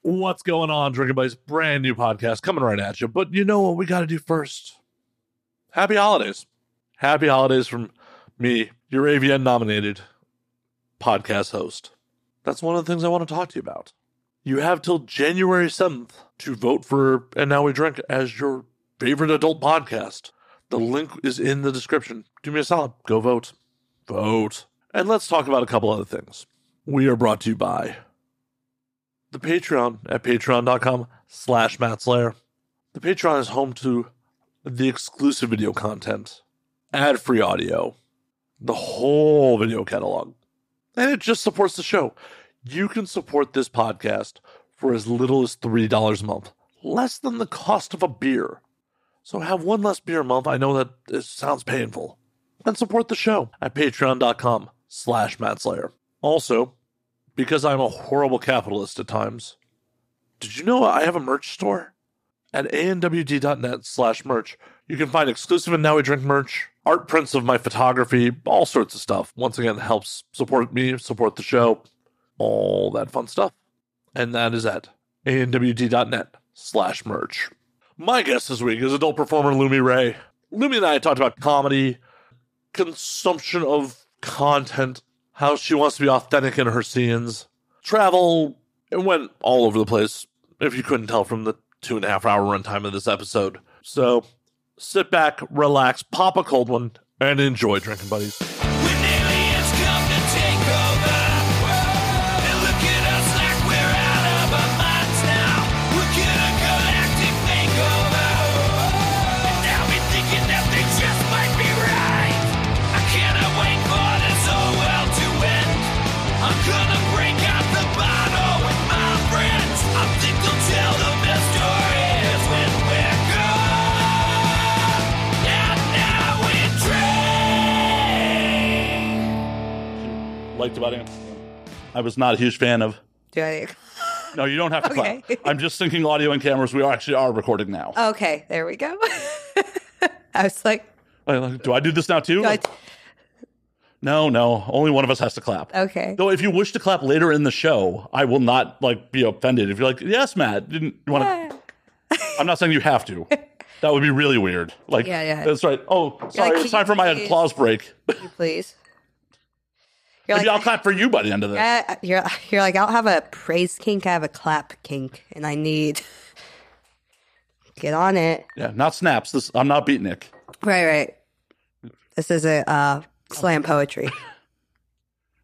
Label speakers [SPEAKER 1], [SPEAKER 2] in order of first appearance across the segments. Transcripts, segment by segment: [SPEAKER 1] What's going on, Drinking Buddies? Brand new podcast coming right at you. But you know what we got to do first? Happy holidays. Happy holidays from me, your AVN nominated podcast host. That's one of the things I want to talk to you about. You have till January 7th to vote for And Now We Drink as your favorite adult podcast. The link is in the description. Do me a solid. Go vote. Vote. And let's talk about a couple other things. We are brought to you by the Patreon at patreon.com slash mattslayer. The Patreon is home to the exclusive video content, ad-free audio, the whole video catalog. And it just supports the show. You can support this podcast for as little as $3 a month, less than the cost of a beer. So have one less beer a month. I know that it sounds painful. And support the show at patreon.com slash mattslayer. Also, because I'm a horrible capitalist at times. Did you know I have a merch store? At anwd.net slash merch, you can find exclusive and now we drink merch, art prints of my photography, all sorts of stuff. Once again, it helps support me, support the show, all that fun stuff. And that is at anwd.net slash merch. My guest this week is adult performer Lumi Ray. Lumi and I talked about comedy, consumption of content, how she wants to be authentic in her scenes, travel. It went all over the place, if you couldn't tell from the two and a half hour runtime of this episode. So sit back, relax, pop a cold one, and enjoy drinking, buddies.
[SPEAKER 2] When aliens come to take over, they look at us like we're out of our minds now. We're gonna go acting makeover. And now we're thinking that they just might be right. I cannot wait for this whole world to end. I'm gonna break out the bottle with my friends. I think they'll tell them their stories when we're gone. And now we drink.
[SPEAKER 3] liked about him. I was not a huge fan of.
[SPEAKER 4] Do I?
[SPEAKER 3] No, you don't have to
[SPEAKER 4] Okay. Oh.
[SPEAKER 3] clap. I'm just syncing audio and cameras. We are actually are recording now.
[SPEAKER 4] Okay, there we go. I was like,
[SPEAKER 3] Uh, do I do this now too?
[SPEAKER 4] do I-
[SPEAKER 3] no, no. Only one of us has to clap.
[SPEAKER 4] okay.
[SPEAKER 3] Though, if you wish to clap later in the show, I will not like be offended. If you're like, yes, Matt, didn't you want to? I'm not saying you have to. That would be really weird. Like,
[SPEAKER 4] Yeah, yeah.
[SPEAKER 3] that's right. Oh, sorry.
[SPEAKER 4] can
[SPEAKER 3] it's time
[SPEAKER 4] you
[SPEAKER 3] for my
[SPEAKER 4] please-
[SPEAKER 3] applause break.
[SPEAKER 4] You please. You're
[SPEAKER 3] Maybe I'll
[SPEAKER 4] like,
[SPEAKER 3] clap for you by the end of this.
[SPEAKER 4] uh, you're, you're like, I'll have a praise kink, I have a clap kink, and I need get on it.
[SPEAKER 3] Yeah, not snaps. This I'm not beatnik.
[SPEAKER 4] Right, right. This is a uh, slam poetry,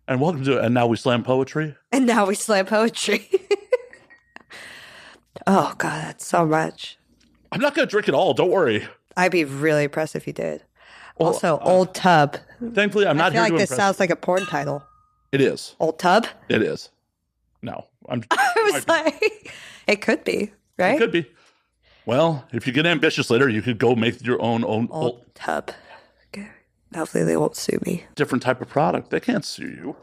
[SPEAKER 3] And welcome to. And now we slam poetry.
[SPEAKER 4] and now we slam poetry. oh God, that's so much.
[SPEAKER 3] I'm not going to drink it all. Don't worry.
[SPEAKER 4] I'd be really impressed if you did.
[SPEAKER 3] Well, uh,
[SPEAKER 4] Also, old tub.
[SPEAKER 3] Thankfully, I'm
[SPEAKER 4] I
[SPEAKER 3] not here
[SPEAKER 4] feel like
[SPEAKER 3] to
[SPEAKER 4] this
[SPEAKER 3] impress.
[SPEAKER 4] sounds like a porn title.
[SPEAKER 3] it is.
[SPEAKER 4] Old tub.
[SPEAKER 3] It is. No, I'm.
[SPEAKER 4] I was like, it could be, right?
[SPEAKER 3] It could be. Well, if you get ambitious later, you could go make your own own
[SPEAKER 4] Old tub. Okay. Hopefully they won't sue me.
[SPEAKER 3] different type of product. They can't sue you.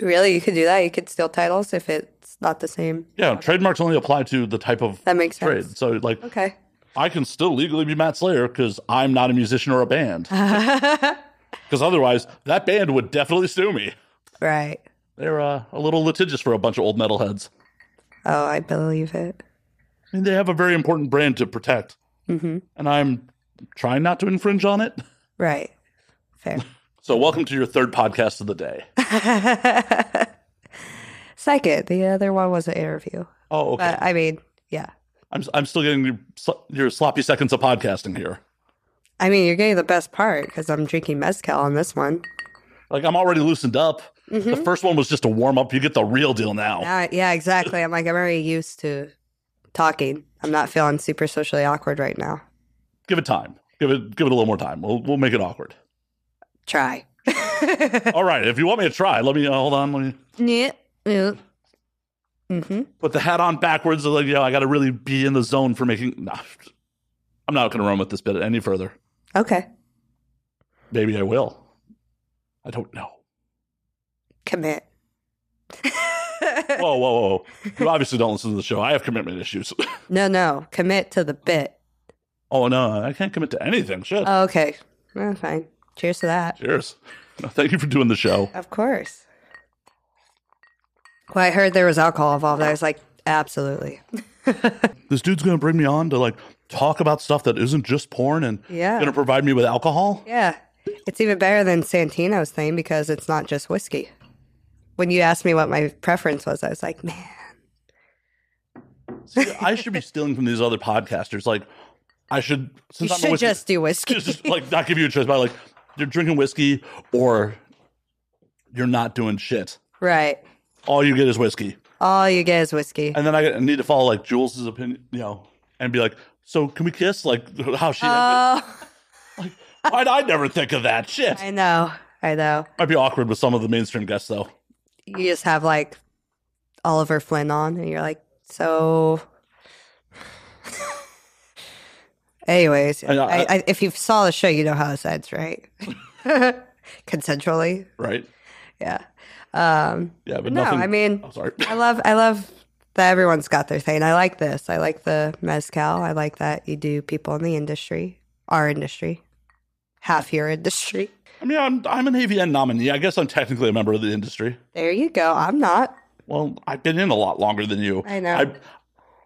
[SPEAKER 4] Really, you could do that. You could steal titles if it's not the same.
[SPEAKER 3] Yeah, trademarks only apply to the type of
[SPEAKER 4] That makes
[SPEAKER 3] trade.
[SPEAKER 4] sense.
[SPEAKER 3] So, like,
[SPEAKER 4] Okay.
[SPEAKER 3] I can still legally be Matt Slayer because I'm not a musician or a band. Because otherwise, that band would definitely sue me.
[SPEAKER 4] Right.
[SPEAKER 3] They're uh, a little litigious for a bunch of old metalheads.
[SPEAKER 4] Oh, I believe it.
[SPEAKER 3] I mean, they have a very important brand to protect,
[SPEAKER 4] Mhm.
[SPEAKER 3] and I'm trying not to infringe on it.
[SPEAKER 4] Right. Fair.
[SPEAKER 3] So, welcome to your third podcast of the day.
[SPEAKER 4] Second, the other one was an interview.
[SPEAKER 3] Oh, okay.
[SPEAKER 4] But uh, I mean, yeah.
[SPEAKER 3] I'm I'm still getting your, sl- your sloppy seconds of podcasting here.
[SPEAKER 4] I mean, you're getting the best part because I'm drinking mezcal on this one.
[SPEAKER 3] Like I'm already loosened up. The
[SPEAKER 4] Hmm?
[SPEAKER 3] first one was just a warm up. You get the real deal now.
[SPEAKER 4] Uh, yeah, exactly. I'm like, I'm already used to talking. I'm not feeling super socially awkward right now.
[SPEAKER 3] Give it time. Give it give it a little more time. We'll we'll make it awkward.
[SPEAKER 4] Try.
[SPEAKER 3] All right. If you want me to try, let me uh, hold on. Let me
[SPEAKER 4] Yeah. Yeah. Mm-hmm.
[SPEAKER 3] put the hat on backwards. Like you know, I got to really be in the zone for making. Nah, I'm not going to run with this bit any further.
[SPEAKER 4] Okay.
[SPEAKER 3] Maybe I will. I don't know.
[SPEAKER 4] Commit.
[SPEAKER 3] Whoa, whoa, whoa! You obviously don't listen to the show. I have commitment issues.
[SPEAKER 4] No, no. Commit to the bit.
[SPEAKER 3] oh no, I can't commit to anything. Shit.
[SPEAKER 4] Oh, okay. Well, fine. Cheers to that.
[SPEAKER 3] Cheers. Thank you for doing the show.
[SPEAKER 4] Of course. Well, I heard there was alcohol involved. I was like, Absolutely.
[SPEAKER 3] This dude's going to bring me on to like talk about stuff that isn't just porn and
[SPEAKER 4] Yeah.
[SPEAKER 3] going to provide me with alcohol.
[SPEAKER 4] Yeah. It's even better than Santino's thing because it's not just whiskey. When you asked me what my preference was, I was like, man,
[SPEAKER 3] See, I should be stealing from these other podcasters. Like, I should
[SPEAKER 4] you
[SPEAKER 3] since I'm a
[SPEAKER 4] should
[SPEAKER 3] whiskey-
[SPEAKER 4] just do whiskey.
[SPEAKER 3] just, just, like not give you a choice. By like, you're drinking whiskey or you're not doing shit.
[SPEAKER 4] right.
[SPEAKER 3] All you get is whiskey.
[SPEAKER 4] All you get is whiskey.
[SPEAKER 3] And then I need to follow like Jules's opinion, you know, and be like, so can we kiss? Like how she.
[SPEAKER 4] Oh,
[SPEAKER 3] Why'd I never think of that shit?
[SPEAKER 4] I know. I know.
[SPEAKER 3] Might be awkward with some of the mainstream guests though.
[SPEAKER 4] You just have like Oliver Flynn on and you're like, so. Anyways,
[SPEAKER 3] I know,
[SPEAKER 4] I,
[SPEAKER 3] I-
[SPEAKER 4] I, if you saw the show, you know how this ends, right? Consensually.
[SPEAKER 3] Right.
[SPEAKER 4] Yeah. Um,
[SPEAKER 3] Yeah, but
[SPEAKER 4] no,
[SPEAKER 3] nothing.
[SPEAKER 4] I mean,
[SPEAKER 3] I'm sorry.
[SPEAKER 4] I love I love that everyone's got their thing. I like this. I like the mezcal. I like that you do people in the industry, our industry, half your industry.
[SPEAKER 3] I mean, I'm I'm an AVN nominee. I guess I'm technically a member of the industry.
[SPEAKER 4] There you go. I'm not.
[SPEAKER 3] Well, I've been in a lot longer than you.
[SPEAKER 4] I know.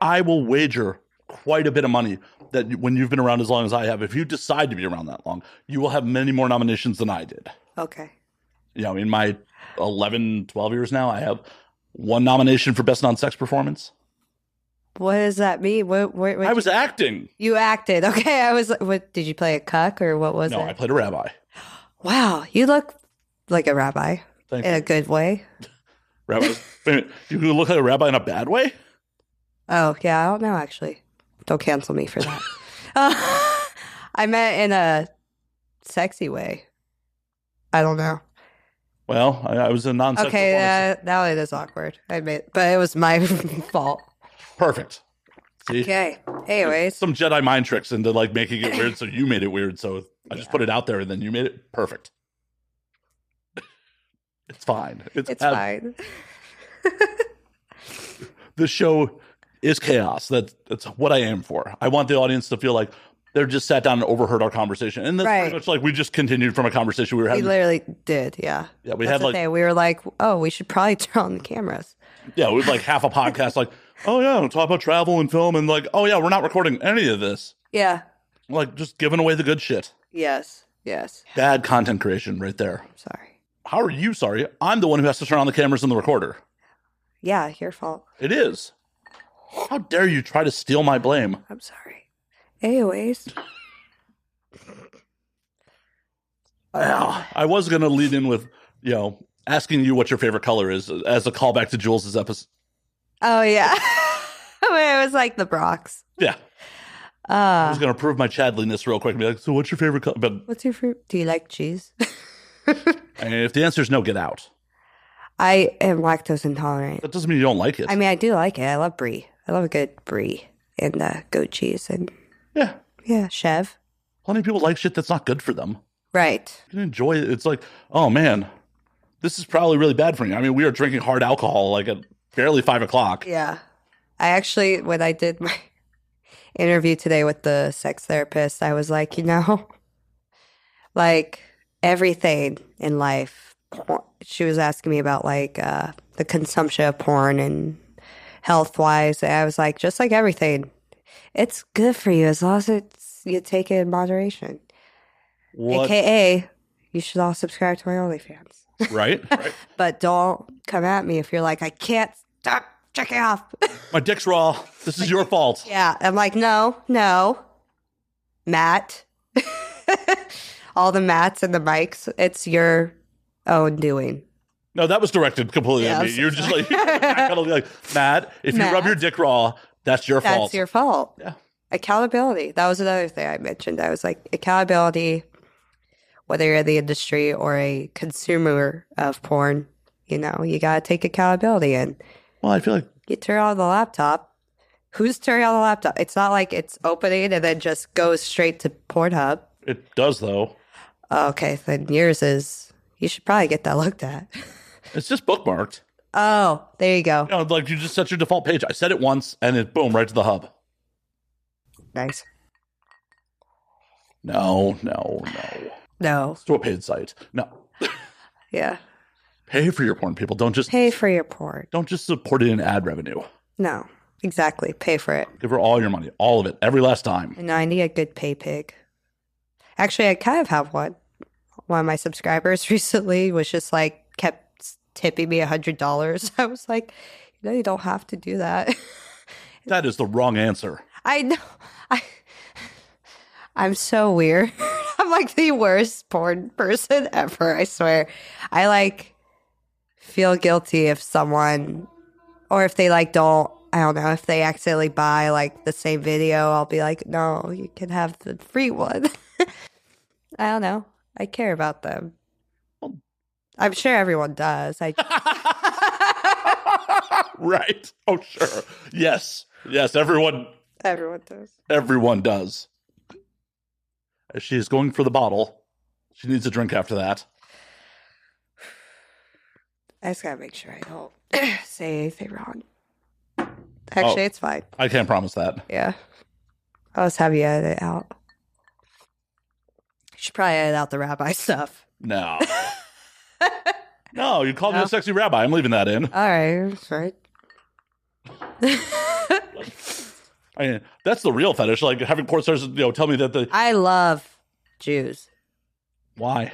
[SPEAKER 3] I, I will wager quite a bit of money that when you've been around as long as I have, if you decide to be around that long, you will have many more nominations than I did.
[SPEAKER 4] Okay.
[SPEAKER 3] You know, in my 11, 12 years now, I have one nomination for best non-sex performance.
[SPEAKER 4] What does that mean? What, what, what
[SPEAKER 3] I was acting.
[SPEAKER 4] you acted. Okay, I was what did you play a cuck or what was
[SPEAKER 3] no,
[SPEAKER 4] it?
[SPEAKER 3] I played a rabbi.
[SPEAKER 4] wow, you look like a rabbi
[SPEAKER 3] Thank
[SPEAKER 4] in a
[SPEAKER 3] you.
[SPEAKER 4] good way.
[SPEAKER 3] Rabbis. Wait a minute. You can look like a rabbi in a bad way?
[SPEAKER 4] Oh, yeah, I don't know actually. Don't cancel me for that. Uh, I meant in a sexy way. I don't know.
[SPEAKER 3] Well, I, I was a non-sex
[SPEAKER 4] Okay, uh,
[SPEAKER 3] performance.
[SPEAKER 4] that, that one is awkward. I admit, but it was my fault.
[SPEAKER 3] Perfect. See?
[SPEAKER 4] Okay. Anyways,
[SPEAKER 3] some Jedi mind tricks into like making it weird. So you made it weird. So I just put it out there, and then you made it perfect. It's fine.
[SPEAKER 4] it's
[SPEAKER 3] ab-
[SPEAKER 4] fine.
[SPEAKER 3] The show is chaos. That's that's what I am for. I want the audience to feel like they're just sat down and overheard our conversation, and that's
[SPEAKER 4] Right.
[SPEAKER 3] pretty much like we just continued from a conversation we were
[SPEAKER 4] We
[SPEAKER 3] having.
[SPEAKER 4] literally did. Yeah.
[SPEAKER 3] yeah, we
[SPEAKER 4] That's
[SPEAKER 3] had
[SPEAKER 4] the
[SPEAKER 3] like
[SPEAKER 4] thing. We were like, oh, we should probably turn on the cameras.
[SPEAKER 3] yeah, we had like half a podcast. Like, oh yeah, we'll talk about travel and film, and like, oh yeah, we're not recording any of this.
[SPEAKER 4] Yeah.
[SPEAKER 3] Like, just giving away the good shit.
[SPEAKER 4] Yes. Yes.
[SPEAKER 3] Bad content creation right there.
[SPEAKER 4] Sorry.
[SPEAKER 3] How are you sorry? I'm the one who has to turn on the cameras and the recorder.
[SPEAKER 4] Yeah, your fault.
[SPEAKER 3] It is. How dare you try to steal my blame?
[SPEAKER 4] I'm sorry. Anyways,
[SPEAKER 3] Ah, I was going to lead in with, you know, asking you what your favorite color is as a callback to Jules' episode.
[SPEAKER 4] oh yeah, it was like the Bronx.
[SPEAKER 3] Yeah. I
[SPEAKER 4] Uh,
[SPEAKER 3] was going to prove my Chadliness real quick and be like, so what's your favorite color? But
[SPEAKER 4] what's your fruit? Do you like cheese?
[SPEAKER 3] I mean, if the answer is no, get out.
[SPEAKER 4] I am lactose intolerant.
[SPEAKER 3] That doesn't mean you don't like it.
[SPEAKER 4] I mean, I do like it. I love brie. I love a good brie and uh, goat cheese and
[SPEAKER 3] yeah.
[SPEAKER 4] yeah, chev.
[SPEAKER 3] Plenty of people like shit that's not good for them.
[SPEAKER 4] Right.
[SPEAKER 3] You can enjoy it. It's like, oh man, this is probably really bad for you. I mean, we are drinking hard alcohol like at barely five o'clock.
[SPEAKER 4] Yeah. I actually, when I did my interview today with the sex therapist, I was like, you know, like everything in life. por- She was asking me about like uh, the consumption of porn and health wise. And I was like, just like everything, it's good for you as long as it's, you take it in moderation.
[SPEAKER 3] What?
[SPEAKER 4] AKA, you should all subscribe to my OnlyFans.
[SPEAKER 3] Right? right?
[SPEAKER 4] But don't come at me if you're like, I can't stop checking off.
[SPEAKER 3] My dick's raw. This is your fault.
[SPEAKER 4] yeah. I'm like, no, no. Matt. all the mats and the mics, it's your own doing.
[SPEAKER 3] No, that was directed completely
[SPEAKER 4] Yeah,
[SPEAKER 3] at
[SPEAKER 4] I'm
[SPEAKER 3] me.
[SPEAKER 4] so
[SPEAKER 3] You're just like, I gotta be like, Matt, if
[SPEAKER 4] Matt.
[SPEAKER 3] you rub your dick raw, that's your
[SPEAKER 4] That's
[SPEAKER 3] fault.
[SPEAKER 4] your fault.
[SPEAKER 3] Yeah.
[SPEAKER 4] Accountability. That was another thing I mentioned. I was like, accountability, whether you're in the industry or a consumer of porn, you know, you got to take accountability and
[SPEAKER 3] well, I feel like
[SPEAKER 4] you turn on the laptop. Who's turning on the laptop? It's not like it's opening and then just goes straight to Pornhub.
[SPEAKER 3] it does though.
[SPEAKER 4] Oh, Okay, then yours is. You should probably get that looked at.
[SPEAKER 3] It's just bookmarked.
[SPEAKER 4] Oh, there you go.
[SPEAKER 3] You know, like you just set your default page. I said it once, and it boom right to the hub.
[SPEAKER 4] Nice.
[SPEAKER 3] No, no, no.
[SPEAKER 4] No.
[SPEAKER 3] It's to a paid site. No,
[SPEAKER 4] Yeah.
[SPEAKER 3] pay for your porn, people. Don't just
[SPEAKER 4] Pay for your porn.
[SPEAKER 3] don't just support it in ad revenue.
[SPEAKER 4] No, exactly. Pay for it.
[SPEAKER 3] Give her all your money, all of it, every last dime.
[SPEAKER 4] And I need a good pay pig. Actually, I kind of have one. One of my subscribers recently was just like kept tipping me a hundred dollars. I was like, you know, you don't have to do that.
[SPEAKER 3] That is the wrong answer.
[SPEAKER 4] I know. I I'm so weird. I'm like the worst porn person ever, I swear. I like feel guilty if someone or if they like don't I don't know, if they accidentally buy like the same video, I'll be like, "No, you can have the free one." I don't know. I care about them. I'm sure everyone does. I
[SPEAKER 3] Right. Oh, sure. Yes. Yes. Everyone,
[SPEAKER 4] everyone does.
[SPEAKER 3] everyone does. As She is going for the bottle. She needs a drink after that.
[SPEAKER 4] I just gotta make sure I don't say anything wrong. Actually, it's fine.
[SPEAKER 3] I can't promise that.
[SPEAKER 4] Yeah. I'll just have you edit it out. You should probably edit out the rabbi stuff.
[SPEAKER 3] No. no, you called me a sexy rabbi. I'm leaving that in.
[SPEAKER 4] All right, that's right.
[SPEAKER 3] I mean, that's the real fetish. Like having court stars, you know, tell me that the
[SPEAKER 4] I love Jews.
[SPEAKER 3] why.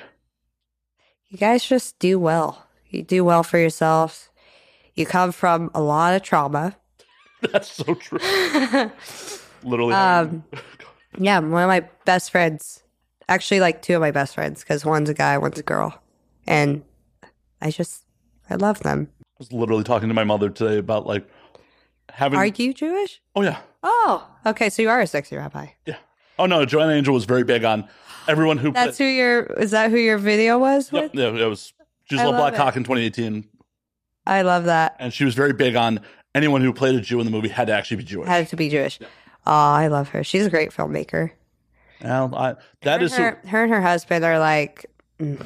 [SPEAKER 4] You guys just do well. You do well for yourselves. You come from a lot of trauma.
[SPEAKER 3] That's so true. Literally.
[SPEAKER 4] Um, yeah, one of my best friends, actually, like two of my best friends, because one's a guy, one's a girl. And I just, I love them.
[SPEAKER 3] I was literally talking to my mother today about like having.
[SPEAKER 4] Are you Jewish?
[SPEAKER 3] oh yeah,
[SPEAKER 4] Oh, okay. So you are a sexy rabbi.
[SPEAKER 3] yeah. Oh no, Joanna Angel was very big on everyone who.
[SPEAKER 4] That's who your is that who your video was
[SPEAKER 3] Yep,
[SPEAKER 4] with?
[SPEAKER 3] yeah, it was. She was
[SPEAKER 4] I
[SPEAKER 3] Love
[SPEAKER 4] love
[SPEAKER 3] Blackhawk in 2018,
[SPEAKER 4] I love that.
[SPEAKER 3] and she was very big on anyone who played a Jew in the movie had to actually be Jewish.
[SPEAKER 4] Had to be Jewish. Oh, I love her. She's a great filmmaker.
[SPEAKER 3] Well, I, that
[SPEAKER 4] her,
[SPEAKER 3] is.
[SPEAKER 4] her, her and her husband are like mm,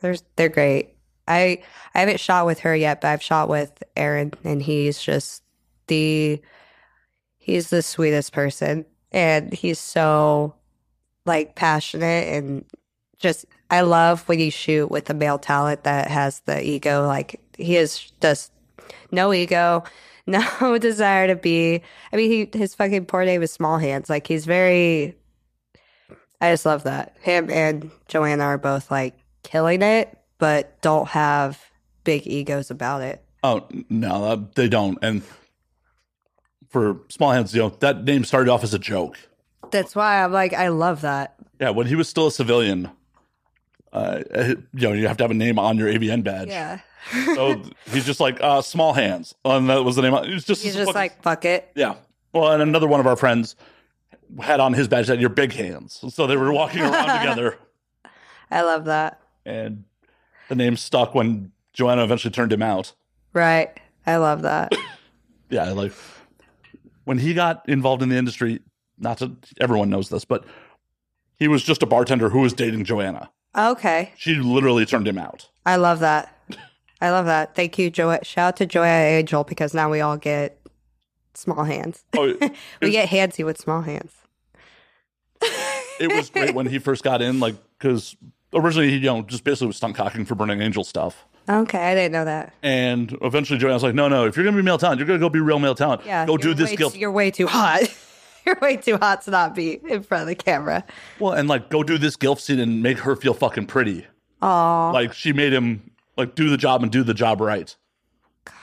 [SPEAKER 4] they're they're great. I I haven't shot with her yet, but I've shot with Aaron and he's just the he's the sweetest person and he's so like passionate and just I love when you shoot with a male talent that has the ego like he is just no ego, no desire to be. I mean, he his fucking poor name is Small Hands. Like he's very I just love that. Him and Joanna are both like killing it, but don't have big egos about it.
[SPEAKER 3] Oh no, uh, they don't. And for small hands, you know that name started off as a joke.
[SPEAKER 4] That's why I'm like, I love that.
[SPEAKER 3] Yeah, when he was still a civilian, uh, uh, you know, you have to have a name on your ABN badge.
[SPEAKER 4] Yeah.
[SPEAKER 3] So he's just like uh, small hands, and that was the name. It was just
[SPEAKER 4] He's just
[SPEAKER 3] fucking-
[SPEAKER 4] like, fuck it.
[SPEAKER 3] yeah. Well, and another one of our friends had on his badge that your big hands, so they were walking around together,
[SPEAKER 4] I love that.
[SPEAKER 3] and the name stuck when Joanna eventually turned him out.
[SPEAKER 4] Right. I love that.
[SPEAKER 3] yeah, like when he got involved in the industry, not to everyone knows this, but he was just a bartender who was dating Joanna.
[SPEAKER 4] Okay.
[SPEAKER 3] She literally turned him out.
[SPEAKER 4] I love that. I love that. Thank you, Joy. Shout out to Joanna Angel because now we all get small hands.
[SPEAKER 3] Oh,
[SPEAKER 4] We get handsy with small hands.
[SPEAKER 3] it was great when he first got in, like because originally he you know just basically was stunt cocking for Burning Angel stuff,
[SPEAKER 4] Okay. I didn't know that.
[SPEAKER 3] and eventually Joanna was like, no, no, if you're gonna be male talent, you're gonna go be real male talent.
[SPEAKER 4] Yeah.
[SPEAKER 3] go do
[SPEAKER 4] you're
[SPEAKER 3] this
[SPEAKER 4] way
[SPEAKER 3] guilt.
[SPEAKER 4] too- You're way too hot. you're way too hot to not be in front of the camera.
[SPEAKER 3] Well, and like go do this guilt scene and make her feel fucking pretty.
[SPEAKER 4] Oh,
[SPEAKER 3] Like she made him like do the job and do the job right.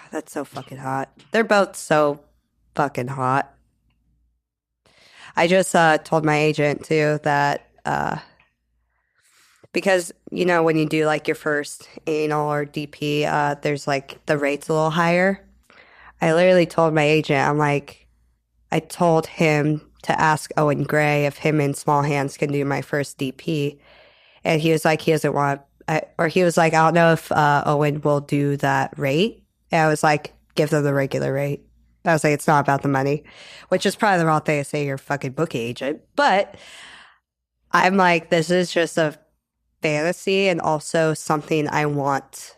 [SPEAKER 4] that's so fucking hot. They're both so fucking hot. I just uh, told my agent too that uh, because you know when you do like your first anal or DP, uh, there's like the rates a little higher. I literally told my agent, I'm like, I told him to ask Owen Gray if him and Small Hands can do my first DP. And he was like, he doesn't want, I, or he was like, I don't know if uh, Owen will do that rate. And I was like, give them the regular rate. I was like, it's not about the money, which is probably the wrong thing to say. to Your fucking booking agent, but I'm like, this is just a fantasy and also something I want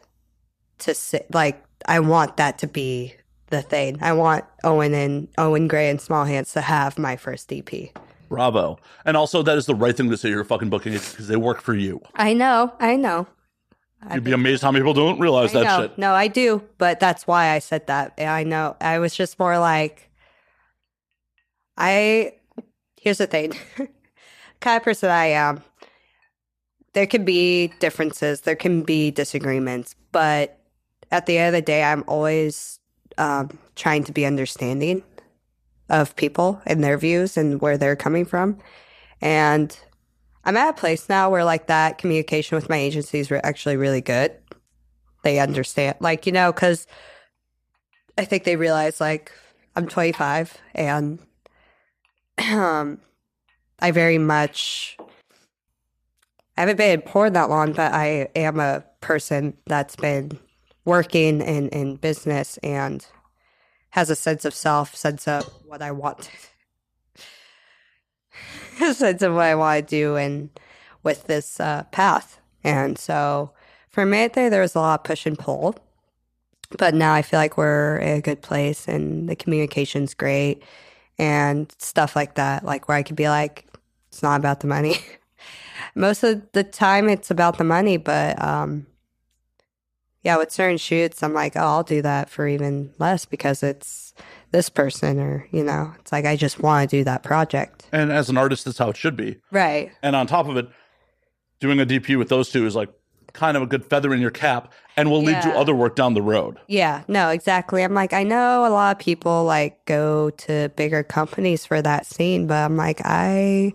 [SPEAKER 4] to sit. Like, I want that to be the thing. I want Owen and Owen Gray and Small Hands to have my first DP.
[SPEAKER 3] Bravo. And also, that is the right thing to say. You're a fucking booking agent because they work for you.
[SPEAKER 4] I know, I know. I
[SPEAKER 3] You'd be
[SPEAKER 4] think-
[SPEAKER 3] amazed how many people don't realize
[SPEAKER 4] I
[SPEAKER 3] that
[SPEAKER 4] know.
[SPEAKER 3] shit.
[SPEAKER 4] No, I do, but that's why I said that. And I know. I was just more like, I. Here's the thing, kind of person I am. There can be differences. There can be disagreements, but at the end of the day, I'm always um, trying to be understanding of people and their views and where they're coming from, and. I'm at a place now where like that communication with my agency is re- actually really good they understand like you know because i think they realize like i'm 25 and um i very much i haven't been in porn that long but i am a person that's been working in in business and has a sense of self sense of what i want a sense of what i want to do and with this uh, path and so for a minute there, there was a lot of push and pull. But now I feel like we're in a good place and the communication's great and stuff like that. Like where I could be like, it's not about the money. Most of the time it's about the money, but um yeah, with certain shoots, I'm like, oh, I'll do that for even less because it's this person or you know, it's like I just want to do that project.
[SPEAKER 3] And as an artist, that's how it should be.
[SPEAKER 4] Right.
[SPEAKER 3] And on top of it, doing a DP with those two is like kind of a good feather in your cap and will lead to
[SPEAKER 4] Yeah.
[SPEAKER 3] other work down the road.
[SPEAKER 4] Yeah, no, exactly. I'm like, I know a lot of people like go to bigger companies for that scene, but I'm like, I,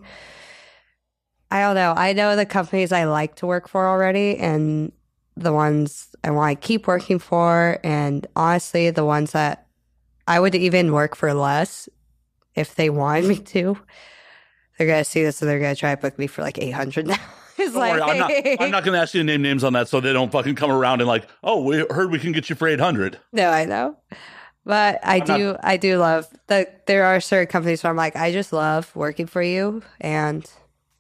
[SPEAKER 4] I don't know. I know the companies I like to work for already, and the ones I want to keep working for, and honestly, the ones that I would even work for less if they wanted me to. They're gonna see this, and they're gonna try to book me for like 800 now. it's
[SPEAKER 3] Don't worry, I'm not, I'm not going to ask you to name names on that so they don't fucking come around and like, oh, we heard we can get you for 800.
[SPEAKER 4] No, I know. But I
[SPEAKER 3] I'm not-
[SPEAKER 4] do I do love that there are certain companies where I'm like, I just love working for you and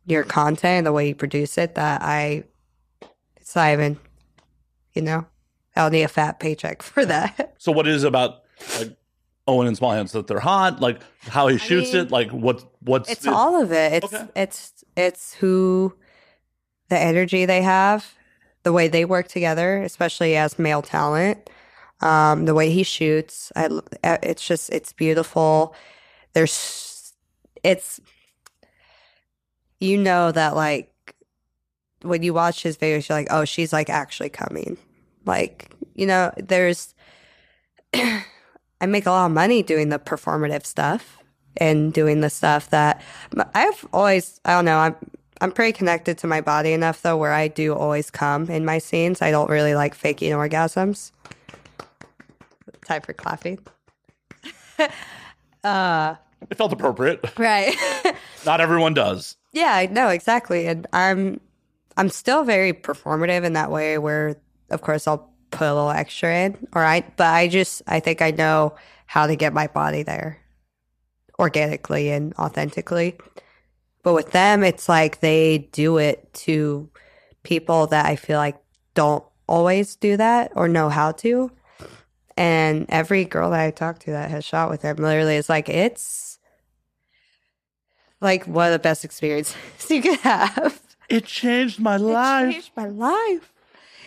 [SPEAKER 4] your
[SPEAKER 3] Mm-hmm.
[SPEAKER 4] content and the way you produce it that I it's not even you know, I'll need a fat paycheck for that.
[SPEAKER 3] So what is it about like Owen and Small Hands that they're hot? Like how he shoots
[SPEAKER 4] mean,
[SPEAKER 3] it? Like what? What's
[SPEAKER 4] It's
[SPEAKER 3] the-
[SPEAKER 4] all of it. It's
[SPEAKER 3] Okay.
[SPEAKER 4] it's it's who the energy they have, the way they work together, especially as male talent. Um, the way he shoots, I, I- it's just it's beautiful. There's it's you know that like when you watch his videos, you're like, oh, she's like actually coming. Like you know, there's I make a lot of money doing the performative stuff and doing the stuff that I've always I don't know I'm I'm pretty connected to my body enough though where I do always come in my scenes. I don't really like faking orgasms. Time for clapping.
[SPEAKER 3] It felt appropriate.
[SPEAKER 4] Right.
[SPEAKER 3] Not everyone does.
[SPEAKER 4] yeah, I know exactly. And I'm I'm still very performative in that way where of course I'll put a little extra in. All right. But I just I think I know how to get my body there organically and authentically. But with them it's like they do it to people that I feel like don't always do that or know how to. And every girl that I talk to that has shot with them literally is like it's like one of the best experiences you could have.
[SPEAKER 3] It changed my
[SPEAKER 4] It
[SPEAKER 3] life.
[SPEAKER 4] changed my life.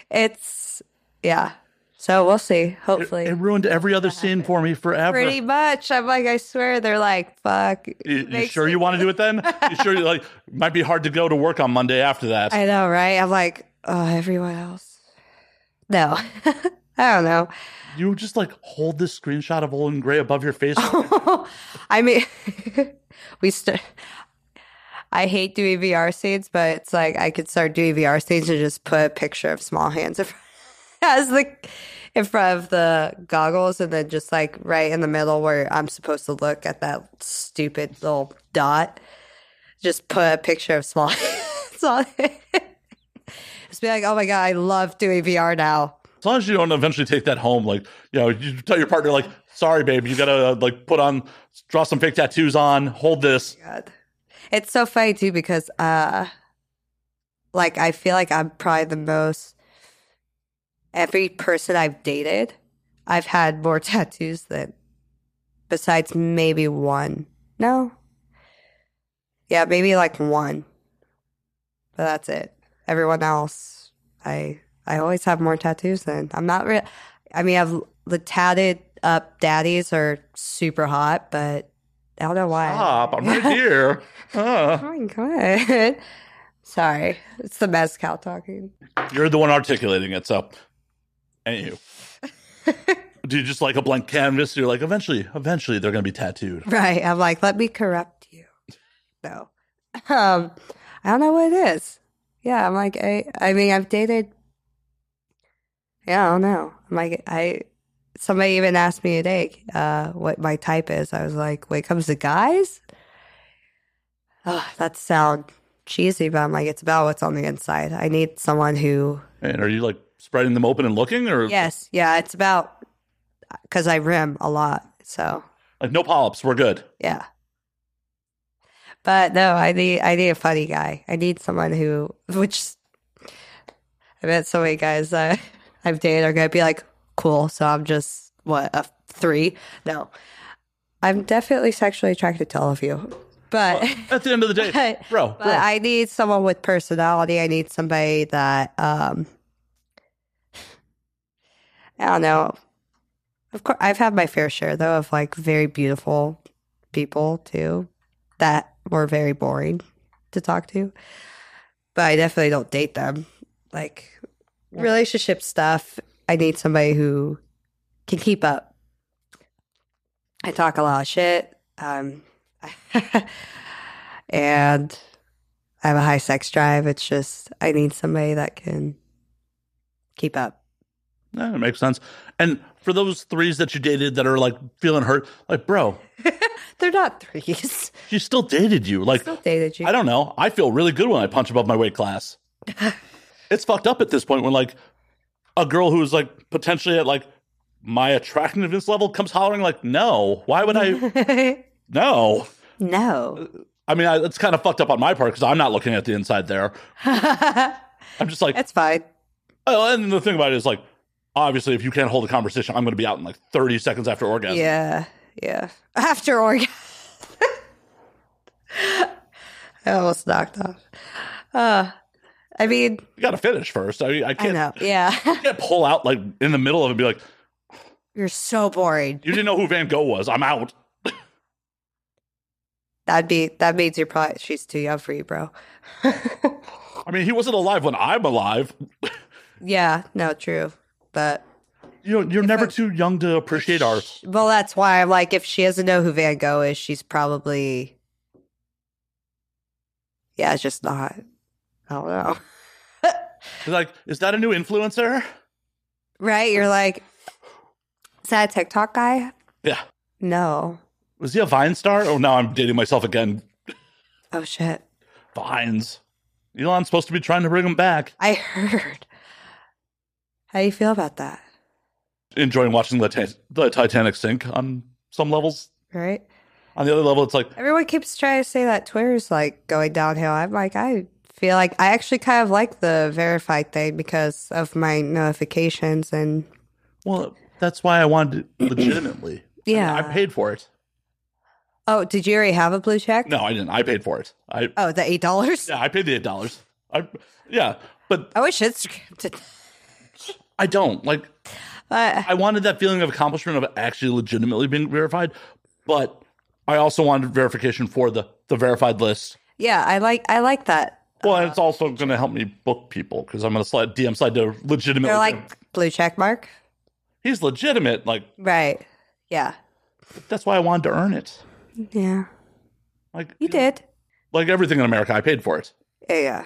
[SPEAKER 4] It's yeah. So we'll see. Hopefully,
[SPEAKER 3] It, ruined every other scene for me forever.
[SPEAKER 4] pretty much. I'm like, I swear, they're like, fuck. it
[SPEAKER 3] you, you
[SPEAKER 4] makes
[SPEAKER 3] sure
[SPEAKER 4] me-
[SPEAKER 3] you want to do it then? You sure you like? Might be hard to go to work on Monday after that.
[SPEAKER 4] I know, right? I'm like, oh, everyone else. No, I don't know.
[SPEAKER 3] you just like hold this screenshot of Olin Gray above your face.
[SPEAKER 4] Oh. I mean, we st- I hate doing VR scenes, but it's like I could start doing VR scenes and just put a picture of small hands in front, as the in front of the goggles, and then just like right in the middle where I'm supposed to look at that stupid little dot, just put a picture of small hands on it. Just be like, oh my god, I love doing VR now.
[SPEAKER 3] as long as you don't eventually take that home, like you know, you tell your partner like, "Sorry, babe, you gotta uh, like put on, draw some fake tattoos on, hold this."
[SPEAKER 4] God. It's so funny too because uh like I feel like I'm probably the most every person I've dated, I've had more tattoos than besides maybe one. No. Yeah, maybe like one. But that's it. Everyone else I I always have more tattoos than I'm not real. I mean, I've the tatted up daddies are super hot, but I don't know why.
[SPEAKER 3] Stop. I'm right here. Uh,
[SPEAKER 4] Oh my god! Sorry, it's the mezcal talking.
[SPEAKER 3] you're the one articulating it. So, anywho, do you just like a blank canvas? You're like, eventually, eventually they're going to be tattooed.
[SPEAKER 4] Right. I'm like, let me corrupt you. No. Um, I don't know what it is. Yeah, I'm like, I, I mean, I've dated. Yeah, I don't know. I'm like, I, somebody even asked me today, uh, what my type is. I was like, when it comes to guys, oh, that sound cheesy, but I'm like, it's about what's on the inside. I need someone who
[SPEAKER 3] And are you like spreading them open and looking, or
[SPEAKER 4] Yes, yeah, it's about because I rim a lot, so
[SPEAKER 3] like no polyps? We're good.
[SPEAKER 4] yeah. But no, I need I need a funny guy. I need someone who, which I bet so many guys that I've dated are gonna be like, cool. So I'm just what a three? No, I'm definitely sexually attracted to all of you, but.
[SPEAKER 3] At the end of the day,
[SPEAKER 4] But-
[SPEAKER 3] bro,
[SPEAKER 4] But
[SPEAKER 3] bro.
[SPEAKER 4] I need someone with personality. I need somebody that um I don't know. Of course I've had my fair share though of like very beautiful people too that were very boring to talk to. But I definitely don't date them. Like relationship stuff, I need somebody who can keep up. I talk a lot of shit. Um and I have a high sex drive. It's just I need somebody that can keep up.
[SPEAKER 3] Yeah, that makes sense. And for those threes that you dated that are like feeling hurt, like, bro,
[SPEAKER 4] They're not threes.
[SPEAKER 3] she still dated you. Like,
[SPEAKER 4] Still dated you.
[SPEAKER 3] I don't know. I feel really good when I punch above my weight class. it's fucked up at this point when like a girl who's like potentially at like my attractiveness level comes hollering like, no, why would I? no.
[SPEAKER 4] no.
[SPEAKER 3] I mean, I, it's kind of fucked up on my part because I'm not looking at the inside there. I'm just like,
[SPEAKER 4] That's fine.
[SPEAKER 3] oh, and the thing about it is like, obviously, if you can't hold a conversation, I'm going to be out in like 30 seconds after orgasm.
[SPEAKER 4] Yeah. Yeah. After orgasm. I almost knocked off. Uh I mean,
[SPEAKER 3] You got to finish first. I mean, I
[SPEAKER 4] I
[SPEAKER 3] can't,
[SPEAKER 4] know. Yeah.
[SPEAKER 3] I can't pull out like in the middle of it and be like,
[SPEAKER 4] You're so boring.
[SPEAKER 3] you didn't know who Van Gogh was. I'm out.
[SPEAKER 4] That'd be that means you're probably she's too young for you, bro.
[SPEAKER 3] I mean, he wasn't alive when I'm alive.
[SPEAKER 4] Yeah, no, true. But
[SPEAKER 3] You know, you're never too young to appreciate art.
[SPEAKER 4] Well, that's why I'm like, if she doesn't know who Van Gogh is, she's probably, yeah, it's just not. I don't know,
[SPEAKER 3] It's like, is that a new influencer?
[SPEAKER 4] right? You're like, is that a TikTok guy?
[SPEAKER 3] Yeah.
[SPEAKER 4] No.
[SPEAKER 3] Was he a Vine star? Oh, now I'm dating myself again.
[SPEAKER 4] Oh shit!
[SPEAKER 3] Vines. Elon's supposed to be trying to bring him back.
[SPEAKER 4] I heard. How do you feel about that?
[SPEAKER 3] Enjoying watching the, Ti- the Titanic sink on some levels.
[SPEAKER 4] Right?
[SPEAKER 3] On the other level, it's like,
[SPEAKER 4] Everyone keeps trying to say that Twitter's like going downhill. I'm like, I feel like I actually kind of like the verified thing because of my notifications and
[SPEAKER 3] well, that's why I wanted it legitimately.
[SPEAKER 4] yeah.
[SPEAKER 3] I paid for it.
[SPEAKER 4] oh, did you already have a blue check?
[SPEAKER 3] No, I didn't. I paid for it. I
[SPEAKER 4] Oh, the eight dollars.
[SPEAKER 3] yeah, I paid the eight dollars. I yeah, but
[SPEAKER 4] I wish Instagram did. that.
[SPEAKER 3] I don't like.
[SPEAKER 4] But
[SPEAKER 3] I wanted that feeling of accomplishment of actually legitimately being verified, but I also wanted verification for the the verified list.
[SPEAKER 4] yeah, I like I like that.
[SPEAKER 3] Well, and it's
[SPEAKER 4] Uh,
[SPEAKER 3] also going to help me book people because I'm going to slide DM slide to legitimate.
[SPEAKER 4] They're like blue check mark,
[SPEAKER 3] he's legitimate. Like
[SPEAKER 4] right? Yeah,
[SPEAKER 3] that's why I wanted to earn it.
[SPEAKER 4] yeah.
[SPEAKER 3] Like
[SPEAKER 4] You did.
[SPEAKER 3] Like everything in America, I paid for it.
[SPEAKER 4] Yeah, yeah.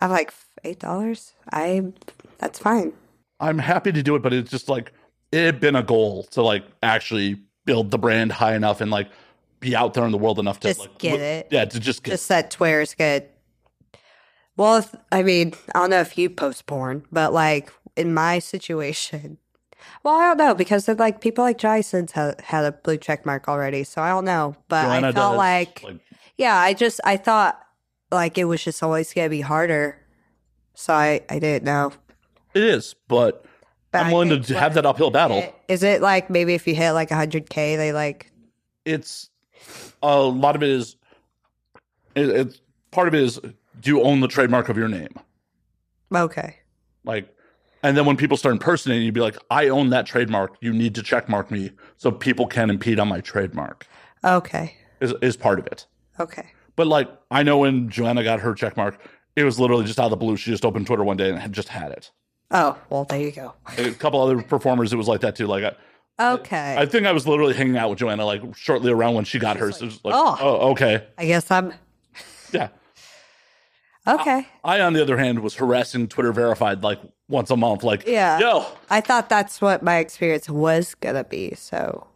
[SPEAKER 4] I'm like "F- eight dollars. I that's fine.
[SPEAKER 3] I'm happy to do it, but it's just like it had been a goal to like actually build the brand high enough and like be out there in the world enough to
[SPEAKER 4] Just
[SPEAKER 3] like,
[SPEAKER 4] get
[SPEAKER 3] li-
[SPEAKER 4] it.
[SPEAKER 3] Yeah, to just get
[SPEAKER 4] Just that Twitter's good. Well, if, I mean, I don't know if you post porn, but like in my situation, well, I don't know because they're like people like Jason's ha- had a blue check mark already, so I don't know. But I
[SPEAKER 3] Joanna
[SPEAKER 4] felt
[SPEAKER 3] does,
[SPEAKER 4] like Yeah, I just I thought like it was just always gonna be harder, so I I didn't know.
[SPEAKER 3] it is, but,
[SPEAKER 4] But
[SPEAKER 3] I'm
[SPEAKER 4] I
[SPEAKER 3] willing
[SPEAKER 4] think
[SPEAKER 3] to have that uphill battle.
[SPEAKER 4] it- Is it like maybe if you hit like 100k, they like
[SPEAKER 3] it's a lot of it is it, it's part of it is do you own the trademark of your name
[SPEAKER 4] okay,
[SPEAKER 3] like And then when people start impersonating, you'd be like, I own that trademark. You need to checkmark me so people can impede on my trademark,
[SPEAKER 4] Okay.
[SPEAKER 3] is, is part of it.
[SPEAKER 4] Okay.
[SPEAKER 3] But like, I know when Joanna got her checkmark, it was literally just out of the blue. She just opened Twitter one day and had just had it.
[SPEAKER 4] Oh, well, there you go.
[SPEAKER 3] A couple other performers, it was like that too. Like, I,
[SPEAKER 4] Okay.
[SPEAKER 3] I think I was literally hanging out with Joanna like shortly around when she got hers. It was like,
[SPEAKER 4] "Oh."
[SPEAKER 3] oh, okay.
[SPEAKER 4] I guess I'm
[SPEAKER 3] Yeah.
[SPEAKER 4] okay.
[SPEAKER 3] I, on the other hand, was harassing Twitter verified like once a month. Like,
[SPEAKER 4] Yeah.
[SPEAKER 3] yo,
[SPEAKER 4] I thought that's what my experience was gonna be. So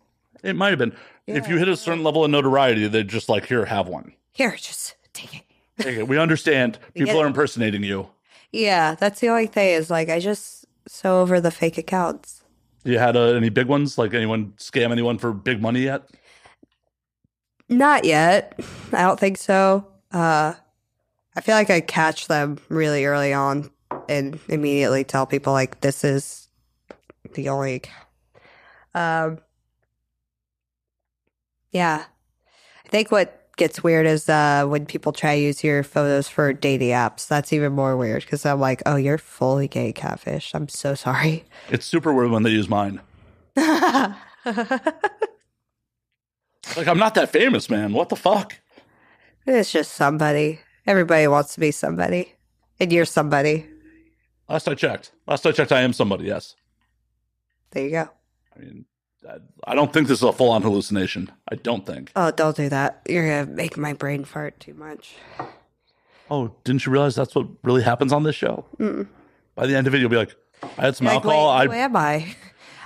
[SPEAKER 3] it might have been. If you hit a certain level of notoriety, they'd just like, here, have one.
[SPEAKER 4] here, just take it.
[SPEAKER 3] Take it. We understand people
[SPEAKER 4] Yeah.
[SPEAKER 3] are impersonating you.
[SPEAKER 4] Yeah, that's the only thing is like I just so over the fake accounts.
[SPEAKER 3] You had uh, any big ones? Like anyone scam anyone for big money yet?
[SPEAKER 4] Not yet. I don't think so. Uh I feel like I catch them really early on and immediately tell people like this is the only account. Um Yeah. I think what gets weird is uh when people try to use your photos for dating apps. That's even more weird because I'm like, oh, you're fully gay catfish. I'm so sorry.
[SPEAKER 3] It's super weird when they use mine.
[SPEAKER 4] it's
[SPEAKER 3] Like, I'm not that famous, man. What the fuck?
[SPEAKER 4] just somebody. Everybody wants to be somebody. And you're somebody.
[SPEAKER 3] Last I checked. Last I checked, I am somebody. Yes.
[SPEAKER 4] There you go.
[SPEAKER 3] I mean, I, I don't think this is a full on hallucination. I don't think.
[SPEAKER 4] Oh, don't do that. You're going to make my brain fart too much.
[SPEAKER 3] Oh, didn't you realize that's what really happens on this show? By the end of it, you'll be like, I had some
[SPEAKER 4] Like,
[SPEAKER 3] alcohol.
[SPEAKER 4] wait,
[SPEAKER 3] I
[SPEAKER 4] who am I?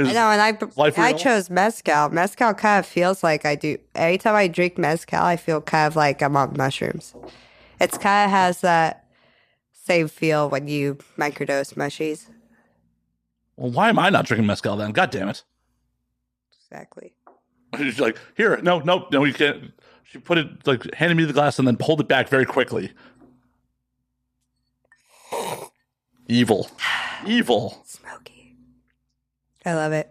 [SPEAKER 3] is-
[SPEAKER 4] I know, and I
[SPEAKER 3] life
[SPEAKER 4] I
[SPEAKER 3] real?
[SPEAKER 4] chose mezcal. Mezcal kind of feels like I do. Anytime I drink mezcal, I feel kind of like I'm on mushrooms. It's kind of has that same feel when you microdose mushies.
[SPEAKER 3] well, why am I not drinking mezcal then? God damn it!
[SPEAKER 4] Exactly.
[SPEAKER 3] She's like, here, no, no, no, you can't. She put it like handed me the glass and then pulled it back very quickly. Evil, evil.
[SPEAKER 4] Smoky. I love it.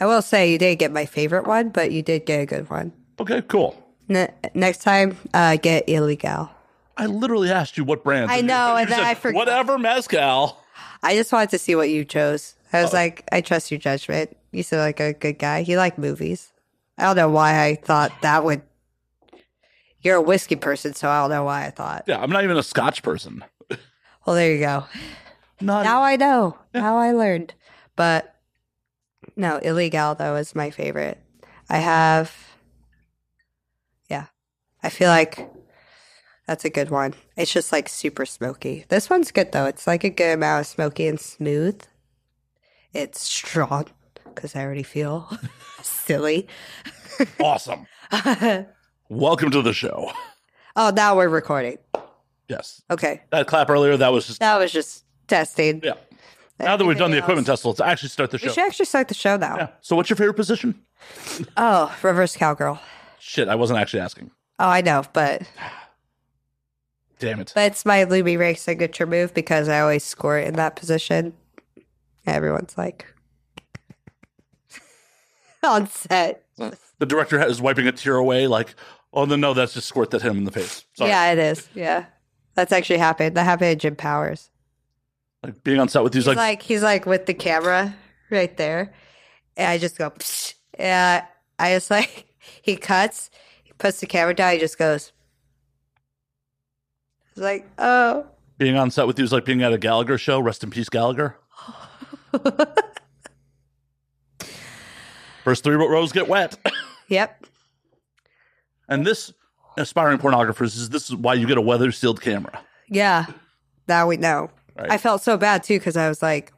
[SPEAKER 4] I will say you didn't get my favorite one, but you did get a good one.
[SPEAKER 3] Okay, cool.
[SPEAKER 4] Ne- next time, uh, get illegal.
[SPEAKER 3] I literally asked you what brand.
[SPEAKER 4] I know, and then I forgot.
[SPEAKER 3] Whatever mezcal.
[SPEAKER 4] I just wanted to see what you chose. I was like, I trust your judgment. You seem like a good guy. You like movies. I don't know why I thought that would. You're a whiskey person, so I don't know why I thought.
[SPEAKER 3] Yeah, I'm not even a Scotch person.
[SPEAKER 4] Well, there you go.
[SPEAKER 3] Not
[SPEAKER 4] Now I know. Now I learned. But no, illegal though is my favorite. I have. Yeah, I feel like that's a good one. It's just like super smoky. This one's good though. It's like a good amount of smoky and smooth. It's strong because I already feel silly.
[SPEAKER 3] awesome.
[SPEAKER 4] oh,
[SPEAKER 3] Welcome to the show.
[SPEAKER 4] now we're recording.
[SPEAKER 3] Yes,
[SPEAKER 4] Okay,
[SPEAKER 3] that clap earlier. That was just
[SPEAKER 4] that was just testing.
[SPEAKER 3] yeah. Now that we've done the equipment test, let's actually start the
[SPEAKER 4] we
[SPEAKER 3] show.
[SPEAKER 4] should actually start the show now.
[SPEAKER 3] Yeah. So, what's your favorite position?
[SPEAKER 4] Oh, reverse cowgirl.
[SPEAKER 3] Shit, I wasn't actually asking.
[SPEAKER 4] Oh, I know, but
[SPEAKER 3] Damn it.
[SPEAKER 4] but it's my Luby Ray signature move because I always score in that position. Everyone's like on set.
[SPEAKER 3] The director is wiping a tear away, like, oh, no, no, that's just squirt that hit him in the face. Sorry.
[SPEAKER 4] Yeah, it is. Yeah, that's actually happened. That happened at Jim Powers.
[SPEAKER 3] Like, being on set with you is
[SPEAKER 4] He's like,
[SPEAKER 3] like,
[SPEAKER 4] he's like with the camera right there, and I just go. Psh, and I just like he cuts, he puts the camera down, he just goes. It's like oh.
[SPEAKER 3] being on set with you is like being at a Gallagher show. Rest in peace, Gallagher. First three rows get wet.
[SPEAKER 4] Yep.
[SPEAKER 3] and this, aspiring pornographers, is this is why you get a weather sealed camera.
[SPEAKER 4] Yeah. Now we know.
[SPEAKER 3] Right.
[SPEAKER 4] I felt so bad too because I was like,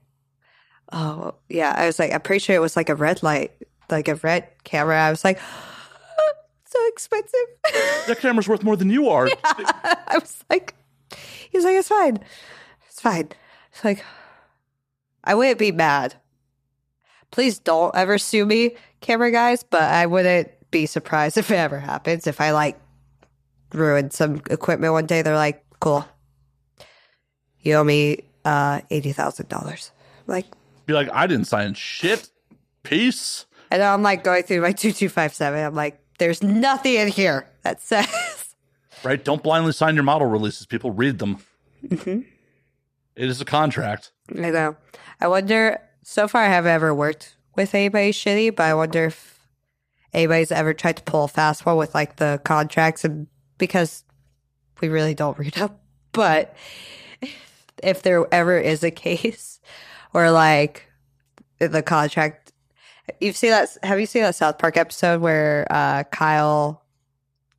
[SPEAKER 4] oh, yeah. I was like, I'm pretty sure it was like a red light, like a red camera. I was like, so expensive.
[SPEAKER 3] That camera's worth more than you are.
[SPEAKER 4] I was like, he was like, it's fine. It's fine. It's like, I wouldn't be mad. Please don't ever sue me, camera guys, but I wouldn't be surprised if it ever happens. If I like ruined some equipment one day, they're like, cool. You owe me uh, $80,000. Like,
[SPEAKER 3] Be like, I didn't sign shit. Peace.
[SPEAKER 4] and I'm like going through my 2257. I'm like, there's nothing in here that says
[SPEAKER 3] right? Don't blindly sign your model releases. People read them. It is a contract.
[SPEAKER 4] I know. uh, I wonder. So far, I haven't ever worked with anybody shitty, but I wonder if anybody's ever tried to pull a fast one with like the contracts, and because we really don't read up. But if there ever is a case where like the contract, you've seen that. Have you seen that South Park episode where uh, Kyle?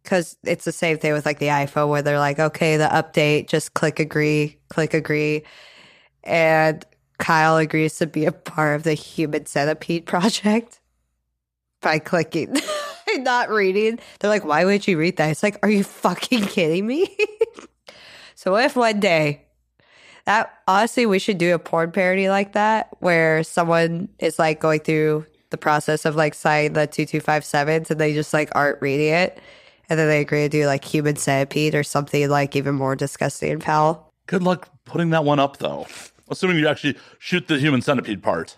[SPEAKER 4] Because it's the same thing with like the iPhone, where they're like, okay, the update, just click agree, click agree and Kyle agrees to be a part of the Human Centipede Project by clicking and not reading. They're like, why would you read that? It's like, are you fucking kidding me? so, what if one day that honestly, we should do a porn parody like that where someone is like going through the process of like signing the 2257s and they just like aren't reading it. And then they agree to do like human centipede or something like even more disgusting and foul.
[SPEAKER 3] Good luck putting that one up, though. Assuming you actually shoot the human centipede part.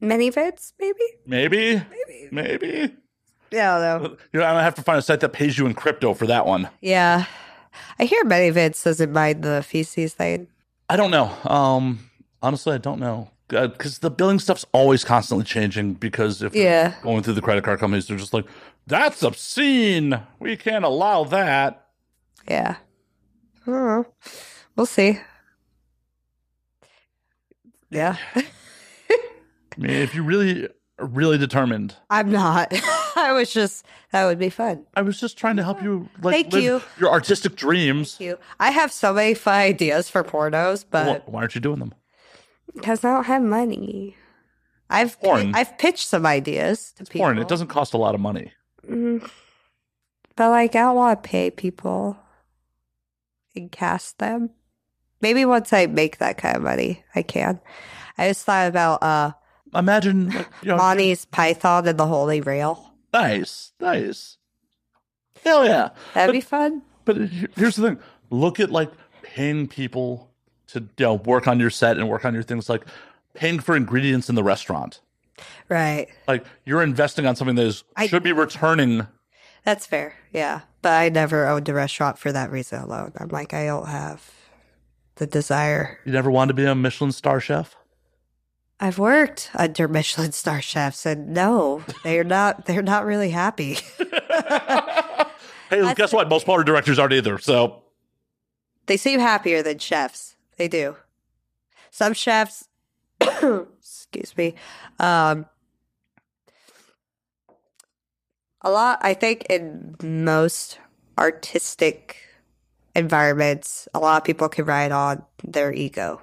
[SPEAKER 4] Many vids, maybe?
[SPEAKER 3] Maybe. Maybe. Maybe.
[SPEAKER 4] Yeah, I don't know.
[SPEAKER 3] You know, I'm gonna have to find a site that pays you in crypto for that one.
[SPEAKER 4] Yeah. I hear many Vince doesn't mind the feces thing.
[SPEAKER 3] I don't know. Um, honestly, I don't know because the billing stuff's always constantly changing. Because if you're
[SPEAKER 4] Yeah.
[SPEAKER 3] going through the credit card companies, they're just like, "That's obscene. We can't allow that."
[SPEAKER 4] Yeah. I don't know. We'll see. Yeah.
[SPEAKER 3] I mean, if you really, are really determined,
[SPEAKER 4] I'm not. I was just, that would be fun.
[SPEAKER 3] I was just trying to help you. Like,
[SPEAKER 4] Thank
[SPEAKER 3] live
[SPEAKER 4] you.
[SPEAKER 3] Your artistic dreams.
[SPEAKER 4] Cute. I have so many fun ideas for pornos,
[SPEAKER 3] Why,
[SPEAKER 4] but
[SPEAKER 3] why aren't you doing them?
[SPEAKER 4] because I don't have money. I've pi-
[SPEAKER 3] Porn.
[SPEAKER 4] I've pitched some ideas to people.
[SPEAKER 3] Porn. It doesn't cost a lot of money.
[SPEAKER 4] Mm. But like, I don't want to pay people and cast them. Maybe once I make that kind of money, I can. I just thought about uh,
[SPEAKER 3] Imagine, like, you know,
[SPEAKER 4] Lonnie's Python and the Holy Grail.
[SPEAKER 3] nice, nice. Hell yeah!
[SPEAKER 4] That'd
[SPEAKER 3] But-
[SPEAKER 4] be fun.
[SPEAKER 3] But he- here's the thing: look at like paying people to you know, work on your set and work on your things, like paying for ingredients in the restaurant.
[SPEAKER 4] Right.
[SPEAKER 3] Like you're investing on something that is
[SPEAKER 4] I-
[SPEAKER 3] should be returning.
[SPEAKER 4] That's fair. Yeah. But I never owned a restaurant for that reason alone. I'm like, I don't have the desire.
[SPEAKER 3] You never wanted to be a Michelin star chef.
[SPEAKER 4] I've worked under Michelin star chefs and no, they're not they're not really happy.
[SPEAKER 3] Hey,
[SPEAKER 4] That's-
[SPEAKER 3] guess what? Most party directors aren't either. So
[SPEAKER 4] they seem happier than chefs. They do. Some chefs, excuse me, um, a lot. I think in most artistic environments, a lot of people can ride on their ego.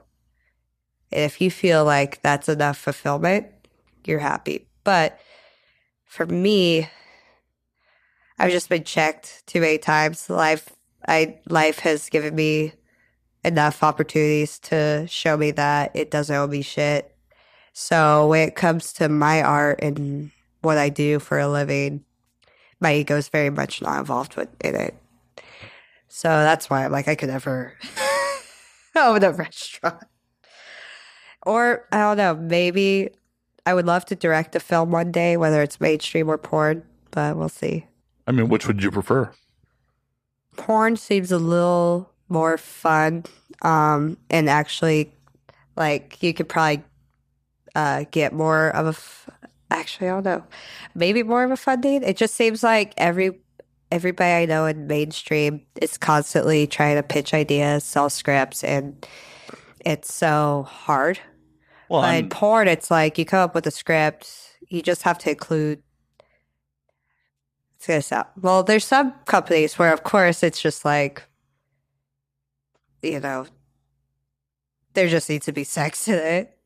[SPEAKER 4] And if you feel like that's enough fulfillment, you're happy. But for me, I've just been checked too many times. Life, I life has given me enough opportunities to show me that it doesn't owe me shit. So when it comes to my art and what I do for a living, my ego is very much not involved with in it. So that's why I'm like I could never own a restaurant. Or I don't know, maybe I would love to direct a film one day, whether it's mainstream or porn, but we'll see
[SPEAKER 3] I mean, which would you prefer?
[SPEAKER 4] porn seems a little more fun um and actually like you could probably uh get more of a f- actually i don't know maybe more of a fun date it just seems like every everybody i know in mainstream is constantly trying to pitch ideas sell scripts and it's so hard
[SPEAKER 3] Well,
[SPEAKER 4] but
[SPEAKER 3] I'm-
[SPEAKER 4] in porn, it's like you come up with a script. You just have to include. It's gonna sound well. There's some companies where, of course, it's just like, you know, there just needs to be sex in it.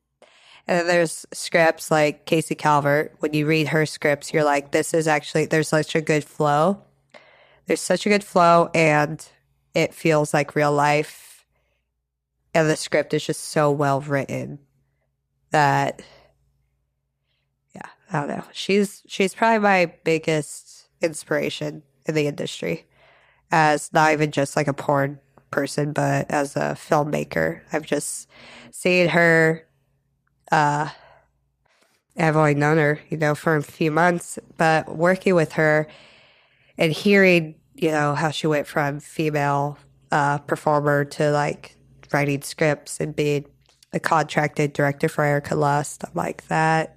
[SPEAKER 4] And then there's scripts like Casey Calvert. When you read her scripts, you're like, this is actually there's such a good flow. There's such a good flow, and it feels like real life. And the script is just so well written that yeah i don't know she's she's probably my biggest inspiration in the industry as not even just like a porn person but as a filmmaker i've just seen her uh i've only known her you know for a few months but working with her and hearing you know how she went from female uh performer to like writing scripts and being a contracted director for Erica Lust. I'm like that.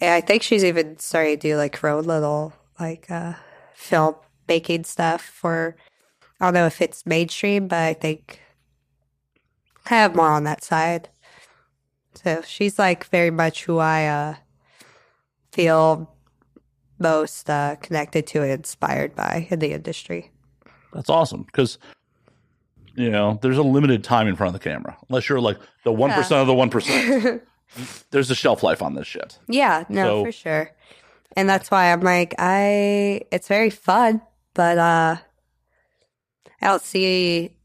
[SPEAKER 4] And I think she's even starting to do like her own little like uh film making stuff for I don't know if it's mainstream, but I think I have more on that side. So she's like very much who I uh feel most uh, connected to and inspired by in the industry.
[SPEAKER 3] That's awesome because you know there's a limited time in front of the camera unless you're like the one of the one percent. There's a shelf life on this shit.
[SPEAKER 4] yeah, no,
[SPEAKER 3] So-
[SPEAKER 4] for sure. And that's why I'm like, I it's very fun, but uh I don't see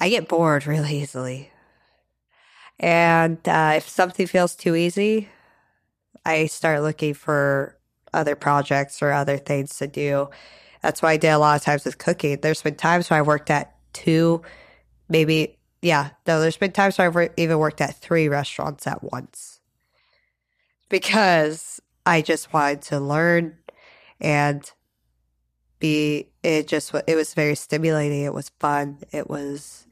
[SPEAKER 4] I get bored really easily. And uh, if something feels too easy, I start looking for other projects or other things to do. That's why I did a lot of times with cooking. There's been times where I worked at two, maybe, yeah, no, there's been times where I've wor- even worked at three restaurants at once because I just wanted to learn and be, it just, wa- it was very stimulating. It was fun. It was,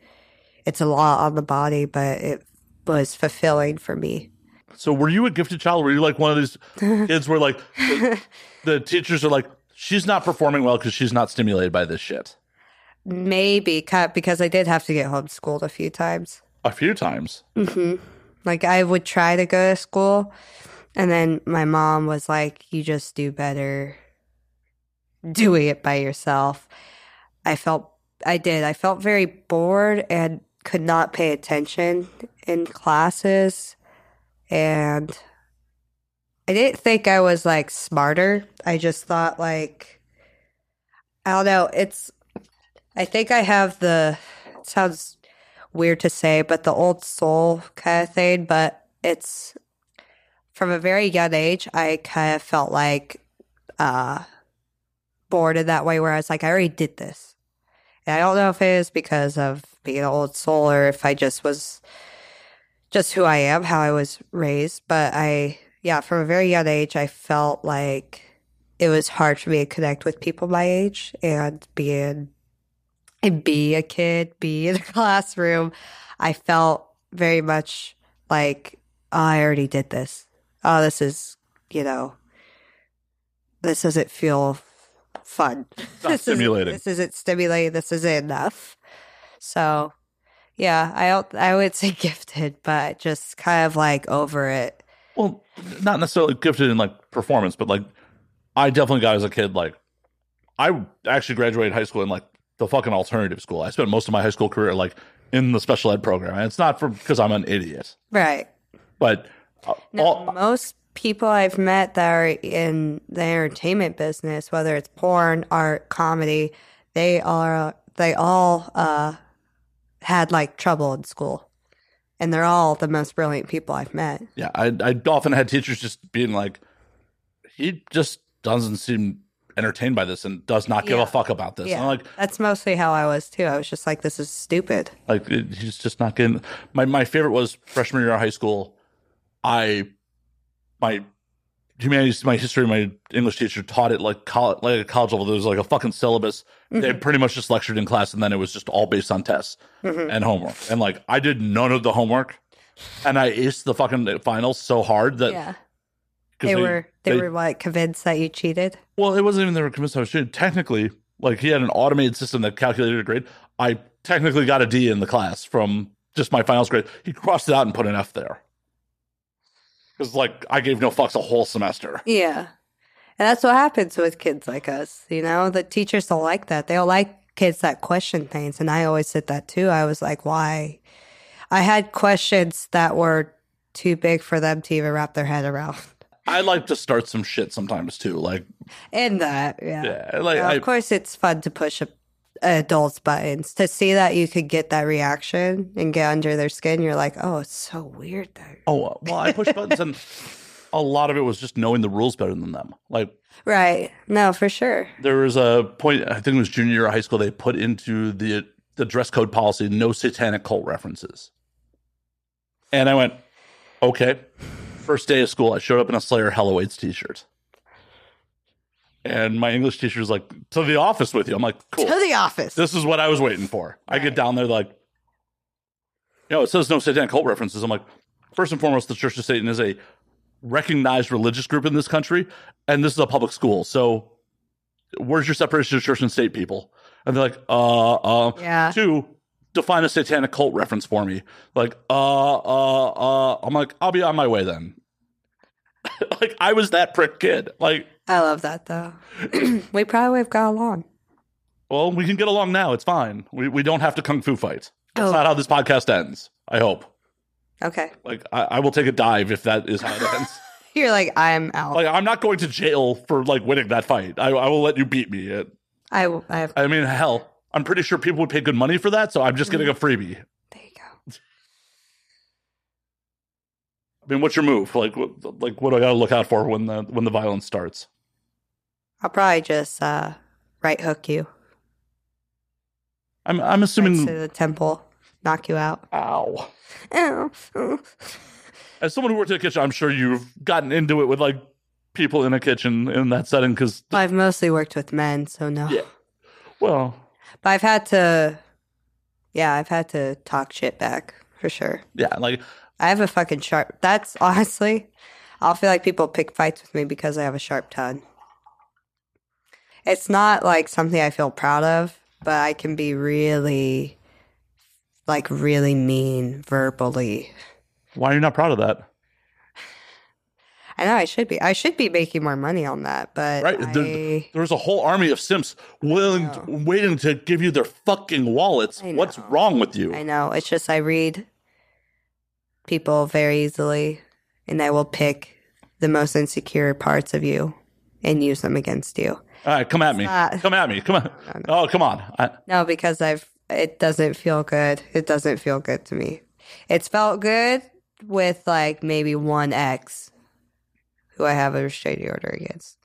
[SPEAKER 4] it's a lot on the body, but it was fulfilling for me.
[SPEAKER 3] So were you a gifted child? Were you like one of these kids where like the, the teachers are like, she's not performing well because she's not stimulated by this shit?
[SPEAKER 4] Maybe cut because I did have to get homeschooled a few times.
[SPEAKER 3] A few times.
[SPEAKER 4] hmm Like I would try to go to school, and then my mom was like, "You just do better doing it by yourself." I felt, I did. I felt very bored and could not pay attention in classes, and I didn't think I was like smarter. I just thought like, I don't know. It's, I think I have the. It sounds weird to say, but the old soul kind of thing. But it's from a very young age, I kind of felt like uh, bored in that way, where I was like, I already did this. And I don't know if it is because of being an old soul or if I just was just who I am, how I was raised. But I, yeah, from a very young age, I felt like it was hard for me to connect with people my age and being and be a kid, be in a classroom, I felt very much like oh, I already did this. Oh, this is you know, this doesn't feel fun.
[SPEAKER 3] not
[SPEAKER 4] this isn't-
[SPEAKER 3] stimulating.
[SPEAKER 4] This isn't stimulating. This isn't enough. So, yeah, I don't. I would say gifted, but just kind of like over it.
[SPEAKER 3] Well, not necessarily gifted in like performance, but like I definitely got as a kid, like I actually graduated high school in like the fucking alternative school. I spent most of my high school career like in the special ed program. And it's not for because I'm an idiot,
[SPEAKER 4] Right.
[SPEAKER 3] but uh,
[SPEAKER 4] No,
[SPEAKER 3] all,
[SPEAKER 4] most people I've met that are in the entertainment business, whether it's porn, art, comedy, they are they all uh, had like trouble in school, and they're all the most brilliant people I've met.
[SPEAKER 3] yeah, I, I often had teachers just being like, he just doesn't seem entertained by this and does not give
[SPEAKER 4] Yeah.
[SPEAKER 3] a fuck about this. And
[SPEAKER 4] Yeah,
[SPEAKER 3] I'm like,
[SPEAKER 4] that's mostly how I was too. I was just like, this is stupid.
[SPEAKER 3] Like it- he's just not getting. My my favorite was freshman year of high school. I my humanities, my history, my English teacher taught it like college, like a college level. There was like a fucking syllabus.
[SPEAKER 4] Mm-hmm.
[SPEAKER 3] They pretty much just lectured in class, and then it was just all based on tests
[SPEAKER 4] Mm-hmm.
[SPEAKER 3] and homework. And like I did none of the homework, and I aced the fucking finals so hard that
[SPEAKER 4] Yeah,
[SPEAKER 3] 'cause
[SPEAKER 4] they, were they,
[SPEAKER 3] they-
[SPEAKER 4] were like convinced that you cheated.
[SPEAKER 3] well, it wasn't even they were convinced I was cheating. Technically, like he had an automated system that calculated a grade. I technically got a D in the class from just my finals grade. He crossed it out and put an F there. Because like I gave no fucks a whole semester.
[SPEAKER 4] Yeah. And that's what happens with kids like us. You know, the teachers don't like that. They don't like kids that question things. And I always did that too. I was like, why? I had questions that were too big for them to even wrap their head around.
[SPEAKER 3] I like to start some shit sometimes too. Like
[SPEAKER 4] And that, yeah.
[SPEAKER 3] yeah, like
[SPEAKER 4] Now,
[SPEAKER 3] I,
[SPEAKER 4] of course, it's fun to push a, adults' buttons. To see that you could get that reaction and get under their skin, you're like, oh, it's so weird that
[SPEAKER 3] oh uh, well, I pushed buttons and a lot of it was just knowing the rules better than them. Like
[SPEAKER 4] Right. No, for sure.
[SPEAKER 3] there was a point I think it was junior year of high school they put into the the dress code policy no satanic cult references. And I went, okay. First day of school, I showed up in a Slayer Hell Awaits t-shirt. And my English teacher's like, to the office with you. I'm like, cool.
[SPEAKER 4] To the office.
[SPEAKER 3] This is what I was waiting for. I get
[SPEAKER 4] Right.
[SPEAKER 3] down there like, you know, it says no satanic cult references. I'm like, first and foremost, the Church of Satan is a recognized religious group in this country, and this is a public school. So, where's your separation of church and state, people? And they're like, uh, uh.
[SPEAKER 4] Yeah.
[SPEAKER 3] Two, define a satanic cult reference for me. Like, uh, uh, uh. I'm like, I'll be on my way then. like, I was that prick kid. Like,
[SPEAKER 4] I love that though. we probably would have got along.
[SPEAKER 3] Well, we can get along now. It's fine. We, we don't have to kung fu fight. That's
[SPEAKER 4] Oh.
[SPEAKER 3] not how this podcast ends. I hope.
[SPEAKER 4] Okay.
[SPEAKER 3] Like, I, I will take a dive if that is how it ends.
[SPEAKER 4] You're like, I'm out.
[SPEAKER 3] like, I'm not going to jail for like winning that fight. I, I will let you beat me. It,
[SPEAKER 4] I, will- I have,
[SPEAKER 3] I mean, hell, I'm pretty sure people would pay good money for that. So I'm just getting a freebie.
[SPEAKER 4] there you go.
[SPEAKER 3] I mean, what's your move? Like, what, like what do I got to look out for when the when the violence starts?
[SPEAKER 4] I'll probably just uh, right hook you
[SPEAKER 3] I'm I'm
[SPEAKER 4] right
[SPEAKER 3] assuming.
[SPEAKER 4] to the temple, knock you out.
[SPEAKER 3] ow.
[SPEAKER 4] Ow. Ow.
[SPEAKER 3] As someone who worked in a kitchen, I'm sure you've gotten into it with like people in a kitchen in that setting because
[SPEAKER 4] I've mostly worked with men, so no.
[SPEAKER 3] Yeah. well,
[SPEAKER 4] But I've had to, yeah, I've had to talk shit back for sure.
[SPEAKER 3] yeah, like
[SPEAKER 4] I have a fucking sharp. That's honestly, I'll feel like people pick fights with me because I have a sharp tongue. It's not like something I feel proud of, but I can be really, like, really mean verbally.
[SPEAKER 3] why are you not proud of that?
[SPEAKER 4] I know I should be. I should be making more money on that, but
[SPEAKER 3] Right.
[SPEAKER 4] I,
[SPEAKER 3] There, there's a whole army of simps willing,
[SPEAKER 4] know.
[SPEAKER 3] waiting to give you their fucking wallets.
[SPEAKER 4] I
[SPEAKER 3] What's
[SPEAKER 4] know.
[SPEAKER 3] wrong with you?
[SPEAKER 4] I know. It's just I read people very easily, and I will pick the most insecure parts of you and use them against you.
[SPEAKER 3] All right, come at me.
[SPEAKER 4] not-
[SPEAKER 3] Come at me. Come on. Oh, come on. I,
[SPEAKER 4] No, because I've it doesn't feel good. It doesn't feel good to me. It's felt good with like maybe one ex who I have a restraining order against.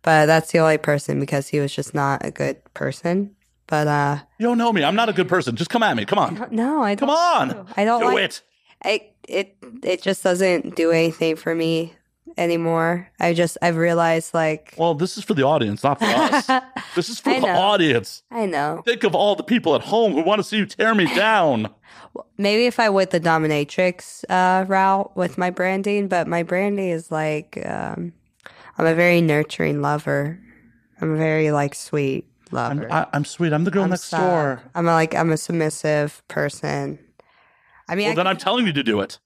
[SPEAKER 4] But that's the only person because he was just not a good person. But uh
[SPEAKER 3] you don't know me. I'm not a good person. Just come at me. Come on.
[SPEAKER 4] no, I
[SPEAKER 3] Come
[SPEAKER 4] don't
[SPEAKER 3] on.
[SPEAKER 4] I don't
[SPEAKER 3] Do
[SPEAKER 4] like
[SPEAKER 3] it.
[SPEAKER 4] I it it just doesn't do anything for me anymore. I just I've realized like
[SPEAKER 3] Well, this is for the audience, not for us. this is for
[SPEAKER 4] I
[SPEAKER 3] the
[SPEAKER 4] know.
[SPEAKER 3] audience.
[SPEAKER 4] I know.
[SPEAKER 3] Think of all the people at home who want to see you tear me down.
[SPEAKER 4] maybe if I went the dominatrix uh, route with my branding, but my branding is like um, I'm a very nurturing lover. I'm a very like sweet
[SPEAKER 3] I'm,
[SPEAKER 4] lover.
[SPEAKER 3] I, I'm sweet. I'm the girl
[SPEAKER 4] I'm
[SPEAKER 3] next
[SPEAKER 4] sub.
[SPEAKER 3] door.
[SPEAKER 4] I'm a, like I'm a submissive person. I mean,
[SPEAKER 3] Well,
[SPEAKER 4] I
[SPEAKER 3] then I'm telling you to do it.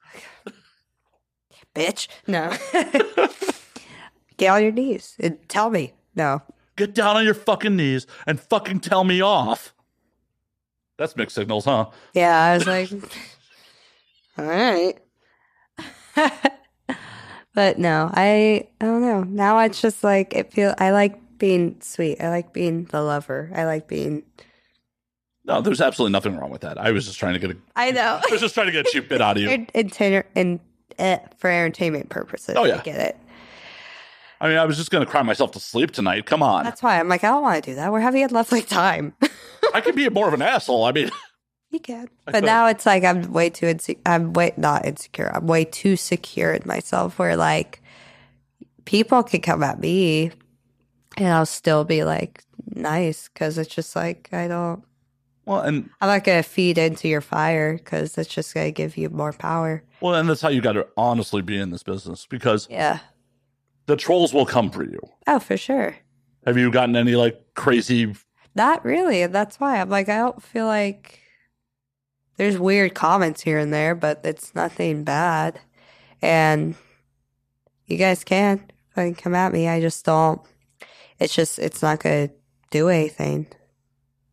[SPEAKER 4] bitch. No, get on your knees and tell me. No,
[SPEAKER 3] Get down on your fucking knees and fucking tell me off. That's mixed signals, huh?
[SPEAKER 4] yeah, I was like, all right. But no, I I don't know. Now it's just like it feel I like being sweet. I like being the lover. I like being
[SPEAKER 3] No, there's absolutely nothing wrong with that. I was just trying to get a
[SPEAKER 4] I know.
[SPEAKER 3] I was just trying to get a cheap bit out of you.
[SPEAKER 4] in, in, in, eh, for entertainment purposes.
[SPEAKER 3] Oh, yeah.
[SPEAKER 4] I get it.
[SPEAKER 3] I mean, I was just going to cry myself to sleep tonight. Come on.
[SPEAKER 4] That's why I'm like, I don't want to do that. We're having a lovely time.
[SPEAKER 3] I could be more of an asshole. I mean,
[SPEAKER 4] you can.
[SPEAKER 3] I
[SPEAKER 4] But
[SPEAKER 3] could.
[SPEAKER 4] now it's like I'm way too insecure. I'm way not insecure. I'm way too secure in myself where like people can come at me and I'll still be like nice because it's just like I don't.
[SPEAKER 3] well, and
[SPEAKER 4] I'm not gonna feed into your fire because that's just gonna give you more power.
[SPEAKER 3] well, and that's how you got to honestly be in this business because
[SPEAKER 4] Yeah.
[SPEAKER 3] the trolls will come for you.
[SPEAKER 4] Oh, for sure.
[SPEAKER 3] Have you gotten any like crazy?
[SPEAKER 4] Not really, and that's why I'm like I don't feel like there's weird comments here and there, but it's nothing bad. And you guys can fucking come at me. I just don't. It's just it's not gonna do anything.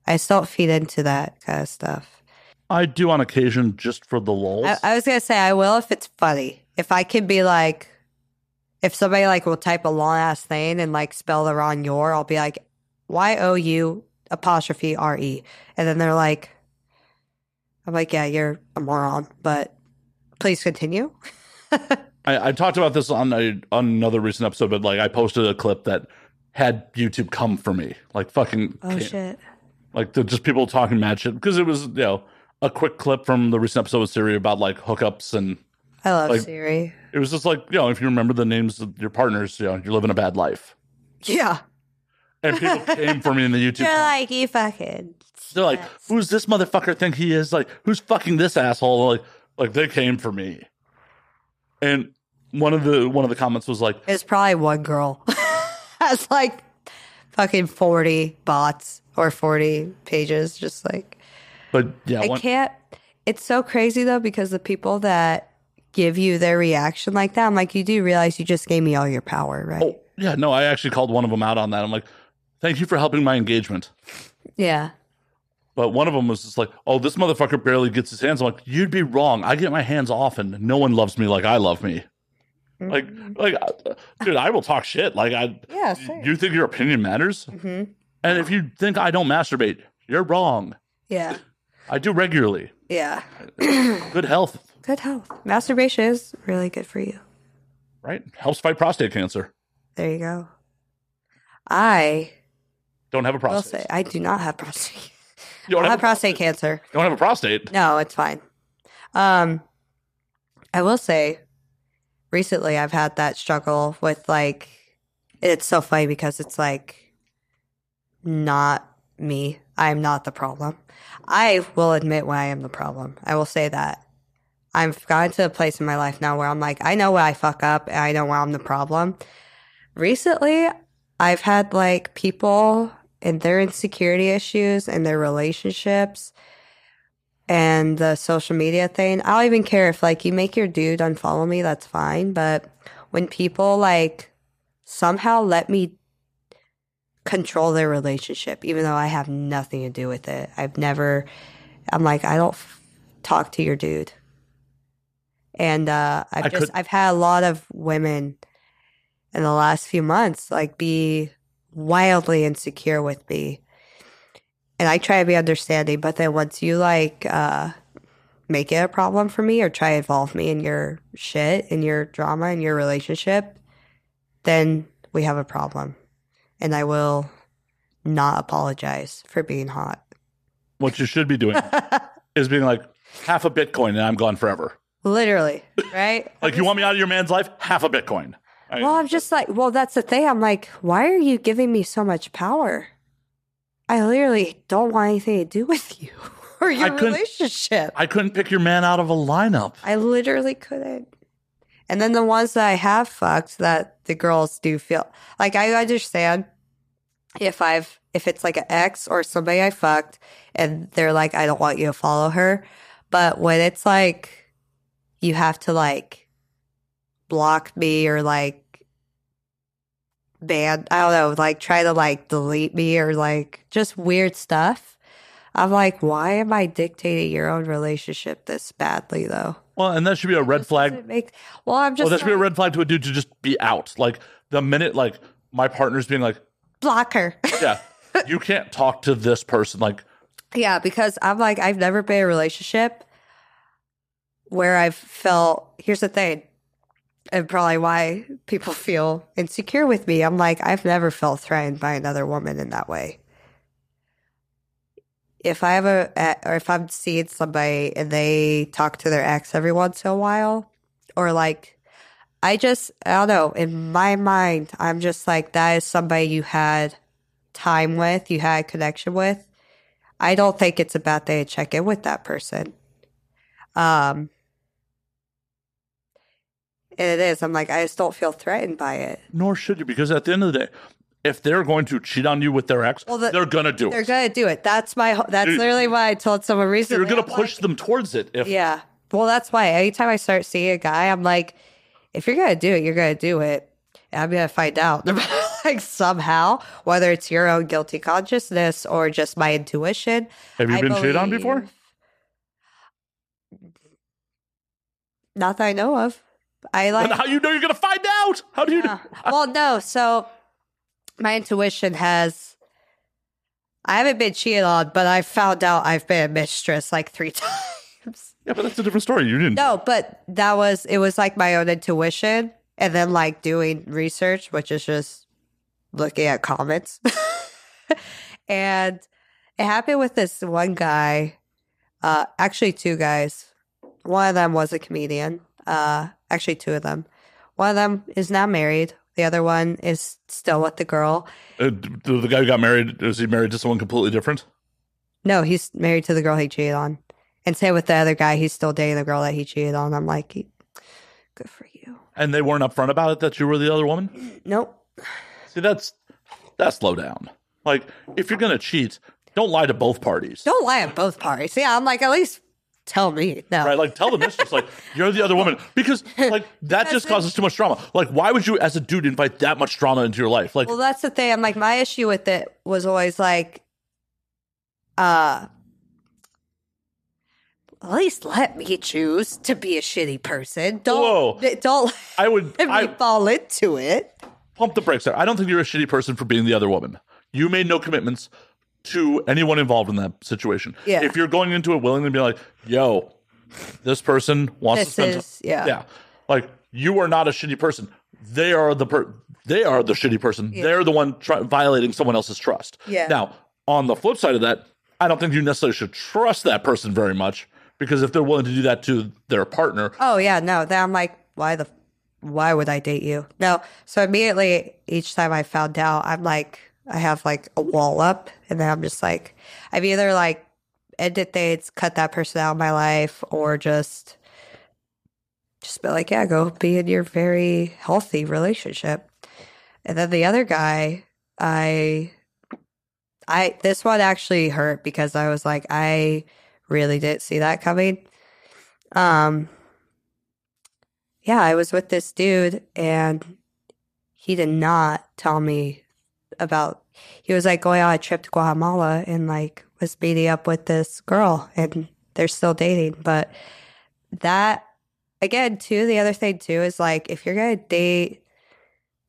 [SPEAKER 4] I just don't feed into that kind of stuff.
[SPEAKER 3] I do on occasion just for the lulz.
[SPEAKER 4] I, I was gonna say I will if it's funny. If I can be like, if somebody like will type a long ass thing and like spell the wrong your, I'll be like, Y O U apostrophe R E, and then they're like, I'm like, yeah, you're a moron, but please continue.
[SPEAKER 3] I, I talked about this on a, on another recent episode, but like I posted a clip that had YouTube come for me, like fucking
[SPEAKER 4] Oh
[SPEAKER 3] can't-
[SPEAKER 4] shit!
[SPEAKER 3] like the, just people talking mad shit because it was you know a quick clip from the recent episode of Siri about like hookups and
[SPEAKER 4] I love
[SPEAKER 3] Like-
[SPEAKER 4] Siri.
[SPEAKER 3] it was just like you know if you remember the names of your partners, you know you live in a bad life.
[SPEAKER 4] Yeah,
[SPEAKER 3] and people came for me in the YouTube.
[SPEAKER 4] You're
[SPEAKER 3] comments.
[SPEAKER 4] like, you fucking.
[SPEAKER 3] They're like,
[SPEAKER 4] nuts.
[SPEAKER 3] "Who's this motherfucker think he is? Like, who's fucking this asshole?" Like, like they came for me. And one of the one of the comments was like,
[SPEAKER 4] It was probably one girl. That's like fucking 40 bots or 40 pages. Just like,
[SPEAKER 3] "But yeah,
[SPEAKER 4] I
[SPEAKER 3] one,
[SPEAKER 4] can't. It's so crazy though, because the people that give you their reaction like that, I'm like, you do realize you just gave me all your power, right?
[SPEAKER 3] oh yeah, no." I actually called one of them out on that. I'm like, "Thank you for helping my engagement."
[SPEAKER 4] Yeah.
[SPEAKER 3] But one of them was just like, "Oh, this motherfucker barely gets his hands." I'm like, "You'd be wrong. I get my hands often. No one loves me like I love me." Like, like, uh, dude, I will talk shit. Like, I,
[SPEAKER 4] Yeah, Mm-hmm. same.
[SPEAKER 3] you think your opinion matters?
[SPEAKER 4] Mhm.
[SPEAKER 3] And if you think I don't masturbate, you're wrong.
[SPEAKER 4] Yeah.
[SPEAKER 3] I do regularly.
[SPEAKER 4] Yeah.
[SPEAKER 3] Good health,
[SPEAKER 4] Good health. Masturbation is really good for you.
[SPEAKER 3] right? Helps fight prostate cancer.
[SPEAKER 4] There you go. I
[SPEAKER 3] Don't have a
[SPEAKER 4] will
[SPEAKER 3] prostate.
[SPEAKER 4] say I do not have prostate.
[SPEAKER 3] You
[SPEAKER 4] I
[SPEAKER 3] don't
[SPEAKER 4] have
[SPEAKER 3] have, a-
[SPEAKER 4] prostate cancer.
[SPEAKER 3] don't have a prostate.
[SPEAKER 4] No, it's fine. Um, I will say, recently I've had that struggle with like, it's so funny because it's like, not me. I'm not the problem. I will admit when I am the problem. I will say that. I've gotten to a place in my life now where I'm like, I know where I fuck up and I know where I'm the problem. Recently, I've had like people and their insecurity issues and their relationships and the social media thing. I don't even care if like you make your dude unfollow me, that's fine. But when people like somehow let me control their relationship, even though I have nothing to do with it, I've never, I'm like, I don't f- talk to your dude. And uh, I've
[SPEAKER 3] I
[SPEAKER 4] just,
[SPEAKER 3] could-
[SPEAKER 4] I've had a lot of women in the last few months like be wildly insecure with me and I try to be understanding, but then once you like uh make it a problem for me or try to involve me in your shit, in your drama, in your relationship, then we have a problem. And I will not apologize for being hot.
[SPEAKER 3] What you should be doing is being like half a Bitcoin and I'm gone forever.
[SPEAKER 4] Literally, right?
[SPEAKER 3] Like, you want me out of your man's life? Half a Bitcoin. I-
[SPEAKER 4] Well, I'm just like, well, that's the thing. I'm like, why are you giving me so much power? I literally don't want anything to do with you or your
[SPEAKER 3] couldn't-
[SPEAKER 4] relationship.
[SPEAKER 3] I couldn't pick your man out of a lineup.
[SPEAKER 4] I literally couldn't. And then the ones that I have fucked that the girls do feel like I understand if I've if it's like an ex or somebody I fucked and they're like, I don't want you to follow her. But when it's like you have to like block me or like ban I don't know, like try to like delete me or like just weird stuff. I'm like, why am I dictating your own relationship this badly though?
[SPEAKER 3] Well, and that should be a red flag.
[SPEAKER 4] It makes- well, I'm just
[SPEAKER 3] well, that should be a
[SPEAKER 4] like,
[SPEAKER 3] red flag to a dude to just be out. Like, the minute, like, my partner's being like,
[SPEAKER 4] block her.
[SPEAKER 3] yeah, you can't talk to this person. Like,
[SPEAKER 4] yeah, because I'm like, I've never been in a relationship where I've felt. Here's the thing, and probably why people feel insecure with me. I'm like, I've never felt threatened by another woman in that way. If I have a, or if I'm seeing somebody and they talk to their ex every once in a while, or like, I just, I don't know, in my mind, I'm just like, that is somebody you had time with, you had connection with. I don't think it's a bad thing to check in with that person. Um, it is. I'm like, I just don't feel threatened by it.
[SPEAKER 3] nor should you, because at the end of the day, if they're going to cheat on you with their ex,
[SPEAKER 4] Well, the-
[SPEAKER 3] they're gonna do
[SPEAKER 4] They're
[SPEAKER 3] it.
[SPEAKER 4] gonna do it. That's my. ho- That's
[SPEAKER 3] Dude,
[SPEAKER 4] literally why I told someone recently.
[SPEAKER 3] You're gonna
[SPEAKER 4] I'm
[SPEAKER 3] push them towards it. If
[SPEAKER 4] like- yeah. Well, that's why. Anytime I start seeing a guy, I'm like, if you're gonna do it, you're gonna do it. And I'm gonna find out, like somehow, whether it's your own guilty consciousness or just my intuition.
[SPEAKER 3] have you
[SPEAKER 4] I
[SPEAKER 3] been cheated on
[SPEAKER 4] believe-
[SPEAKER 3] before?
[SPEAKER 4] Not that I know of. I like.
[SPEAKER 3] Then how you know you're gonna find out? How do you?
[SPEAKER 4] Yeah. well, no. So my intuition has. I haven't been cheated on, but I found out I've been a mistress like three times.
[SPEAKER 3] Yeah, but that's a different story. You didn't.
[SPEAKER 4] No, but that was it was like my own intuition and then like doing research, which is just looking at comments. and it happened with this one guy, uh actually two guys. One of them was a comedian. Uh actually two of them. One of them is now married. The other one is still with the girl.
[SPEAKER 3] Uh, d- d- the guy who got married is he married to someone completely different?
[SPEAKER 4] No, he's married to the girl he cheated on. And same with the other guy, he's still dating the girl that he cheated on. I'm like, good for you.
[SPEAKER 3] And they weren't upfront about it that you were the other woman.
[SPEAKER 4] Nope.
[SPEAKER 3] See, that's that's low down. Like, if you're gonna cheat, don't lie to both parties.
[SPEAKER 4] Don't lie at both parties. Yeah, I'm like, at least tell me. No.
[SPEAKER 3] Right, like tell the mistress, like you're the other woman, because like that just causes too much drama. Like, why would you, as a dude, invite that much drama into your life? Like,
[SPEAKER 4] Well, that's the thing. I'm like, my issue with it was always like, uh, at least let me choose to be a shitty person. Don't
[SPEAKER 3] Whoa.
[SPEAKER 4] don't
[SPEAKER 3] I would,
[SPEAKER 4] let me
[SPEAKER 3] I,
[SPEAKER 4] fall into it.
[SPEAKER 3] pump the brakes there. I don't think you're a shitty person for being the other woman. You made no commitments to anyone involved in that situation.
[SPEAKER 4] Yeah.
[SPEAKER 3] If you're going into it willing to be like, yo, this person wants to
[SPEAKER 4] This
[SPEAKER 3] spend
[SPEAKER 4] is yeah.
[SPEAKER 3] Yeah. Like you are not a shitty person. They are the per- they are the shitty person. They're the one try- violating someone else's trust.
[SPEAKER 4] Yeah.
[SPEAKER 3] Now, on the flip side of that, I don't think you necessarily should trust that person very much because if they're willing to do that to their partner,
[SPEAKER 4] Oh yeah, no. Then I'm like, why the, why would I date you? No. So immediately, each time I found out, I'm like, I have like a wall up, and then I'm just like, I've either like ended dates, cut that person out of my life, or just, just be like, yeah, go be in your very healthy relationship. And then the other guy, I, I this one actually hurt because I was like, I really didn't see that coming. Um, yeah, I was with this dude and he did not tell me about he was like "Oh, going on a trip to Guatemala and like was meeting up with this girl and they're still dating. But that again too, the other thing too is like if you're gonna date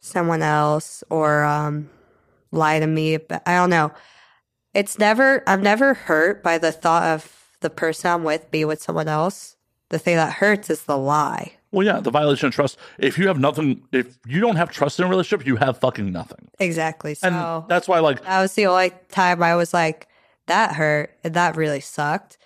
[SPEAKER 4] someone else or um lie to me but I don't know. It's never I'm never hurt by the thought of the person I'm with be with someone else. The thing that hurts is the lie.
[SPEAKER 3] well, yeah, the violation of trust. If you have nothing, if you don't have trust in a relationship, you have fucking nothing.
[SPEAKER 4] Exactly. So
[SPEAKER 3] And that's why, like,
[SPEAKER 4] that was the only time I was like, that hurt and that really sucked.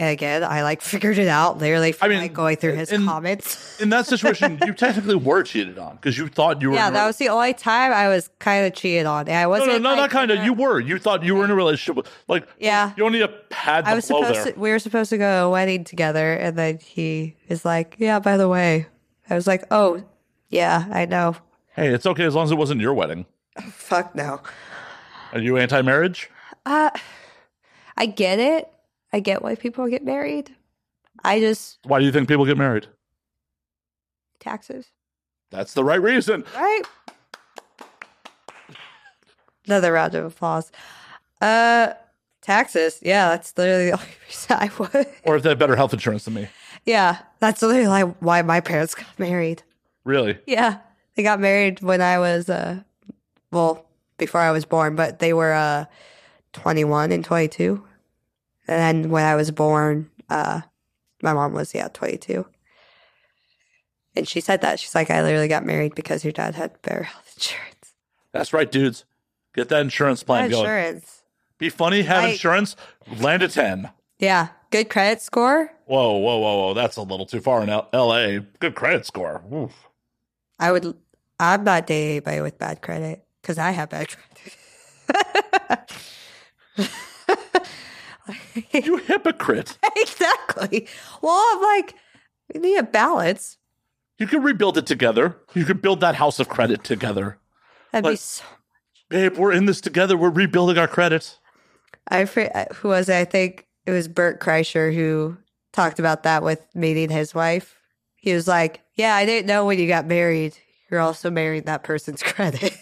[SPEAKER 4] And again, I like figured it out literally from
[SPEAKER 3] I mean, eh,
[SPEAKER 4] like going through his
[SPEAKER 3] in-
[SPEAKER 4] comments.
[SPEAKER 3] in that situation, you technically were cheated on because you thought you were.
[SPEAKER 4] yeah,
[SPEAKER 3] in a
[SPEAKER 4] that was the only time I was kind of cheated on. And I
[SPEAKER 3] No,
[SPEAKER 4] wasn't
[SPEAKER 3] no, no,
[SPEAKER 4] like,
[SPEAKER 3] not kind of. You were. You thought you were in a relationship. With, like,
[SPEAKER 4] Yeah.
[SPEAKER 3] you don't need to pad the
[SPEAKER 4] I was
[SPEAKER 3] flow
[SPEAKER 4] supposed
[SPEAKER 3] there.
[SPEAKER 4] to, we were supposed to go to a wedding together. And then he is like, yeah, by the way, I was like, oh, yeah, I know.
[SPEAKER 3] Hey, it's okay as long as it wasn't your wedding.
[SPEAKER 4] Fuck no.
[SPEAKER 3] Are you anti-marriage?
[SPEAKER 4] Uh, I get it. I get why people get married. I just,
[SPEAKER 3] Why do you think people get married?
[SPEAKER 4] taxes.
[SPEAKER 3] That's the right reason.
[SPEAKER 4] right? Another round of applause. Uh, taxes. Yeah, that's literally the only reason I would.
[SPEAKER 3] Or if they have better health insurance than me.
[SPEAKER 4] Yeah, that's literally like why my parents got married.
[SPEAKER 3] Really?
[SPEAKER 4] Yeah, they got married when I was uh, well, before I was born, but they were uh, twenty one and twenty two, and then when I was born, uh, my mom was yeah twenty two, and she said that she's like, I literally got married because your dad had better health insurance.
[SPEAKER 3] That's right, dudes. Get that insurance plan
[SPEAKER 4] Not
[SPEAKER 3] going.
[SPEAKER 4] insurance.
[SPEAKER 3] Be funny, have
[SPEAKER 4] Right.
[SPEAKER 3] insurance, land a 10.
[SPEAKER 4] Yeah, good credit score.
[SPEAKER 3] Whoa, whoa, whoa, whoa. That's a little too far in L- LA. Good credit score. Oof.
[SPEAKER 4] I would. I'm not dating anybody with bad credit because I have bad credit.
[SPEAKER 3] You hypocrite.
[SPEAKER 4] exactly. Well, I'm like, we need a balance.
[SPEAKER 3] You can rebuild it together. You can build that house of credit together.
[SPEAKER 4] That'd be.
[SPEAKER 3] Like-
[SPEAKER 4] So,
[SPEAKER 3] Babe, we're in this together. We're rebuilding our credit.
[SPEAKER 4] I fr- uh, who was it? I think it was Bert Kreischer who talked about that with meeting his wife. He was like, "Yeah, I didn't know when you got married, you're also marrying that person's credit."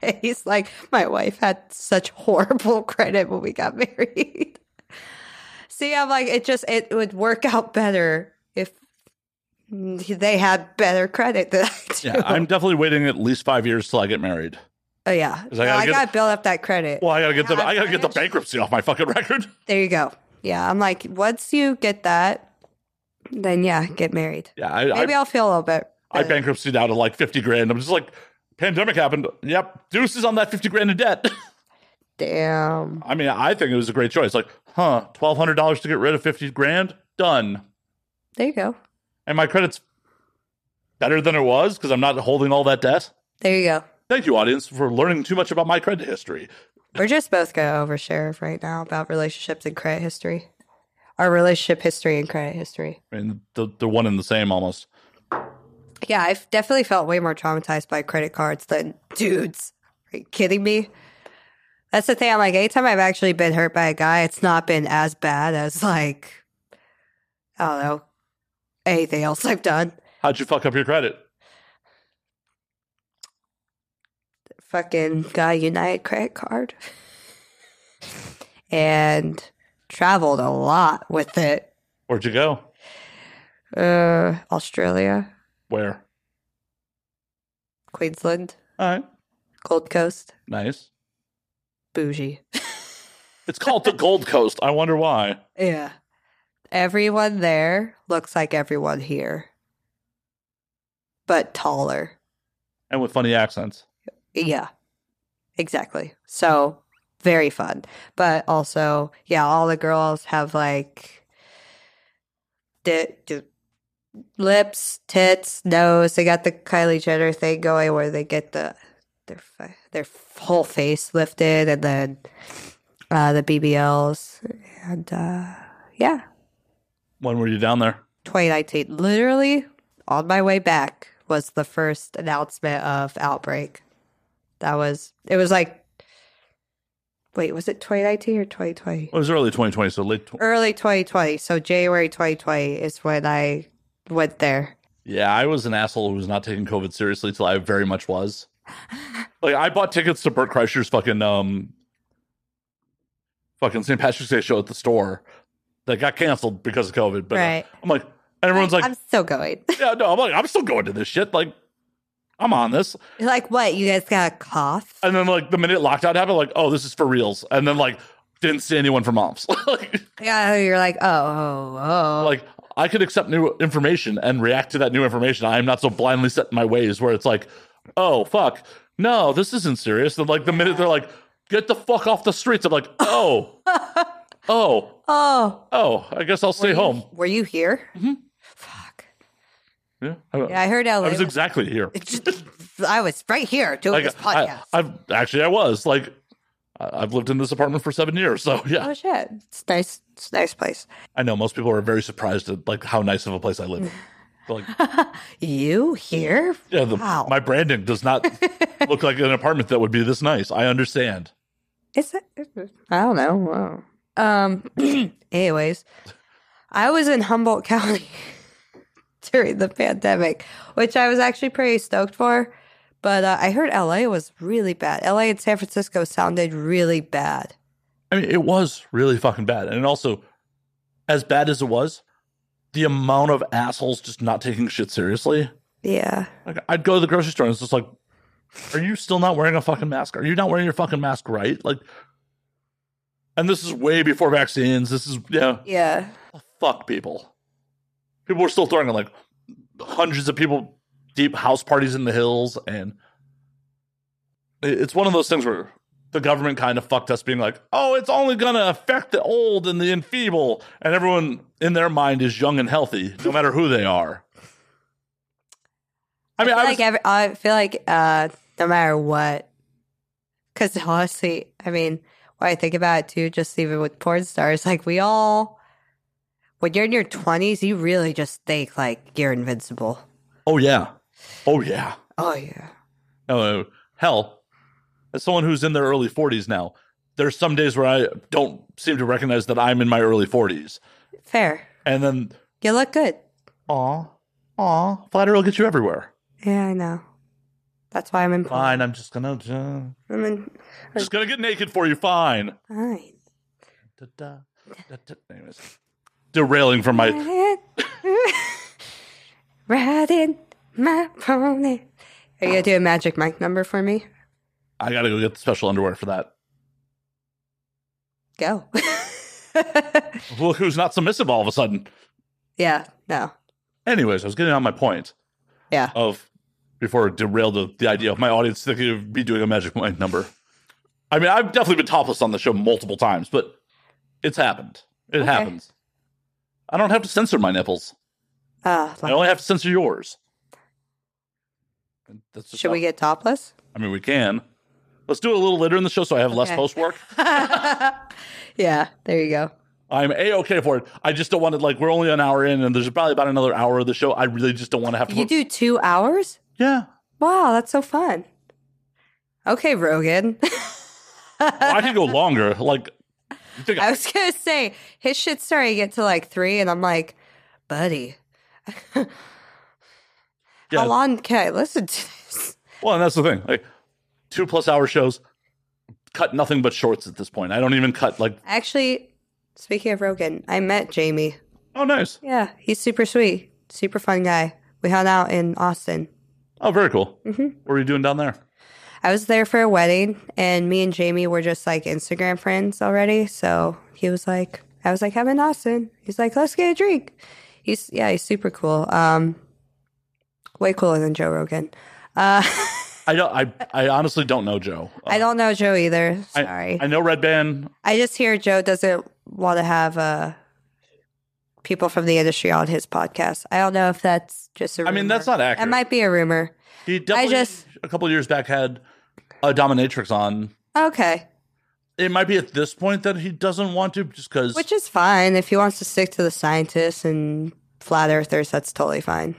[SPEAKER 4] And He's like, my wife had such horrible credit when we got married. See, I'm like, it just it would work out better if they had better credit than I do.
[SPEAKER 3] Yeah, I'm definitely waiting at least five years till I get married.
[SPEAKER 4] oh, yeah.
[SPEAKER 3] I
[SPEAKER 4] I
[SPEAKER 3] gotta
[SPEAKER 4] gotta,
[SPEAKER 3] get-
[SPEAKER 4] build up that credit.
[SPEAKER 3] Well, I gotta get the
[SPEAKER 4] Yeah,
[SPEAKER 3] I gotta get the
[SPEAKER 4] financial-
[SPEAKER 3] bankruptcy off my fucking record.
[SPEAKER 4] There you go. Yeah, I'm like, once you get that, then yeah, get married.
[SPEAKER 3] Yeah, I
[SPEAKER 4] Maybe
[SPEAKER 3] I,
[SPEAKER 4] I'll feel a little bit.
[SPEAKER 3] I bankruptcy down to like fifty grand. I'm just like, pandemic happened. Yep, deuces on that fifty grand in debt.
[SPEAKER 4] Damn.
[SPEAKER 3] I mean, I think it was a great choice. Like, huh, twelve hundred dollars to get rid of fifty grand. Done.
[SPEAKER 4] There you go.
[SPEAKER 3] And my credit's better than it was because I'm not holding all that debt.
[SPEAKER 4] There you go.
[SPEAKER 3] Thank you, audience, for learning too much about my credit history.
[SPEAKER 4] We're just both gonna overshare right now about relationships and credit history. Our relationship history and credit history.
[SPEAKER 3] I mean, the, the one and the same almost.
[SPEAKER 4] Yeah, I've definitely felt way more traumatized by credit cards than dudes. Are you kidding me? That's the thing. I'm like, anytime I've actually been hurt by a guy, it's not been as bad as like, I don't know, anything else I've done.
[SPEAKER 3] How'd you fuck up your credit?
[SPEAKER 4] Fucking got a United credit card and traveled a lot with it.
[SPEAKER 3] Where'd you go?
[SPEAKER 4] Uh, Australia,
[SPEAKER 3] Where?
[SPEAKER 4] Queensland,
[SPEAKER 3] All right.
[SPEAKER 4] Gold Coast,
[SPEAKER 3] Nice.
[SPEAKER 4] bougie.
[SPEAKER 3] It's called the Gold Coast. I wonder why.
[SPEAKER 4] Yeah. Everyone there looks like everyone here, but taller.
[SPEAKER 3] And with funny accents.
[SPEAKER 4] Yeah, exactly. So very fun. But also, yeah, all the girls have like di- di- lips, tits, nose. They got the Kylie Jenner thing going where they get the their fa- their whole face lifted and then uh, the BBLs and uh, yeah,
[SPEAKER 3] When were you down there?
[SPEAKER 4] 2019. Literally on my way back was the first announcement of outbreak. That was it was like wait, was it 2019 or 2020?
[SPEAKER 3] Well, it was early 2020, so late. Tw-
[SPEAKER 4] Early 2020. So January 2020 is when I went there.
[SPEAKER 3] yeah, I was an asshole who was not taking COVID seriously till I very much was. like, I bought tickets to Burt Kreischer's fucking um, fucking St. Patrick's Day show at the store that got canceled because of COVID. But uh,
[SPEAKER 4] Right.
[SPEAKER 3] I'm like, and everyone's like,
[SPEAKER 4] I'm still going.
[SPEAKER 3] yeah, no, I'm like, I'm still going to this shit. Like, I'm on this.
[SPEAKER 4] like what? You guys got a cough?
[SPEAKER 3] And then like the minute lockdown happened, like, oh, this is for reals. And then like didn't see anyone for months. like,
[SPEAKER 4] Yeah, you're like, "Oh, oh, oh."
[SPEAKER 3] like I could accept new information and react to that new information. I am not so blindly set in my ways where it's like, oh fuck, no, this isn't serious. Then like the minute they're like, get the fuck off the streets, I'm like, oh, oh,
[SPEAKER 4] oh.
[SPEAKER 3] oh, I guess I'll stay home.
[SPEAKER 4] Were you here? Fuck.
[SPEAKER 3] Yeah, I,
[SPEAKER 4] Yeah, I heard LA.
[SPEAKER 3] I was exactly here.
[SPEAKER 4] I was right here doing this
[SPEAKER 3] Like, I,
[SPEAKER 4] podcast.
[SPEAKER 3] I've actually I was like, I- I've lived in this apartment for seven years, so yeah,
[SPEAKER 4] Oh shit! It's nice. It's a nice place.
[SPEAKER 3] I know most people are very surprised at like how nice of a place I live in. They're Like,
[SPEAKER 4] You here?
[SPEAKER 3] yeah, the,
[SPEAKER 4] Wow.
[SPEAKER 3] my branding does not look like an apartment that would be this nice. I understand.
[SPEAKER 4] Is it? I don't know. Wow. Um. anyways, I was in Humboldt County during the pandemic, which I was actually pretty stoked for. But uh, I heard LA was really bad. LA and San Francisco sounded really bad.
[SPEAKER 3] I mean, it was really fucking bad, and also, as bad as it was, the amount of assholes just not taking shit seriously.
[SPEAKER 4] Yeah.
[SPEAKER 3] Like, I'd go to the grocery store and it's just like, are you still not wearing a fucking mask? Are you not wearing your fucking mask right? Like, and this is way before vaccines. This is yeah,
[SPEAKER 4] Yeah.
[SPEAKER 3] fuck people. People were still throwing like hundreds of people deep house parties in the hills, and it- it's one of those things where the government kind of fucked us, being like, "Oh, it's only gonna affect the old and the enfeeble," and everyone in their mind is young and healthy, no matter who they are. I mean, I,
[SPEAKER 4] feel
[SPEAKER 3] was,
[SPEAKER 4] like every, I feel like uh, no matter what, because honestly, I mean, when I think about it too, just even with porn stars, like we all, when you're in your twenties, you really just think like you're invincible.
[SPEAKER 3] oh yeah, oh yeah.
[SPEAKER 4] Oh yeah,
[SPEAKER 3] Oh, hell. As someone who's in their early 40s now, there's some days where I don't seem to recognize that I'm in my early 40s.
[SPEAKER 4] fair.
[SPEAKER 3] And then,
[SPEAKER 4] You look good.
[SPEAKER 3] aw, aw, flattery will get you everywhere.
[SPEAKER 4] Yeah, I know. That's why I'm in porn.
[SPEAKER 3] Fine, I'm just gonna uh, ju-
[SPEAKER 4] I'm in.
[SPEAKER 3] just gonna get naked for you. Fine.
[SPEAKER 4] Fine.
[SPEAKER 3] Da-da, da-da. Anyways, derailing from my
[SPEAKER 4] Riding my pony. Are you gonna do a magic mic number for me?
[SPEAKER 3] I gotta go get the special underwear for that.
[SPEAKER 4] Go.
[SPEAKER 3] Look who's not submissive all of a sudden.
[SPEAKER 4] yeah. No.
[SPEAKER 3] Anyways, I was getting on my point
[SPEAKER 4] Yeah.
[SPEAKER 3] of before it derailed the, the idea of my audience thinking of me doing a magic mind number. I mean, I've definitely been topless on the show multiple times, but it's happened. It happens. I don't have to censor my nipples.
[SPEAKER 4] Ah,
[SPEAKER 3] I only have to censor yours. And that's just
[SPEAKER 4] Should we
[SPEAKER 3] how-
[SPEAKER 4] get topless?
[SPEAKER 3] I mean, we can. Let's do it a little later in the show so I have less
[SPEAKER 4] Okay.
[SPEAKER 3] post work.
[SPEAKER 4] Yeah, there you go.
[SPEAKER 3] I'm a okay for it. I just don't want to like we're only an hour in and there's probably about another hour of the show. I really just don't want to have to.
[SPEAKER 4] You
[SPEAKER 3] go-
[SPEAKER 4] do two hours?
[SPEAKER 3] yeah.
[SPEAKER 4] Wow, that's so fun. Okay, Rogan.
[SPEAKER 3] Well, I could go longer. Like you think
[SPEAKER 4] I was gonna say his shit's starting to get to like three, and I'm like, buddy,
[SPEAKER 3] yeah.
[SPEAKER 4] how long can I listen to this?
[SPEAKER 3] Well, and that's the thing. Like two plus hour shows cut nothing but shorts at this point. I don't even cut like
[SPEAKER 4] Actually, speaking of Rogan, I met Jamie.
[SPEAKER 3] oh nice.
[SPEAKER 4] Yeah, he's super sweet, super fun guy. We hung out in Austin.
[SPEAKER 3] Oh, very cool.
[SPEAKER 4] Mm-hmm.
[SPEAKER 3] What were you doing down there?
[SPEAKER 4] I was there for a wedding, and me and Jamie were just like Instagram friends already. So he was like, I was like, I'm in Austin. He's like, let's get a drink. He's, yeah, he's super cool. Um, way cooler than Joe Rogan. Uh,
[SPEAKER 3] I don't I I honestly don't know Joe.
[SPEAKER 4] I don't know Joe either.
[SPEAKER 3] I-
[SPEAKER 4] Sorry.
[SPEAKER 3] I know Red Band.
[SPEAKER 4] I just hear Joe doesn't want to have uh, people from the industry on his podcast. I don't know if that's just a rumor.
[SPEAKER 3] I mean, that's not accurate.
[SPEAKER 4] That might be a rumor.
[SPEAKER 3] He definitely
[SPEAKER 4] just-
[SPEAKER 3] a couple years back had a dominatrix on.
[SPEAKER 4] Okay.
[SPEAKER 3] It might be at this point that he doesn't want to just because
[SPEAKER 4] Which is fine. If he wants to stick to the scientists and flat earthers, that's totally fine.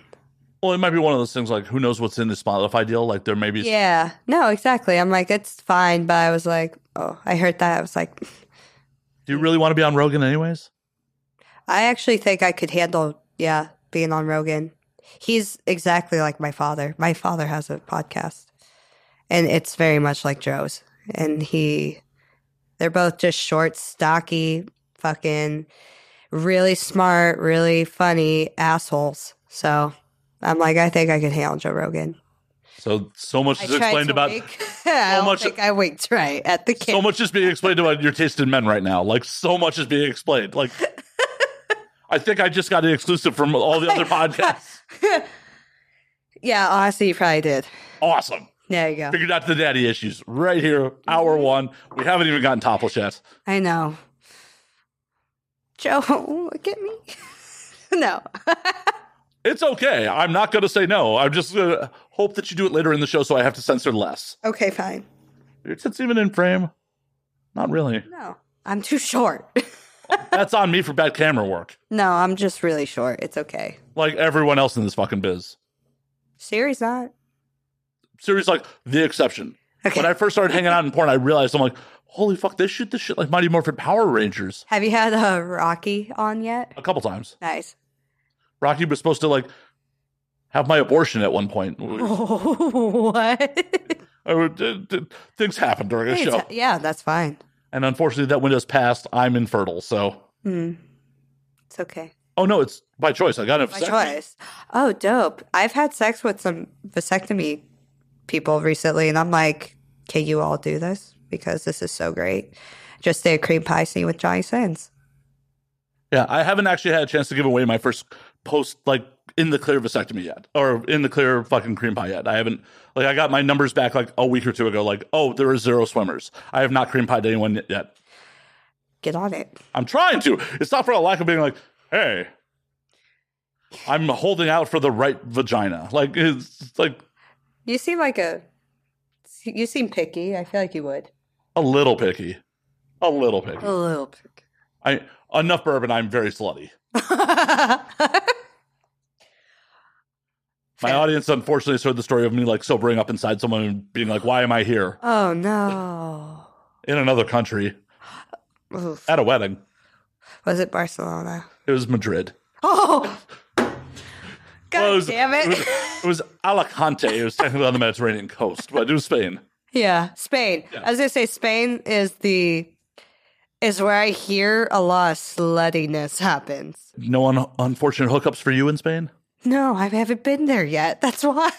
[SPEAKER 3] well, it might be one of those things like who knows what's in the Spotify deal. Like there may be
[SPEAKER 4] Yeah. No, exactly. I'm like, it's fine. But I was like, oh, I heard that. I was like,
[SPEAKER 3] do you really want to be on Rogan anyways?
[SPEAKER 4] I actually think I could handle, yeah, being on Rogan. He's exactly like my father. My father has a podcast, and it's very much like Joe's. And he, they're both just short, stocky, fucking, really smart, really funny assholes. So I'm like, I think I could handle Joe Rogan.
[SPEAKER 3] So so much is
[SPEAKER 4] I tried
[SPEAKER 3] explained
[SPEAKER 4] to
[SPEAKER 3] about
[SPEAKER 4] wink. I don't
[SPEAKER 3] much-
[SPEAKER 4] think I winked right at the
[SPEAKER 3] so
[SPEAKER 4] camera.
[SPEAKER 3] much is being explained about your taste in men right now. Like so much is being explained. Like I think I just got an exclusive from all
[SPEAKER 4] Oh
[SPEAKER 3] the other podcasts.
[SPEAKER 4] yeah, honestly, you probably did.
[SPEAKER 3] Awesome.
[SPEAKER 4] There you go.
[SPEAKER 3] Figured out the daddy issues right here, hour one. We haven't even gotten topless yet.
[SPEAKER 4] I know. Joe, look at me. no.
[SPEAKER 3] It's okay. I'm not going to say no. I'm just going to hope that you do it later in the show so I have to censor less.
[SPEAKER 4] Okay, fine.
[SPEAKER 3] Your tits even in frame? Not really.
[SPEAKER 4] No. I'm too short.
[SPEAKER 3] That's on me for bad camera work,
[SPEAKER 4] no, I'm just really short. It's okay.
[SPEAKER 3] like everyone else in this fucking biz.
[SPEAKER 4] Siri's not.
[SPEAKER 3] Serious, like the exception.
[SPEAKER 4] Okay.
[SPEAKER 3] When I first started hanging out in porn, I realized I'm like, holy fuck, they shoot this shit like Mighty Morphin Power Rangers
[SPEAKER 4] Have you had a Rocky on yet?
[SPEAKER 3] a couple times.
[SPEAKER 4] Nice.
[SPEAKER 3] Rocky was supposed to like have my abortion at one point.
[SPEAKER 4] Oh, what?
[SPEAKER 3] I would- uh, th- things happen during a
[SPEAKER 4] Hey,
[SPEAKER 3] show.
[SPEAKER 4] it's- yeah, that's fine.
[SPEAKER 3] and unfortunately, that window's passed. I'm infertile. So,
[SPEAKER 4] It's okay.
[SPEAKER 3] oh no, it's by choice. I got a
[SPEAKER 4] My choice. Oh, dope. I've had sex with some vasectomy people recently, and I'm like, can you all do this? Because this is so great. Just did a cream pie scene with Johnny Sins.
[SPEAKER 3] Yeah, I haven't actually had a chance to give away my first post like in the clear vasectomy yet, or in the clear fucking cream pie yet. I haven't like I got my numbers back like a week or two ago. Like, oh, there are zero swimmers. I have not cream pied anyone yet.
[SPEAKER 4] Get on it.
[SPEAKER 3] I'm trying to. It's not for a lack of being like, hey, I'm holding out for the right vagina. Like, it's like
[SPEAKER 4] You seem like a. You seem picky. I feel like you would.
[SPEAKER 3] a little picky, a little picky.
[SPEAKER 4] A little picky.
[SPEAKER 3] I enough bourbon. I'm very slutty. My audience, unfortunately, has heard the story of me like sobering up inside someone and being like, "Why am I here
[SPEAKER 4] oh, no.
[SPEAKER 3] in another country
[SPEAKER 4] Oof.
[SPEAKER 3] at a wedding?"
[SPEAKER 4] Was it Barcelona?
[SPEAKER 3] It was Madrid.
[SPEAKER 4] Oh! God
[SPEAKER 3] Well, it was-
[SPEAKER 4] damn
[SPEAKER 3] It was,
[SPEAKER 4] it.
[SPEAKER 3] it was Alicante. It was technically on the Mediterranean coast, but it was Spain.
[SPEAKER 4] Yeah, Spain. I was gonna say Spain is the is where I hear a lot of sluttiness happens.
[SPEAKER 3] No un- unfortunate hookups for you in Spain.
[SPEAKER 4] No, I haven't been there yet. That's why.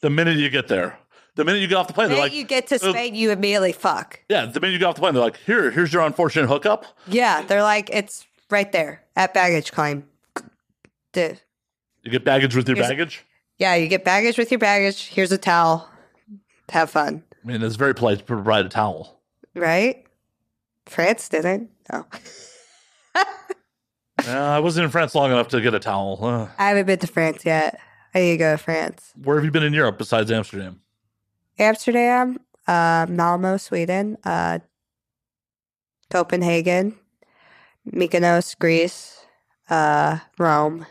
[SPEAKER 3] The minute you get there, the minute you get off the plane,
[SPEAKER 4] The
[SPEAKER 3] they're
[SPEAKER 4] minute
[SPEAKER 3] like,
[SPEAKER 4] you get to
[SPEAKER 3] uh,
[SPEAKER 4] Spain, you immediately fuck.
[SPEAKER 3] Yeah, the minute you get off the plane, they're like, "Here, here's your unfortunate hookup."
[SPEAKER 4] Yeah, they're like it's right there at baggage claim. The-
[SPEAKER 3] You get baggage with your
[SPEAKER 4] Here's-
[SPEAKER 3] baggage.
[SPEAKER 4] yeah, you get baggage with your baggage. Here's a towel. Have fun,
[SPEAKER 3] I mean, it's very polite to provide a towel.
[SPEAKER 4] right? France didn't. No,
[SPEAKER 3] Uh, I wasn't in France long enough to get a towel. Uh,
[SPEAKER 4] I haven't been to France yet. I need to go to France.
[SPEAKER 3] Where have you been in Europe besides Amsterdam?
[SPEAKER 4] Amsterdam, uh, Malmo, Sweden, uh, Copenhagen, Mykonos, Greece, uh, Rome.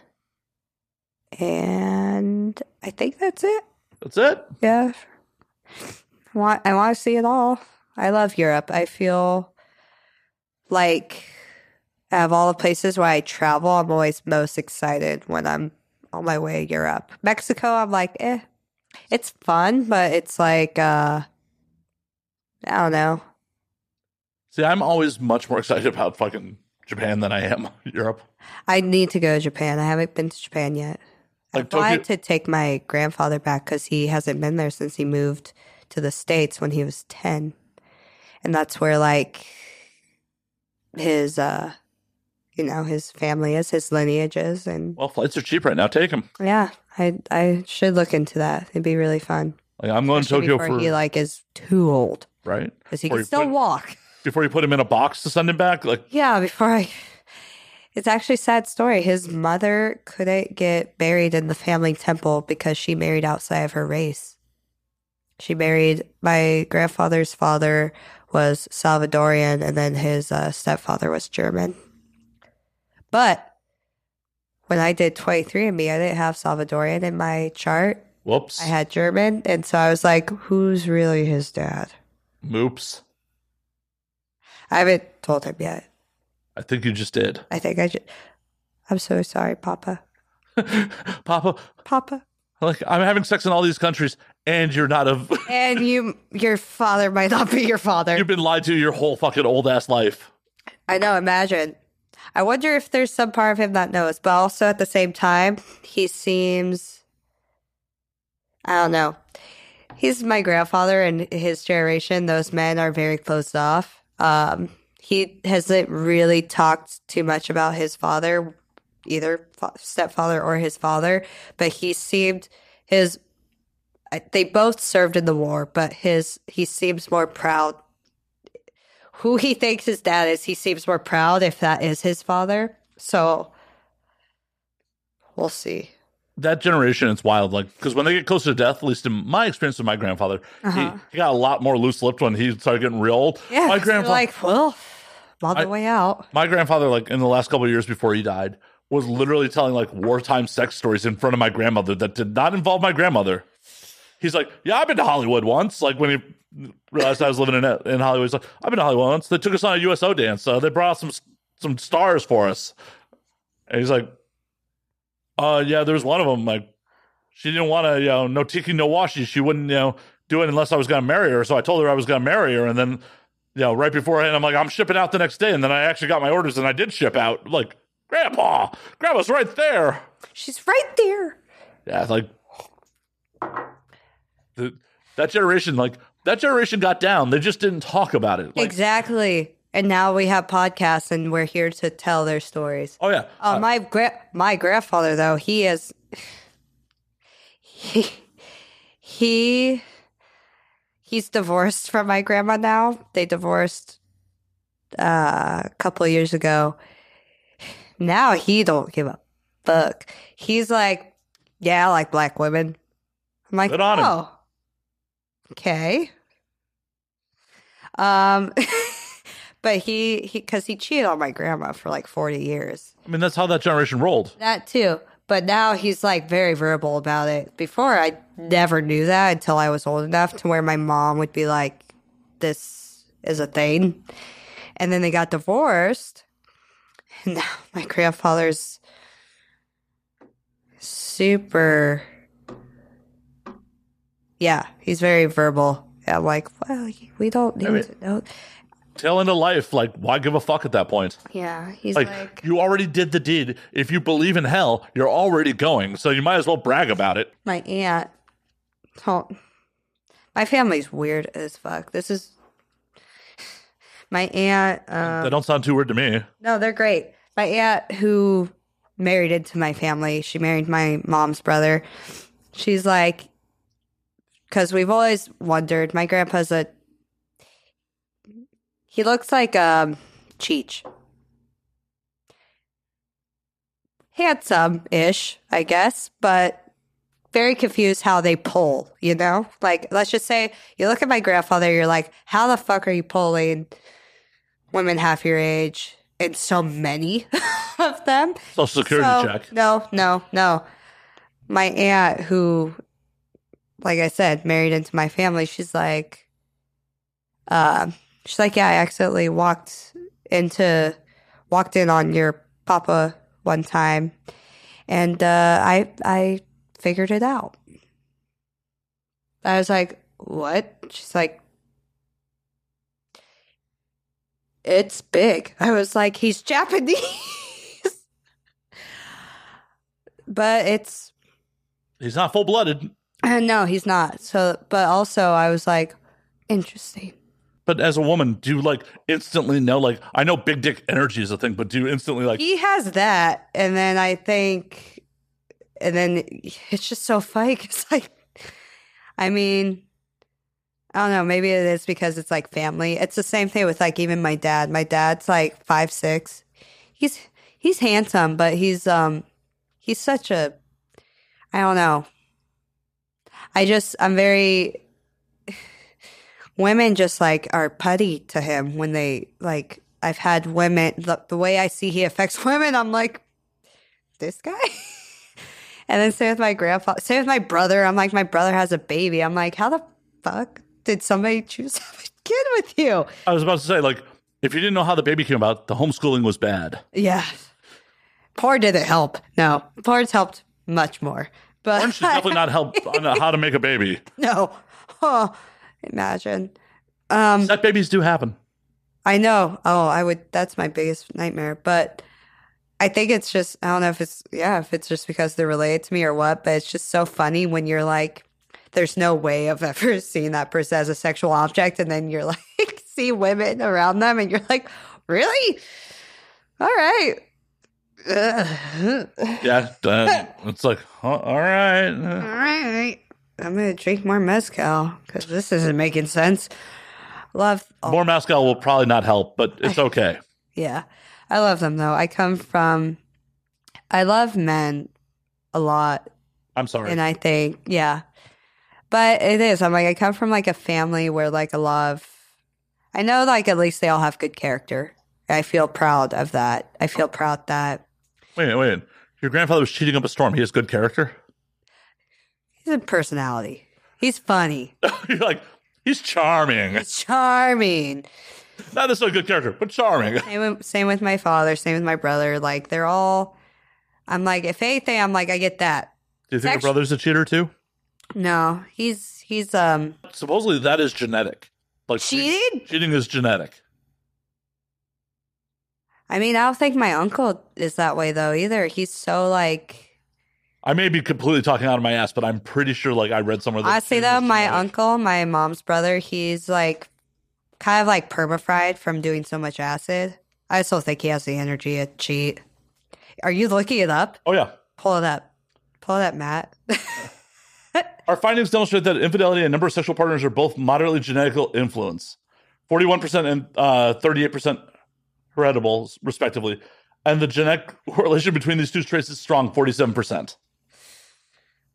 [SPEAKER 4] And I think that's it.
[SPEAKER 3] That's it.
[SPEAKER 4] Yeah. Want I want to see it all. I love Europe. I feel like out of all the places where I travel, I'm always most excited when I'm on my way to Europe. Mexico, I'm like, eh. It's fun, but it's like uh I don't know.
[SPEAKER 3] See, I'm always much more excited about fucking Japan than I am Europe.
[SPEAKER 4] I need to go to Japan. I haven't been to Japan yet.
[SPEAKER 3] Like
[SPEAKER 4] I tried
[SPEAKER 3] Tokyo-
[SPEAKER 4] to take my grandfather back because he hasn't been there since he moved to the States when he was 10. And that's where, like, his, uh, you know, his family is, his lineage is. And
[SPEAKER 3] Well, flights are cheap right now. Take them.
[SPEAKER 4] yeah, I, I should look into that. It'd be really fun.
[SPEAKER 3] Like I'm going
[SPEAKER 4] Especially
[SPEAKER 3] to Tokyo
[SPEAKER 4] before
[SPEAKER 3] for
[SPEAKER 4] he, like, is too old
[SPEAKER 3] right
[SPEAKER 4] because he
[SPEAKER 3] Before
[SPEAKER 4] can
[SPEAKER 3] you
[SPEAKER 4] still
[SPEAKER 3] put-
[SPEAKER 4] walk.
[SPEAKER 3] before you put him in a box to send him back. Like
[SPEAKER 4] Yeah, before I. It's actually a sad story. His mother couldn't get buried in the family temple because she married outside of her race. She married my grandfather's father was Salvadorian, and then his uh, stepfather was German. But when I did 23andMe, I didn't have Salvadorian in my chart.
[SPEAKER 3] whoops,
[SPEAKER 4] I had German, and so I was like, "Who's really his dad?"
[SPEAKER 3] moops.
[SPEAKER 4] I haven't told him yet.
[SPEAKER 3] I think you just did,
[SPEAKER 4] I think I should. I'm so sorry, Papa.
[SPEAKER 3] Papa.
[SPEAKER 4] Papa.
[SPEAKER 3] Like I'm having sex in all these countries, and you're not of.
[SPEAKER 4] And you, your father might not be your father.
[SPEAKER 3] You've been lied to your whole fucking old ass life.
[SPEAKER 4] I know. Imagine. I wonder if there's some part of him that knows, but also at the same time, he seems. I don't know. He's my grandfather, and his generation, those men are very closed off. Um, he hasn't really talked too much about his father, either fa- stepfather or his father, but he seemed his. I- They both served in the war, but his he seems more proud who he thinks his dad is, he seems more proud if that is his father. So we'll see.
[SPEAKER 3] That generation, it's wild. Like because when they get close to death, at least in my experience with my grandfather,
[SPEAKER 4] Uh-huh.
[SPEAKER 3] he, he got a lot more loose lipped when he started getting real old. my
[SPEAKER 4] so you're
[SPEAKER 3] grandfather,
[SPEAKER 4] like, well, I'm on the
[SPEAKER 3] I-
[SPEAKER 4] way out.
[SPEAKER 3] my grandfather, like in the last couple of years before he died, was literally telling like wartime sex stories in front of my grandmother that did not involve my grandmother. He's like, "Yeah, I've been to Hollywood once." Like when he realized I was living in in Hollywood, he's like, "I've been to Hollywood once." They took us on a USO dance. Uh, they brought some some stars for us, and he's like, "Uh, yeah, there's one of them. Like, she didn't want to, you know, no tiki, no washi. She wouldn't, you know, do it unless I was going to marry her. So I told her I was going to marry her, and then you know, right beforehand, I'm like, I'm shipping out the next day. And then I actually got my orders and I did ship out. Like, Grandpa, Grandma's right there.
[SPEAKER 4] She's right there.
[SPEAKER 3] Yeah, it's like the, that generation, like that generation got down. They just didn't talk about it. Like,
[SPEAKER 4] exactly. And now we have podcasts and we're here to tell their stories.
[SPEAKER 3] oh yeah,
[SPEAKER 4] Uh, my gra- my grandfather though he is he he he's divorced from my grandma now. They divorced uh, a couple of years ago. Now he don't give a fuck. He's like, yeah, I like black women. I'm like,
[SPEAKER 3] Good on him.
[SPEAKER 4] oh, okay. Um, but he he because he cheated on my grandma for like forty years.
[SPEAKER 3] I mean that's how that generation rolled.
[SPEAKER 4] That too. But now he's like very verbal about it. Before I never knew that until I was old enough to where my mom would be like, This is a thing. And then they got divorced. And now my grandfather's super Yeah, he's very verbal. And I'm like, well, we don't need
[SPEAKER 3] mean-
[SPEAKER 4] to know.
[SPEAKER 3] Tail end of life, like why give a fuck at that point?
[SPEAKER 4] Yeah, he's
[SPEAKER 3] Like,
[SPEAKER 4] like
[SPEAKER 3] you already did the deed. If you believe in hell, you're already going. So you might as well brag about it.
[SPEAKER 4] my aunt. Oh, my family's weird as fuck. This is my aunt. Um,
[SPEAKER 3] that don't sound too weird to me.
[SPEAKER 4] no, they're great. My aunt who married into my family, she married my mom's brother. She's like, because we've always wondered. My grandpa's a. He looks like um, Cheech. Handsome ish, I guess, but very confused how they pull, you know? Like, let's just say you look at my grandfather, you're like, how the fuck are you pulling women half your age and so many of them?
[SPEAKER 1] Social security
[SPEAKER 4] So,
[SPEAKER 1] check.
[SPEAKER 4] No, no, no. My aunt, who, like I said, married into my family, she's like, uh, she's like, yeah, I accidentally walked into, walked in on your papa one time, and uh, I, I figured it out. I was like, what? She's like, it's big. I was like, he's Japanese. but it's
[SPEAKER 3] He's not full blooded,
[SPEAKER 4] uh, no, he's not. So, but also, I was like, interesting.
[SPEAKER 3] but as a woman, do you like instantly know? Like, I know big dick energy is a thing, but do you instantly like?
[SPEAKER 4] He has that, and then I think, and then it's just so funny. It's like, I mean, I don't know. Maybe it is because it's like family. It's the same thing with like even my dad. My dad's like five six. He's he's handsome, but he's um he's such a I don't know. I just I'm very women just like are putty to him when they like I've had women the, the way I see he affects women I'm like this guy and then same with my grandfather same with my brother I'm like my brother has a baby I'm like how the fuck did somebody choose to have a kid with you
[SPEAKER 3] I was about to say like, if you didn't know how the baby came about, the homeschooling was bad.
[SPEAKER 4] yeah porn didn't help no porn's helped much more but
[SPEAKER 3] Porn should definitely not help on how to make a baby.
[SPEAKER 4] no oh imagine um
[SPEAKER 3] That babies do happen.
[SPEAKER 4] I know. Oh, I would. That's my biggest nightmare. But I think it's just, I don't know if it's, yeah, if it's just because they're related to me or what, but it's just so funny when you're like, there's no way of ever seeing that person as a sexual object. And then you're like, see women around them and you're like, really? All right. Ugh.
[SPEAKER 3] Yeah, uh, it's like, huh, all right.
[SPEAKER 4] All
[SPEAKER 3] uh,
[SPEAKER 4] right. I'm going to drink more Mezcal because this isn't making sense. Love. oh, all
[SPEAKER 3] More mascal will probably not help, but it's okay.
[SPEAKER 4] Yeah. I love them though. I come from I love men a lot
[SPEAKER 3] I'm sorry.
[SPEAKER 4] and I think yeah. But it is. I'm like I come from like a family where like a lot of I know like at least they all have good character. I feel proud of that. I feel proud that
[SPEAKER 3] Wait a minute, wait. a minute. Your grandfather was cheating up a storm. He has good character.
[SPEAKER 4] he's a personality. He's funny.
[SPEAKER 3] You're like, he's charming.
[SPEAKER 4] He's charming.
[SPEAKER 3] Not necessarily good character, but charming.
[SPEAKER 4] Same with, same with my father, same with my brother. Like they're all I'm like if anything I'm like I get that.
[SPEAKER 3] Do you think your
[SPEAKER 4] Actu-
[SPEAKER 3] brother's a cheater too?
[SPEAKER 4] No, he's he's um
[SPEAKER 3] Supposedly that is genetic. Like cheating,
[SPEAKER 4] cheated
[SPEAKER 3] cheating is genetic.
[SPEAKER 4] I mean, I don't think my uncle is that way though either. He's so like
[SPEAKER 3] I may be completely talking out of my ass, but I'm pretty sure like I read somewhere that
[SPEAKER 4] honestly
[SPEAKER 3] cheating
[SPEAKER 4] though,
[SPEAKER 3] Oh, is
[SPEAKER 4] my
[SPEAKER 3] genetic.
[SPEAKER 4] uncle, my mom's brother, he's like kind of like perma fried from doing so much acid. I still think he has the energy to cheat. Are you looking it up?
[SPEAKER 3] Oh yeah.
[SPEAKER 4] Pull it up. Pull it up, Matt.
[SPEAKER 3] Our findings demonstrate that infidelity and number of sexual partners are both moderately genetical influence. 41% and uh, 38% heritable, respectively. And the genetic correlation between these two traits is strong, 47%.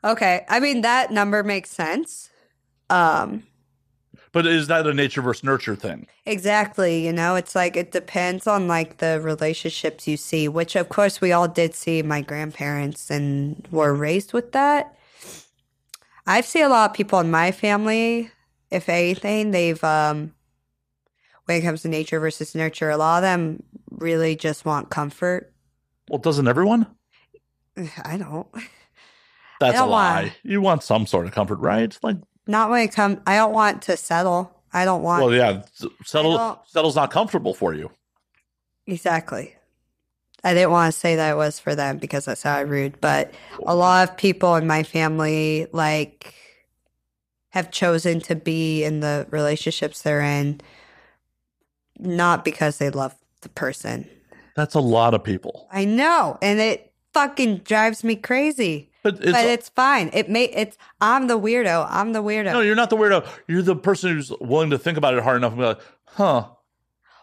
[SPEAKER 4] okay. I mean that number makes sense. Um
[SPEAKER 3] But is that a nature versus nurture thing?
[SPEAKER 4] Exactly. You know, it's like it depends on like the relationships you see, which of course we all did see my grandparents and were raised with that. I've seen a lot of people in my family, if anything, they've, um, when it comes to nature versus nurture, a lot of them really just want comfort.
[SPEAKER 3] Well, doesn't everyone?
[SPEAKER 4] I don't.
[SPEAKER 3] That's a
[SPEAKER 4] don't
[SPEAKER 3] lie.
[SPEAKER 4] want-
[SPEAKER 3] You want some sort of comfort, right? Like,
[SPEAKER 4] Not when it comes, I don't want to settle. I don't want,
[SPEAKER 3] well, yeah, s-
[SPEAKER 4] I
[SPEAKER 3] settle
[SPEAKER 4] don't-
[SPEAKER 3] settle's not comfortable for you.
[SPEAKER 4] Exactly. I didn't want to say that it was for them because that sounded rude, but a lot of people in my family like have chosen to be in the relationships they're in not because they love the person.
[SPEAKER 3] That's a lot of people.
[SPEAKER 4] I know, and it fucking drives me crazy.
[SPEAKER 3] But it's,
[SPEAKER 4] but it's fine. It may it's I'm the weirdo. I'm the weirdo.
[SPEAKER 3] no, you're not the weirdo. You're the person who's willing to think about it hard enough and be like, huh,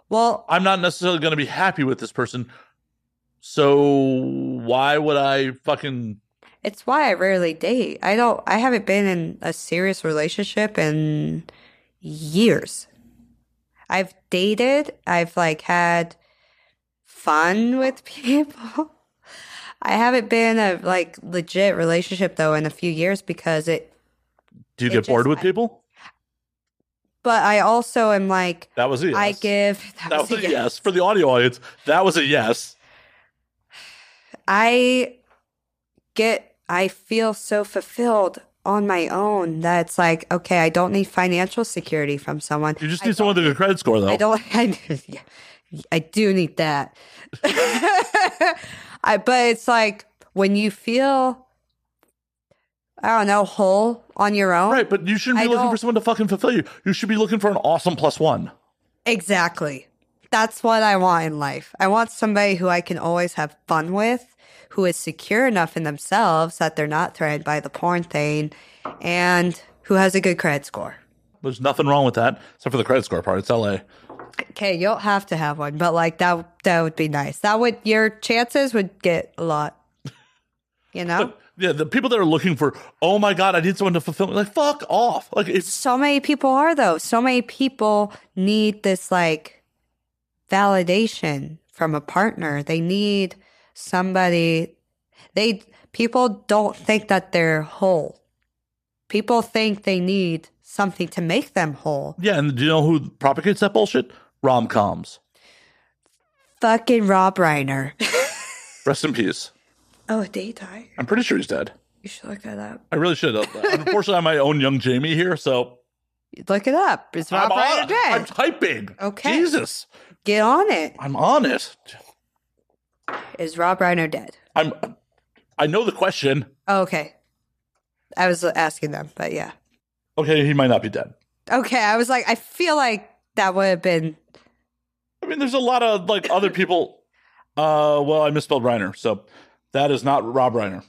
[SPEAKER 4] well,
[SPEAKER 3] I'm not necessarily going to be happy with this person. So why would I fucking
[SPEAKER 4] It's why I rarely date. I don't, I haven't been in a serious relationship in years. I've dated, I've like had fun with people. I haven't been a like legit relationship though in a few years because it,
[SPEAKER 3] Do you
[SPEAKER 4] It
[SPEAKER 3] get bored
[SPEAKER 4] just-
[SPEAKER 3] with people?
[SPEAKER 4] but I also am like,
[SPEAKER 3] That was a yes.
[SPEAKER 4] I give, that
[SPEAKER 3] that
[SPEAKER 4] was a yes.
[SPEAKER 3] yes. For the audio audience, that was a yes.
[SPEAKER 4] I get, I feel so fulfilled on my own that it's like, okay, I don't need financial security from someone.
[SPEAKER 3] You just
[SPEAKER 4] I
[SPEAKER 3] need someone with a good credit score, though.
[SPEAKER 4] I don't. I, yeah, I do need that. I, but it's like when you feel, I don't know, whole on your own.
[SPEAKER 3] Right, but you shouldn't be
[SPEAKER 4] I
[SPEAKER 3] looking
[SPEAKER 4] don't-
[SPEAKER 3] for someone to fucking fulfill you. You should be looking for an awesome plus one.
[SPEAKER 4] Exactly. That's what I want in life. I want somebody who I can always have fun with, who is secure enough in themselves that they're not threatened by the porn thing, and who has a good credit score.
[SPEAKER 3] There's nothing wrong with that, except for the credit score part. It's LA.
[SPEAKER 4] Oh. Okay, you don't have to have one, but like that that would be nice. That would your chances would get a lot. You know?
[SPEAKER 3] Yeah, the people that are looking for, oh my god, I need someone to fulfill me. Like, fuck off. Like, it's
[SPEAKER 4] so many people are though. So many people need this like validation from a partner. They need somebody they people don't think that they're whole. People think they need something to make them whole.
[SPEAKER 3] yeah. And do you know who propagates that bullshit? Rom coms.
[SPEAKER 4] Fucking Rob Reiner.
[SPEAKER 3] Rest in peace.
[SPEAKER 4] oh, did die?
[SPEAKER 3] I'm pretty sure he's dead.
[SPEAKER 4] You should look that up.
[SPEAKER 3] I really should. have. Unfortunately, I'm my own young Jamie here, so
[SPEAKER 4] Look it up. It's
[SPEAKER 3] I'm
[SPEAKER 4] Rob Reiner
[SPEAKER 3] on.
[SPEAKER 4] dead.
[SPEAKER 3] I'm typing.
[SPEAKER 4] Okay.
[SPEAKER 3] Jesus,
[SPEAKER 4] Get on it.
[SPEAKER 3] I'm on it.
[SPEAKER 4] Is Rob Reiner dead?
[SPEAKER 3] I'm. I know the question.
[SPEAKER 4] Oh, okay. I was asking them, but yeah.
[SPEAKER 3] Okay, he might not be dead.
[SPEAKER 4] Okay, I was like, I feel like that would have been
[SPEAKER 3] I mean, there's a lot of like other people. Uh, well, I misspelled Reiner, so that is not Rob Reiner.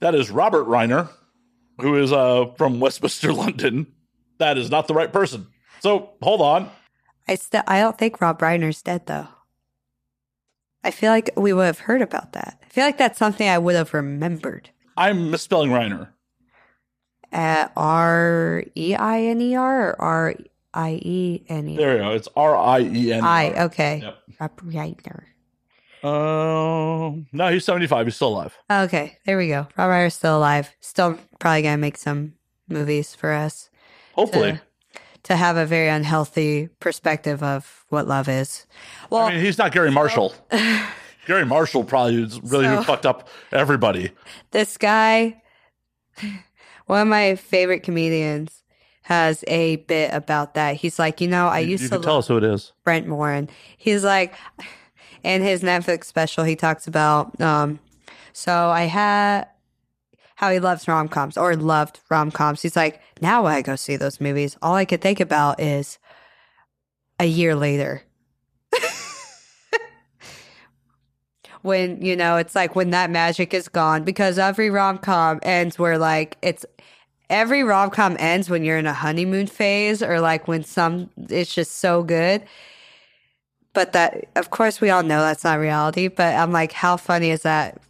[SPEAKER 3] That is Robert Reiner, who is uh from Westminster, London. That is not the right person. So hold on.
[SPEAKER 4] I still I don't think Rob Reiner's dead though. I feel like we would have heard about that. I feel like that's something I would have remembered.
[SPEAKER 3] I'm misspelling Reiner.
[SPEAKER 4] Uh, R E I N E R or R I E N E
[SPEAKER 3] There we go. It's R I E N.
[SPEAKER 4] I. Okay,
[SPEAKER 3] Yep.
[SPEAKER 4] Rob Reiner.
[SPEAKER 3] Um, no, he's 75. He's still alive.
[SPEAKER 4] Okay, there we go. Rob Reiner's still alive. Still probably gonna make some movies for us
[SPEAKER 3] Hopefully.
[SPEAKER 4] to, to have a very unhealthy perspective of what love is. Well,
[SPEAKER 3] I mean, he's not Gary Marshall. Gary Marshall probably is really
[SPEAKER 4] So-
[SPEAKER 3] fucked up everybody.
[SPEAKER 4] this guy, one of my favorite comedians, has a bit about that. He's like, you know, I
[SPEAKER 3] You,
[SPEAKER 4] used
[SPEAKER 3] you
[SPEAKER 4] to
[SPEAKER 3] can tell
[SPEAKER 4] love
[SPEAKER 3] us who it is.
[SPEAKER 4] Brent Morin. He's like, in his Netflix special, he talks about, um, so I had how he loves rom coms or loved rom coms. He's like, now when I go see those movies, all I could think about is a year later. when, you know, it's like when that magic is gone because every rom com ends where like it's every rom com ends when you're in a honeymoon phase or like when some it's just so good. But that, of course, we all know that's not reality. But I'm like, how funny is that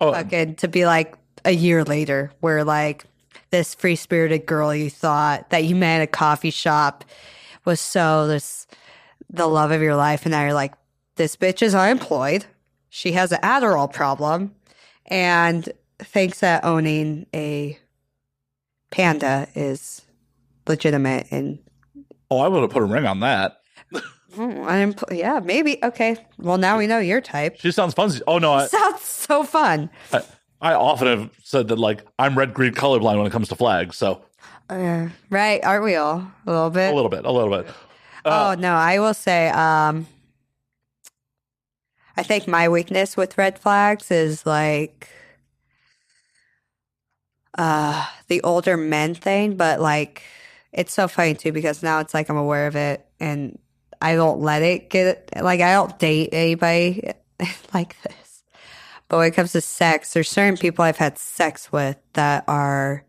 [SPEAKER 3] Oh,
[SPEAKER 4] fucking to be like a year later where like this free spirited girl you thought that you met at a coffee shop was so this the love of your life and now you're like this bitch is unemployed she has an adderall problem and thinks that owning a panda is legitimate and
[SPEAKER 3] oh, I would have put a ring on that.
[SPEAKER 4] Hmm, unempl- yeah maybe okay well now we know your type
[SPEAKER 3] She sounds fun. Oh no, I,
[SPEAKER 4] sounds so fun
[SPEAKER 3] I, I often have said that like I'm red, green, colorblind when it comes to flags. So
[SPEAKER 4] Uh, right aren't we all a little bit
[SPEAKER 3] a little bit, a little bit. Uh,
[SPEAKER 4] Oh no, I will say um I think my weakness with red flags is like uh the older men thing, but like it's so funny too because now it's like I'm aware of it and I don't let it get like I don't date anybody like this. But when it comes to sex, there's certain people I've had sex with that are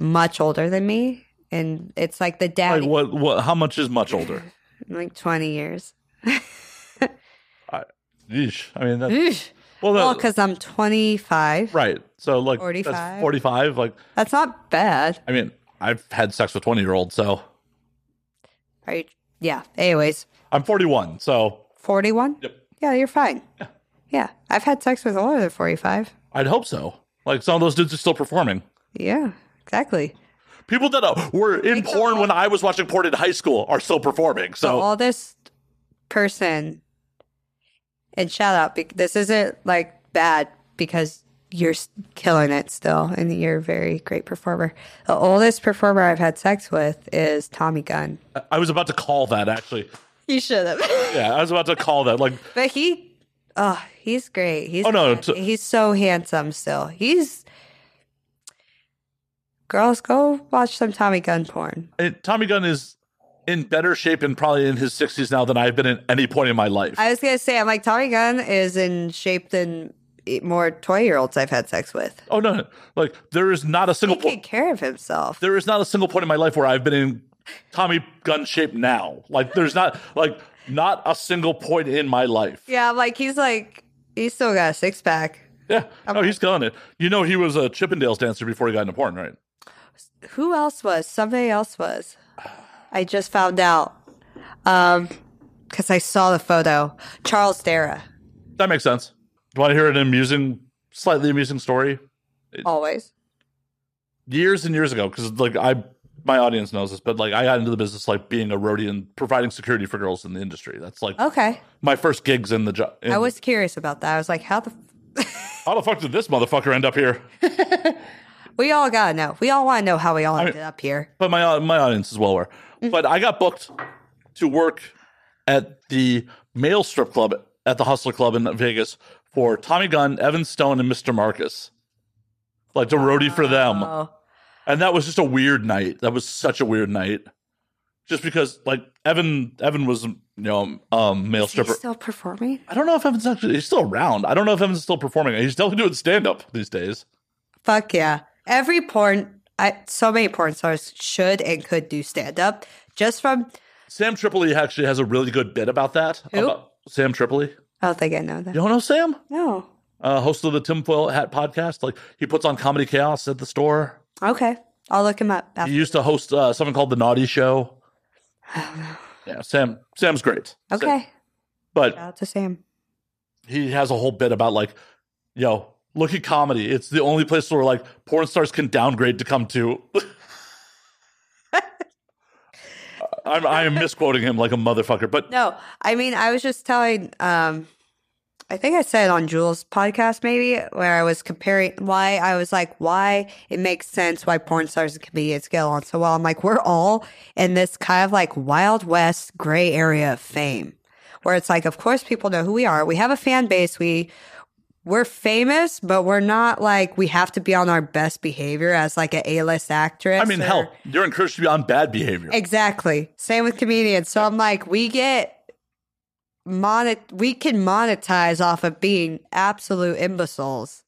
[SPEAKER 4] much older than me. And it's like the daddy
[SPEAKER 3] Like what? What? How much is much older?
[SPEAKER 4] like 20 years.
[SPEAKER 3] Yeesh. I mean, that,
[SPEAKER 4] Oof.
[SPEAKER 3] Well,
[SPEAKER 4] Well,
[SPEAKER 3] that-
[SPEAKER 4] because I'm 25.
[SPEAKER 3] right. So like
[SPEAKER 4] 45.
[SPEAKER 3] that's 45. Like
[SPEAKER 4] That's not bad.
[SPEAKER 3] I mean, I've had sex with 20 year olds, so
[SPEAKER 4] Are you? Yeah. Anyways,
[SPEAKER 3] I'm 41. So
[SPEAKER 4] 41.
[SPEAKER 3] Yep.
[SPEAKER 4] Yeah, you're fine. Yeah. I've had sex with older than 45.
[SPEAKER 3] I'd hope so. Like some of those dudes are still performing.
[SPEAKER 4] Yeah. Exactly.
[SPEAKER 3] People that uh, were in
[SPEAKER 4] Think so.
[SPEAKER 3] porn when I was watching porn in high school are still performing.
[SPEAKER 4] the
[SPEAKER 3] So
[SPEAKER 4] oldest person and shout out bec- this isn't like bad because you're s- killing it still and you're a very great performer the oldest performer i've had sex with is tommy gunn
[SPEAKER 3] I- I was about to call that actually.
[SPEAKER 4] you should have
[SPEAKER 3] Yeah, I was about to call that. Like
[SPEAKER 4] but he oh he's great he's
[SPEAKER 3] Oh, no,
[SPEAKER 4] not-
[SPEAKER 3] it's-
[SPEAKER 4] he's so handsome still he's girls go watch some tommy gunn porn
[SPEAKER 3] it- Tommy Gunn is in better shape and probably in his 60s now than I've been at any point in my life.
[SPEAKER 4] I was gonna say, I'm like Tommy Gunn is in shape than e, more 20 year olds I've had sex with.
[SPEAKER 3] oh no, no. like there is not a
[SPEAKER 4] He
[SPEAKER 3] single
[SPEAKER 4] take
[SPEAKER 3] point.
[SPEAKER 4] care of himself.
[SPEAKER 3] There is not a single point in my life where I've been in Tommy Gunn shape now. Like there's not like not a single point in my life.
[SPEAKER 4] Yeah, I'm like he's like he's still got a six pack.
[SPEAKER 3] Yeah. No, he's killing it. You know, he was a Chippendales dancer before he got into porn, right?
[SPEAKER 4] Who else was? Somebody else was. I just found out um because I saw the photo. Charles Dara,
[SPEAKER 3] That makes sense. Do you want to hear an amusing, slightly amusing story?
[SPEAKER 4] always.
[SPEAKER 3] Years and years ago, because like I, my audience knows this, but like I got into the business like being a roadie and providing security for girls in the industry. That's like
[SPEAKER 4] Okay,
[SPEAKER 3] my first gigs in the job.
[SPEAKER 4] I was curious about that. I was like, how the.
[SPEAKER 3] How the fuck did this motherfucker end up here?
[SPEAKER 4] We all gotta know. We all want to know how we all
[SPEAKER 3] mean-
[SPEAKER 4] ended up here.
[SPEAKER 3] but my my audience is well aware.
[SPEAKER 4] Mm-hmm.
[SPEAKER 3] But I got booked to work at the male strip club at the Hustler Club in Vegas for Tommy Gunn, Evan Stone, and Mr. Marcus. Like the roadie for them.
[SPEAKER 4] Oh,
[SPEAKER 3] And that was just a weird night. That was such a weird night. Just because like Evan Evan was you know um male
[SPEAKER 4] he's
[SPEAKER 3] stripper.
[SPEAKER 4] still performing
[SPEAKER 3] I don't know if Evan's actually he's still around. I don't know if Evan's still performing. He's definitely doing stand up these days.
[SPEAKER 4] Fuck yeah. Every porn, I, so many porn stars should and could do stand up just from,
[SPEAKER 3] Sam Tripoli actually has a really good bit about that.
[SPEAKER 4] Who?
[SPEAKER 3] About Sam Tripoli.
[SPEAKER 4] I don't think I know that.
[SPEAKER 3] You don't know Sam?
[SPEAKER 4] No.
[SPEAKER 3] uh, host of the Tim Foyle Hat podcast. Like he puts on comedy chaos at the store.
[SPEAKER 4] Okay. I'll look him up.
[SPEAKER 3] He
[SPEAKER 4] After.
[SPEAKER 3] used to host uh, something called the Naughty Show. Yeah, Sam. Sam's great.
[SPEAKER 4] Okay.
[SPEAKER 3] Sam-
[SPEAKER 4] Shout
[SPEAKER 3] but
[SPEAKER 4] out to Sam.
[SPEAKER 3] he has a whole bit about like, yo, look at comedy. It's the only place where like porn stars can downgrade to come to. I'm I am misquoting him like a motherfucker, but
[SPEAKER 4] No, I mean, I was just telling, um, I think I said it on Jules' podcast, maybe, where I was comparing why I was like, why it makes sense why porn stars and comedians get along so well. I'm like, we're all in this kind of like Wild West gray area of fame, where it's like, of course, people know who we are. We have a fan base. We, we're famous, but we're not like we have to be on our best behavior as like an A-list actress.
[SPEAKER 3] I mean,
[SPEAKER 4] or-
[SPEAKER 3] hell, you're encouraged to be on bad behavior.
[SPEAKER 4] Exactly. Same with comedians. So I'm like, we get monet we can monetize off of being absolute imbeciles.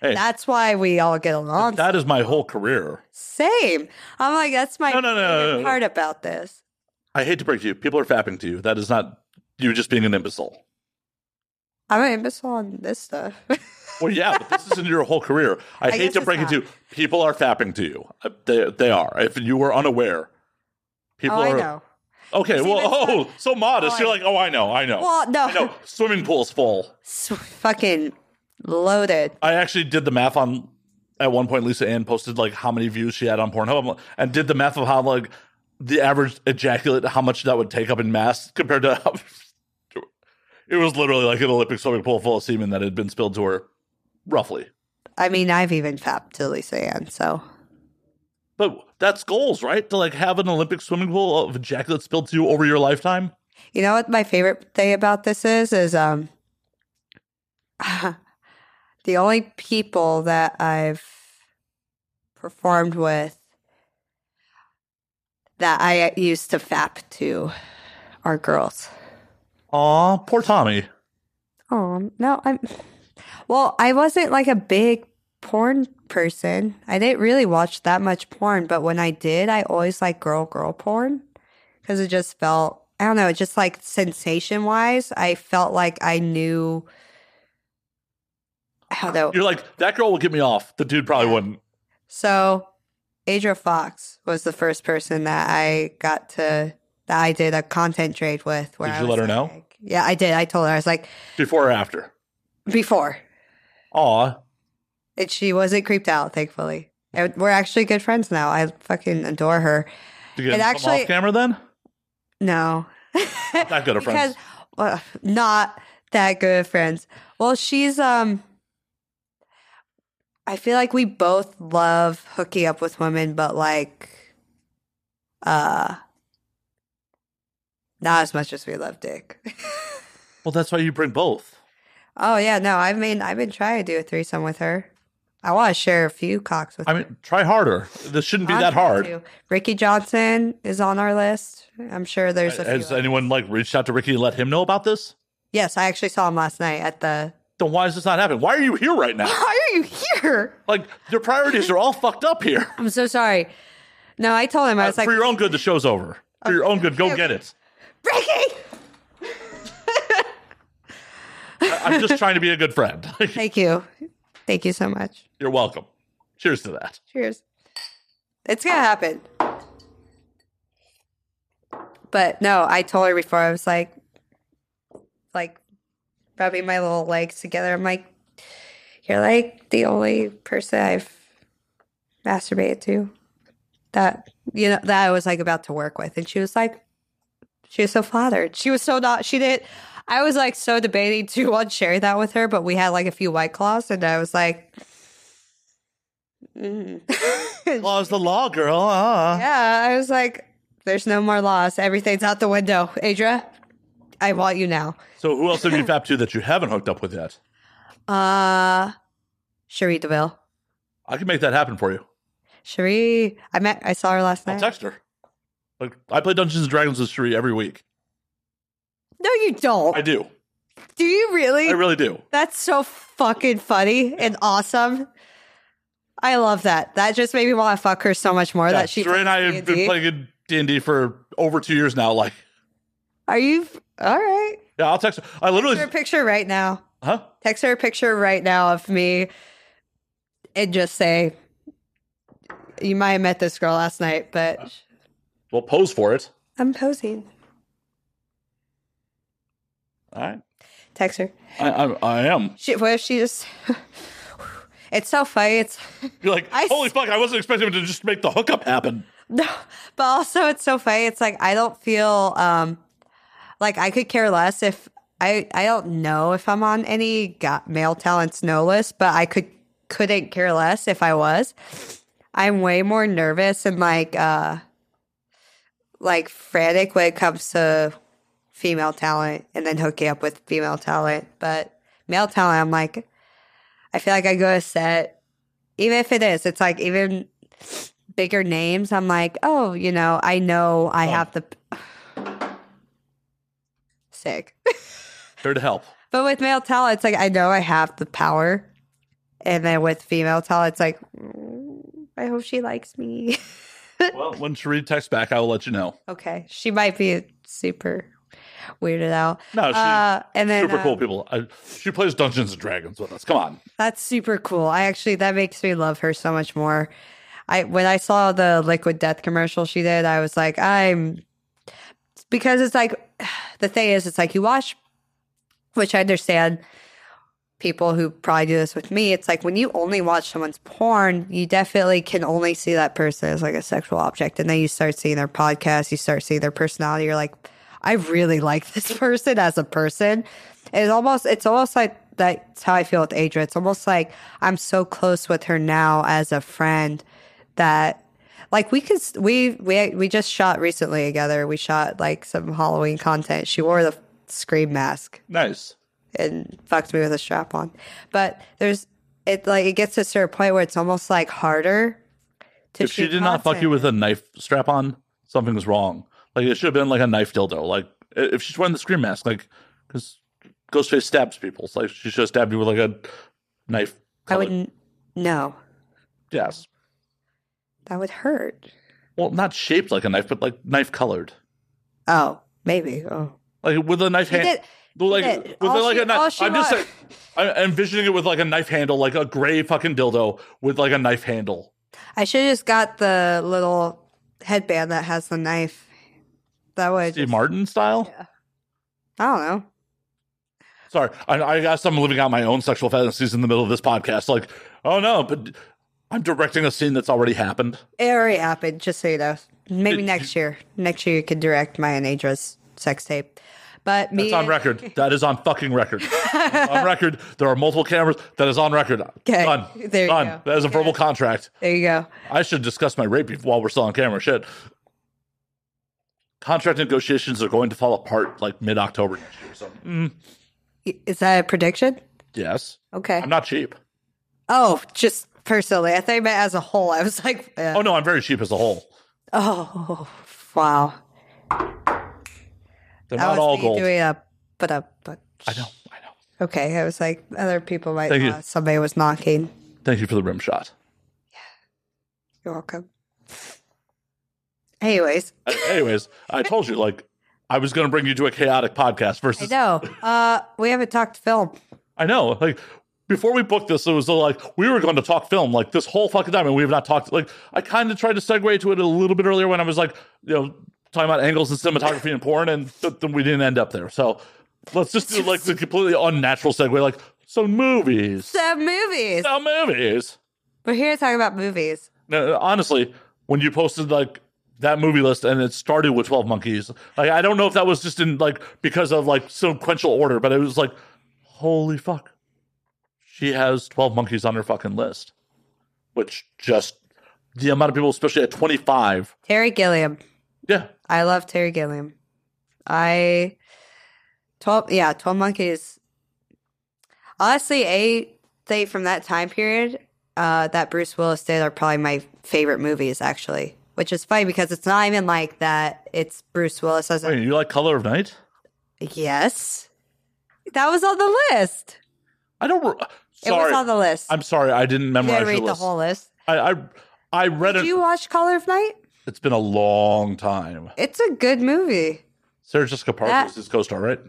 [SPEAKER 3] Hey.
[SPEAKER 4] That's why we all get along.
[SPEAKER 3] That is my whole career.
[SPEAKER 4] Same. I'm like, that's my
[SPEAKER 3] No, no, no, no,
[SPEAKER 4] favorite
[SPEAKER 3] no.
[SPEAKER 4] part about this.
[SPEAKER 3] I hate to break to you. People are fapping to you. That is not you just being an imbecile.
[SPEAKER 4] I'm an imbecile on this stuff.
[SPEAKER 3] Well, yeah, but this isn't your whole career. I,
[SPEAKER 4] guess
[SPEAKER 3] hate to
[SPEAKER 4] it's
[SPEAKER 3] break it
[SPEAKER 4] not.
[SPEAKER 3] to you. People are fapping to you. Uh, They, they are. If you were unaware, people
[SPEAKER 4] oh,
[SPEAKER 3] are.
[SPEAKER 4] I know.
[SPEAKER 3] Okay,
[SPEAKER 4] It's
[SPEAKER 3] well,
[SPEAKER 4] even
[SPEAKER 3] oh, so modest.
[SPEAKER 4] Oh, I-
[SPEAKER 3] You're like, oh, I know, I know.
[SPEAKER 4] Well, no.
[SPEAKER 3] I know. Swimming pool's full.
[SPEAKER 4] It's fucking loaded.
[SPEAKER 3] I actually did the math on, at one point, Lisa Ann posted like how many views she had on Pornhub I'm like- and did the math of how, like, the average ejaculate, how much that would take up in mass compared to how. it was literally like an Olympic swimming pool full of semen that had been spilled to her, roughly.
[SPEAKER 4] I mean, I've even fapped to Lisa Ann, so
[SPEAKER 3] But that's goals, right? To like have an Olympic swimming pool of ejaculate spilled to you over your lifetime.
[SPEAKER 4] You know what my favorite thing about this is is um the only people that I've performed with that I used to fap to are girls.
[SPEAKER 3] Aw, poor Tommy.
[SPEAKER 4] Oh no, I'm well, I wasn't like a big porn person. I didn't really watch that much porn, but when I did, I always like girl girl porn because it just felt I don't know, just like sensation wise, I felt like I knew Although,
[SPEAKER 3] You're like, that girl will get me off. The dude probably wouldn't.
[SPEAKER 4] so Adria Fox was the first person that I got to that I did a content trade with. Where
[SPEAKER 3] Did
[SPEAKER 4] I
[SPEAKER 3] you
[SPEAKER 4] was
[SPEAKER 3] let her know?
[SPEAKER 4] like- Yeah, I did. I told her. I was like,
[SPEAKER 3] Before or after?
[SPEAKER 4] before,
[SPEAKER 3] Aw,
[SPEAKER 4] and she wasn't creeped out. Thankfully, And we're actually good friends now. I fucking adore her.
[SPEAKER 3] to get
[SPEAKER 4] It actually-
[SPEAKER 3] off camera then?
[SPEAKER 4] No.
[SPEAKER 3] Not good of friends.
[SPEAKER 4] Because well, not that good of friends. Well, she's um I feel like we both love hooking up with women, but like uh not as much as we love dick.
[SPEAKER 3] Well, that's why you bring both.
[SPEAKER 4] oh yeah, no, I mean I've been trying to do a threesome with her. I want to share a few cocks with
[SPEAKER 3] I
[SPEAKER 4] her.
[SPEAKER 3] mean, try harder. This shouldn't be
[SPEAKER 4] I'm
[SPEAKER 3] that
[SPEAKER 4] trying
[SPEAKER 3] hard.
[SPEAKER 4] to. Ricky Johnson is on our list. I'm sure there's a few.
[SPEAKER 3] Has
[SPEAKER 4] others.
[SPEAKER 3] anyone like reached out to Ricky and let him know about this?
[SPEAKER 4] Yes, I actually saw him last night at the
[SPEAKER 3] Then why is this not happening? Why are you here right now?
[SPEAKER 4] Why are you here?
[SPEAKER 3] Like your priorities are all fucked up here.
[SPEAKER 4] I'm so sorry. No, I told him I was
[SPEAKER 3] Uh,
[SPEAKER 4] like,
[SPEAKER 3] for your own good, the show's over. For your own good, go get it.
[SPEAKER 4] Ricky,
[SPEAKER 3] I- I'm just trying to be a good friend.
[SPEAKER 4] thank you, thank you so much.
[SPEAKER 3] You're welcome. Cheers to that.
[SPEAKER 4] Cheers. It's gonna happen. But no, I told her before. I was like, like rubbing my little legs together. I'm like, you're like the only person I've masturbated to that you know that I was like about to work with, and she was like, she was so flattered. She was so not. She didn't. I was like so debating to on sharing that with her, but we had like a few white claws, and I was like. mm. And
[SPEAKER 3] Law's the law, girl. Uh.
[SPEAKER 4] yeah, I was like, there's no more loss. Everything's out the window. Adra, I want you now.
[SPEAKER 3] So who else have you fapped to that you haven't hooked up with yet?
[SPEAKER 4] Uh Cherie DeVille.
[SPEAKER 3] I can make that happen for you.
[SPEAKER 4] Cherie, I met I saw her last
[SPEAKER 3] I'll
[SPEAKER 4] night.
[SPEAKER 3] text her. Like I play Dungeons and Dragons with Sheree every week.
[SPEAKER 4] no, you don't.
[SPEAKER 3] I do.
[SPEAKER 4] Do you really?
[SPEAKER 3] I really do.
[SPEAKER 4] That's so fucking funny and awesome. I love that. That just made me want to fuck her so much more
[SPEAKER 3] Yeah,
[SPEAKER 4] that she
[SPEAKER 3] Sheree and I have
[SPEAKER 4] D&D.
[SPEAKER 3] been playing D and D for over two years now. Like,
[SPEAKER 4] Are you all right?
[SPEAKER 3] yeah, I'll text her. I
[SPEAKER 4] Text her a
[SPEAKER 3] literally,
[SPEAKER 4] picture right now.
[SPEAKER 3] huh?
[SPEAKER 4] Text her a picture right now of me and just say, You might have met this girl last night, but
[SPEAKER 3] Well, pose for it.
[SPEAKER 4] I'm posing.
[SPEAKER 3] All right.
[SPEAKER 4] Text her.
[SPEAKER 3] I, I, I am.
[SPEAKER 4] She, what if she just. It's so funny. It's
[SPEAKER 3] You're like,
[SPEAKER 4] I s-
[SPEAKER 3] holy fuck! I wasn't expecting him to just make the hookup happen.
[SPEAKER 4] no, but also it's so funny. It's like I don't feel um like I could care less if I I don't know if I'm on any got male talent snow list, but I could couldn't care less if I was. I'm way more nervous and like uh like frantic when it comes to female talent and then hooking up with female talent. But male talent, I'm like, I feel like I go to set, even if it is, it's like even bigger names. I'm like, oh, you know, I know I
[SPEAKER 3] Oh.
[SPEAKER 4] have the sick.
[SPEAKER 3] Here to help.
[SPEAKER 4] But with male talent, it's like I know I have the power, and then with female talent, it's like mm, I hope she likes me.
[SPEAKER 3] Well, when Sheree texts back, I will let you know.
[SPEAKER 4] okay, she might be super weirded out.
[SPEAKER 3] No, she's
[SPEAKER 4] Uh, and then
[SPEAKER 3] super cool
[SPEAKER 4] um,
[SPEAKER 3] people. I, she plays Dungeons and Dragons with us. Come on.
[SPEAKER 4] That's super cool. I actually that makes me love her so much more. I when I saw the Liquid Death commercial she did, I was like, I'm because it's like the thing is, it's like you watch, which I understand people who probably do this with me. It's like when you only watch someone's porn, you definitely can only see that person as like a sexual object, and then you start seeing their podcast, you start seeing their personality. You're like, I really like this person as a person. It's almost it's almost like that's how I feel with Adra. It's almost like I'm so close with her now as a friend that like we could we we we just shot recently together. We shot like some Halloween content. She wore the scream mask
[SPEAKER 3] Nice.
[SPEAKER 4] and fucked me with a strap on. But there's it like it gets to a certain point where it's almost like harder to
[SPEAKER 3] If she
[SPEAKER 4] shoot
[SPEAKER 3] did not fuck you
[SPEAKER 4] content.
[SPEAKER 3] with a knife strap on, something was wrong. Like it should have been like a knife dildo. Like i- if she's wearing the scream mask, like because Ghostface stabs people. It's like she should have stabbed you with like a knife.
[SPEAKER 4] I
[SPEAKER 3] colored-
[SPEAKER 4] wouldn't no.
[SPEAKER 3] Yes.
[SPEAKER 4] That would hurt.
[SPEAKER 3] Well, not shaped like a knife, but like knife colored.
[SPEAKER 4] Oh, maybe. Oh.
[SPEAKER 3] Like with a knife
[SPEAKER 4] She
[SPEAKER 3] hand.
[SPEAKER 4] did
[SPEAKER 3] Well, like,
[SPEAKER 4] It-
[SPEAKER 3] was
[SPEAKER 4] all
[SPEAKER 3] it like
[SPEAKER 4] she-
[SPEAKER 3] a knife?
[SPEAKER 4] all she
[SPEAKER 3] I'm just
[SPEAKER 4] wa-
[SPEAKER 3] saying, I'm envisioning it with like a knife handle, like a gray fucking dildo with like a knife handle.
[SPEAKER 4] I should have just got the little headband that has the knife. That would.
[SPEAKER 3] Steve Martin style?
[SPEAKER 4] I don't know.
[SPEAKER 3] Sorry, I, I guess I'm living out my own sexual fantasies in the middle of this podcast. Like, oh no, but I'm directing a scene that's already happened.
[SPEAKER 4] It already happened, just so you know. Maybe
[SPEAKER 3] It-
[SPEAKER 4] next year. Next year you could direct my and Adra's sex tape. But me
[SPEAKER 3] That's on
[SPEAKER 4] and-
[SPEAKER 3] record. That is on fucking record. That's on record. There are multiple cameras. That is on record.
[SPEAKER 4] Okay,
[SPEAKER 3] Done.
[SPEAKER 4] there you
[SPEAKER 3] Done.
[SPEAKER 4] go.
[SPEAKER 3] That is a verbal contract.
[SPEAKER 4] There you go.
[SPEAKER 3] I should discuss my rape bef- while we're still on camera. Shit. Contract negotiations are going to fall apart like mid October next year. So, mm,
[SPEAKER 4] Y- Is that a prediction?
[SPEAKER 3] yes.
[SPEAKER 4] Okay.
[SPEAKER 3] I'm not cheap.
[SPEAKER 4] oh, just personally. I think as a whole, I was like, uh,
[SPEAKER 3] Oh, no, I'm very cheap as a whole.
[SPEAKER 4] oh, wow.
[SPEAKER 3] They're
[SPEAKER 4] That
[SPEAKER 3] not
[SPEAKER 4] was
[SPEAKER 3] all
[SPEAKER 4] me
[SPEAKER 3] gold.
[SPEAKER 4] doing a but a but.
[SPEAKER 3] I know. I know.
[SPEAKER 4] Okay, I was like, other people might
[SPEAKER 3] Thank you.
[SPEAKER 4] uh, somebody was knocking.
[SPEAKER 3] Thank you for the rim shot.
[SPEAKER 4] You're welcome. Anyways,
[SPEAKER 3] Uh, Anyways, I told you, like, I was going to bring you to a chaotic podcast
[SPEAKER 4] I
[SPEAKER 3] versus.
[SPEAKER 4] know. Uh, we haven't talked film.
[SPEAKER 3] I know. Like before we booked this, it was like we were going to talk film like this whole fucking time, and we have not talked. Like I kind of tried to segue to it a little bit earlier when I was like, you know, talking about angles and cinematography and porn, and th- then we didn't end up there. So let's just do like the completely unnatural segue, like some movies,
[SPEAKER 4] Some movies.
[SPEAKER 3] some movies.
[SPEAKER 4] We're here to talk about movies.
[SPEAKER 3] No, honestly, when you posted like that movie list and it started with 12 monkeys like i don't know if that was just in like because of like sequential order but it was like holy fuck she has 12 monkeys on her fucking list which just the amount of people especially at 25
[SPEAKER 4] Terry Gilliam.
[SPEAKER 3] yeah
[SPEAKER 4] I love Terry Gilliam. I twelve yeah, twelve monkeys. Honestly, a they from that time period, uh, that Bruce Willis did are probably my favorite movies actually. Which is funny because it's not even like that it's Bruce Willis as a
[SPEAKER 3] wait you like color of night
[SPEAKER 4] Yes. That was on the list.
[SPEAKER 3] i don't re-
[SPEAKER 4] It was
[SPEAKER 3] sorry
[SPEAKER 4] on the list.
[SPEAKER 3] i'm sorry i didn't
[SPEAKER 4] you
[SPEAKER 3] memorize
[SPEAKER 4] didn't
[SPEAKER 3] your
[SPEAKER 4] read the
[SPEAKER 3] list.
[SPEAKER 4] whole list.
[SPEAKER 3] I, I i read
[SPEAKER 4] Did
[SPEAKER 3] it
[SPEAKER 4] you watch Color of Night?
[SPEAKER 3] it's been a long time
[SPEAKER 4] It's a good movie.
[SPEAKER 3] sarah jessica parker
[SPEAKER 4] That-
[SPEAKER 3] is his co-star right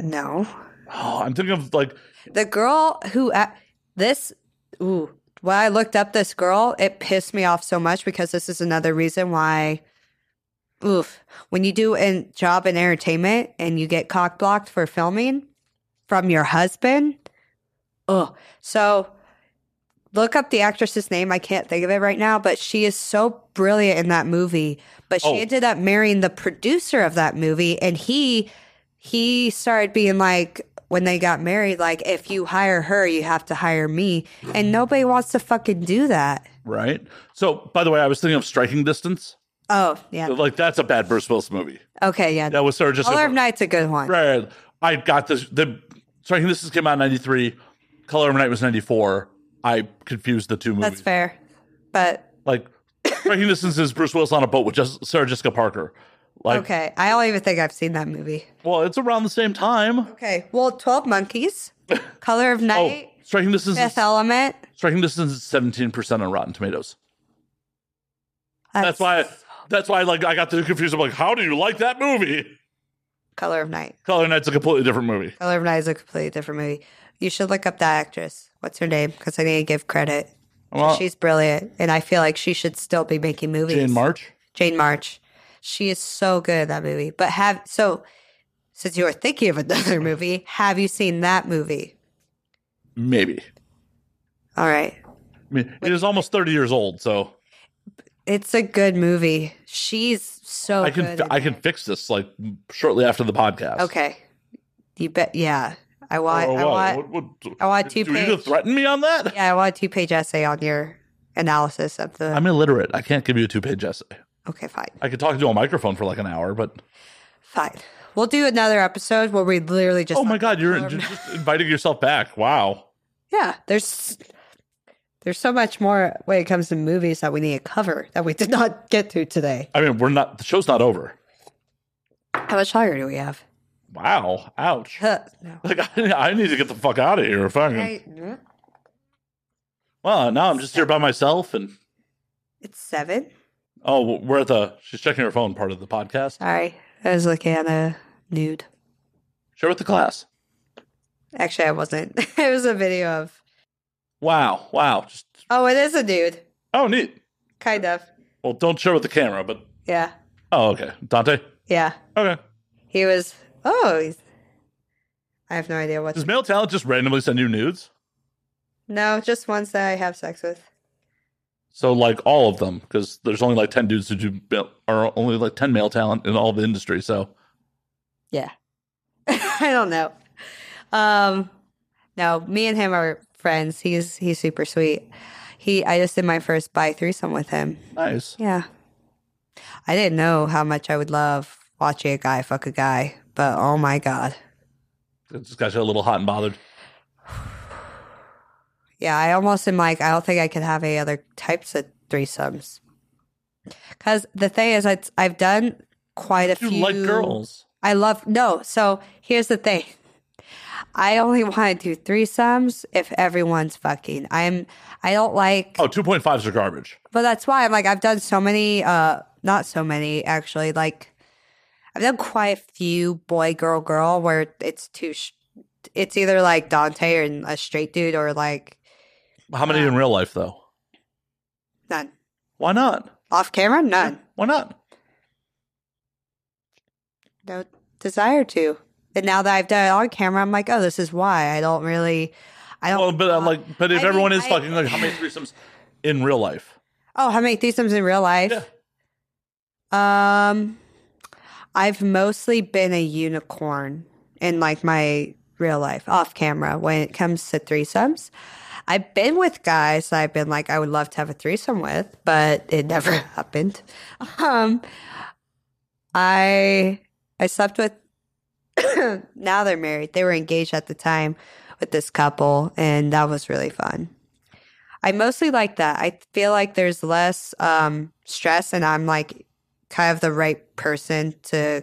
[SPEAKER 4] No.
[SPEAKER 3] oh i'm thinking of like
[SPEAKER 4] The girl who a this ooh, when I looked up this girl, it pissed me off so much because this is another reason why oof, when you do a job in entertainment and you get cock blocked for filming from your husband, oh, so look up the actress's name. I can't think of it right now, but she is so brilliant in that movie. But she
[SPEAKER 3] Oh.
[SPEAKER 4] ended up marrying the producer of that movie, and he he started being like when they got married, like if you hire her, you have to hire me, and nobody wants to fucking do that.
[SPEAKER 3] Right. So, by the way, I was thinking of Striking Distance.
[SPEAKER 4] Oh yeah,
[SPEAKER 3] Like that's a bad Bruce Willis movie.
[SPEAKER 4] okay yeah.
[SPEAKER 3] That was Sarah Jessica.
[SPEAKER 4] Color of
[SPEAKER 3] Parker.
[SPEAKER 4] Night's a good one.
[SPEAKER 3] Right. I got this. The Striking Distance came out in '93. Color of Night was '94. I confused the two movies.
[SPEAKER 4] That's fair, but
[SPEAKER 3] Like Striking Distance is Bruce Willis on a boat with just Sarah Jessica Parker. Like,
[SPEAKER 4] okay. I don't even think I've seen that movie.
[SPEAKER 3] well, it's around the same time.
[SPEAKER 4] Okay, well, Twelve Monkeys, Color of
[SPEAKER 3] Oh,
[SPEAKER 4] Night,
[SPEAKER 3] Striking Distance.
[SPEAKER 4] Fifth
[SPEAKER 3] Is,
[SPEAKER 4] Element.
[SPEAKER 3] Striking Distance is 17 percent on Rotten Tomatoes. That's why. That's why. Like, I got too confused. I'm like, how do you like that movie?
[SPEAKER 4] Color of Night.
[SPEAKER 3] Color of Night's a completely different movie.
[SPEAKER 4] Color of Night is a completely different movie. You should look up that actress. What's her name? Because I need to give credit.
[SPEAKER 3] Well,
[SPEAKER 4] She's brilliant, and I feel like she should still be making movies.
[SPEAKER 3] Jane March.
[SPEAKER 4] Jane March. She is so good in that movie. But have so since you were thinking of another movie, have you seen that movie?
[SPEAKER 3] Maybe.
[SPEAKER 4] All right.
[SPEAKER 3] I mean, it is almost 30 years old, so
[SPEAKER 4] It's a good movie. She's so
[SPEAKER 3] I can
[SPEAKER 4] Oh, good in
[SPEAKER 3] I can fix this like shortly after the podcast.
[SPEAKER 4] Okay. You bet. Yeah. I want.
[SPEAKER 3] Oh,
[SPEAKER 4] I
[SPEAKER 3] wow.
[SPEAKER 4] want.
[SPEAKER 3] What- what-
[SPEAKER 4] I want two
[SPEAKER 3] do you need to
[SPEAKER 4] page.
[SPEAKER 3] threaten me on that?
[SPEAKER 4] Yeah, I want a two page essay on your analysis of the.
[SPEAKER 3] I'm illiterate. I can't give you a two page essay.
[SPEAKER 4] okay, fine,
[SPEAKER 3] I could talk to a microphone for like an hour, but
[SPEAKER 4] fine. We'll do another episode where we literally just.
[SPEAKER 3] oh my
[SPEAKER 4] look
[SPEAKER 3] god,
[SPEAKER 4] up
[SPEAKER 3] you're
[SPEAKER 4] Color of
[SPEAKER 3] ju-
[SPEAKER 4] Night.
[SPEAKER 3] just inviting yourself back. Wow.
[SPEAKER 4] Yeah, there's there's so much more when it comes to movies that we need to cover that we did not get to today.
[SPEAKER 3] I mean, we're not. The show's not over.
[SPEAKER 4] How much longer do we have?
[SPEAKER 3] Wow. Ouch.
[SPEAKER 4] Huh, no.
[SPEAKER 3] Like I, I need to get the fuck out of here. Fucking.
[SPEAKER 4] I-
[SPEAKER 3] Well, now I'm just here by myself, and
[SPEAKER 4] it's seven.
[SPEAKER 3] oh, we're at the. She's checking her phone. Part of the podcast.
[SPEAKER 4] Sorry, I was looking at a nude.
[SPEAKER 3] Share with the class.
[SPEAKER 4] Actually, I wasn't. it was a video of.
[SPEAKER 3] Wow, wow. Just
[SPEAKER 4] Oh, it is a dude.
[SPEAKER 3] oh neat.
[SPEAKER 4] Kind of.
[SPEAKER 3] Well, don't share with the camera, but
[SPEAKER 4] Yeah.
[SPEAKER 3] oh okay, Dante.
[SPEAKER 4] Yeah.
[SPEAKER 3] Okay.
[SPEAKER 4] He was. Oh, he's. I have no idea what.
[SPEAKER 3] Does male talent just randomly send you nudes?
[SPEAKER 4] No, just ones that I have sex with.
[SPEAKER 3] So like all of them, because there's only like ten dudes who do male- are only like ten male talent in all the industry. So
[SPEAKER 4] Yeah. I don't know. Um no, me and him are friends. He's he's super sweet. He I just did my first bi threesome with him.
[SPEAKER 3] nice.
[SPEAKER 4] Yeah. I didn't know how much I would love watching a guy fuck a guy, but oh my god.
[SPEAKER 3] It just got you a little hot and bothered.
[SPEAKER 4] Yeah, I almost am like I don't think I could have any other types of threesomes. Cuz the thing is I I've done quite a
[SPEAKER 3] You
[SPEAKER 4] few
[SPEAKER 3] like girls.
[SPEAKER 4] I love no. So here's the thing. I only want to do threesomes if everyone's fucking. I'm I don't like
[SPEAKER 3] Oh, 2.5s are garbage.
[SPEAKER 4] but that's why I'm like I've done so many uh not so many actually like I've done quite a few boy girl girl where it's too sh- it's either like Dante or a straight dude or like
[SPEAKER 3] How many in real life though?
[SPEAKER 4] none.
[SPEAKER 3] Why not?
[SPEAKER 4] Off camera none.
[SPEAKER 3] Why not?
[SPEAKER 4] no desire to. And now that I've done it on camera, I'm like, oh, this is why I don't really. I don't.
[SPEAKER 3] Well, but I'm like, but if
[SPEAKER 4] I mean,
[SPEAKER 3] everyone is
[SPEAKER 4] I-
[SPEAKER 3] fucking, like, how many threesomes in real life?
[SPEAKER 4] oh, how many threesomes in real life?
[SPEAKER 3] Yeah.
[SPEAKER 4] Um, I've mostly been a unicorn in like my real life off camera when it comes to threesomes. I've been with guys that I've been like, I would love to have a threesome with, but it never happened. Um, I I slept with now they're married. They were engaged at the time with this couple, and that was really fun. I mostly like that. I feel like there's less um, stress, and I'm like kind of the right person to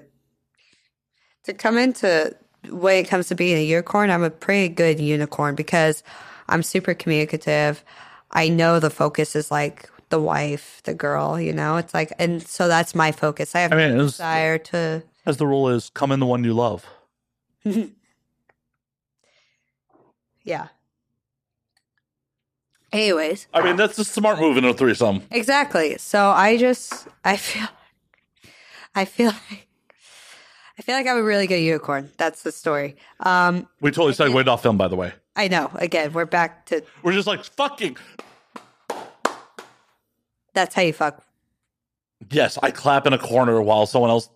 [SPEAKER 4] to come into when it comes to being a unicorn. I'm a pretty good unicorn because I'm super communicative. I know the focus is like the wife, the girl. You know, it's like, and so that's my focus. I have
[SPEAKER 3] I mean,
[SPEAKER 4] no
[SPEAKER 3] it's-
[SPEAKER 4] desire to.
[SPEAKER 3] As the rule is, come in the one you love.
[SPEAKER 4] Yeah. Anyways,
[SPEAKER 3] I mean, that's a smart move in a threesome.
[SPEAKER 4] exactly. So I just I feel I feel like I feel like I'm a really good unicorn. That's the story. Um
[SPEAKER 3] We totally segued off film, by the way.
[SPEAKER 4] I know. Again, we're back to
[SPEAKER 3] We're just like fucking.
[SPEAKER 4] that's how you fuck.
[SPEAKER 3] Yes, I clap in a corner while someone else,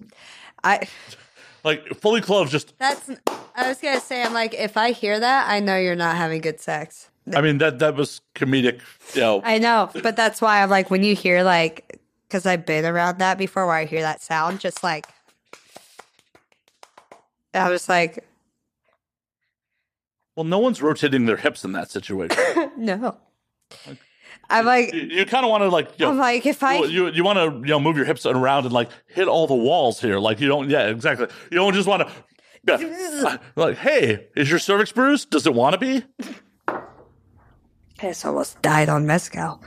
[SPEAKER 4] I
[SPEAKER 3] like fully clothed, just.
[SPEAKER 4] that's I was going to say I'm like if I hear that, I know you're not having good sex.
[SPEAKER 3] I mean, that that was comedic. You know,
[SPEAKER 4] I know, but that's why I'm like when you hear like cuz I've been around that before where I hear that sound just like I'm just like
[SPEAKER 3] well, no one's rotating their hips in that situation.
[SPEAKER 4] No. I'm like,
[SPEAKER 3] you you kind of want to like, you,
[SPEAKER 4] I'm
[SPEAKER 3] know,
[SPEAKER 4] like, if
[SPEAKER 3] you,
[SPEAKER 4] I,
[SPEAKER 3] you, you want to you know move your hips around and like hit all the walls here. Like you don't, yeah, exactly. You don't just want to. Like, hey, is your cervix bruised? Does it want to be?
[SPEAKER 4] it's almost died on mezcal.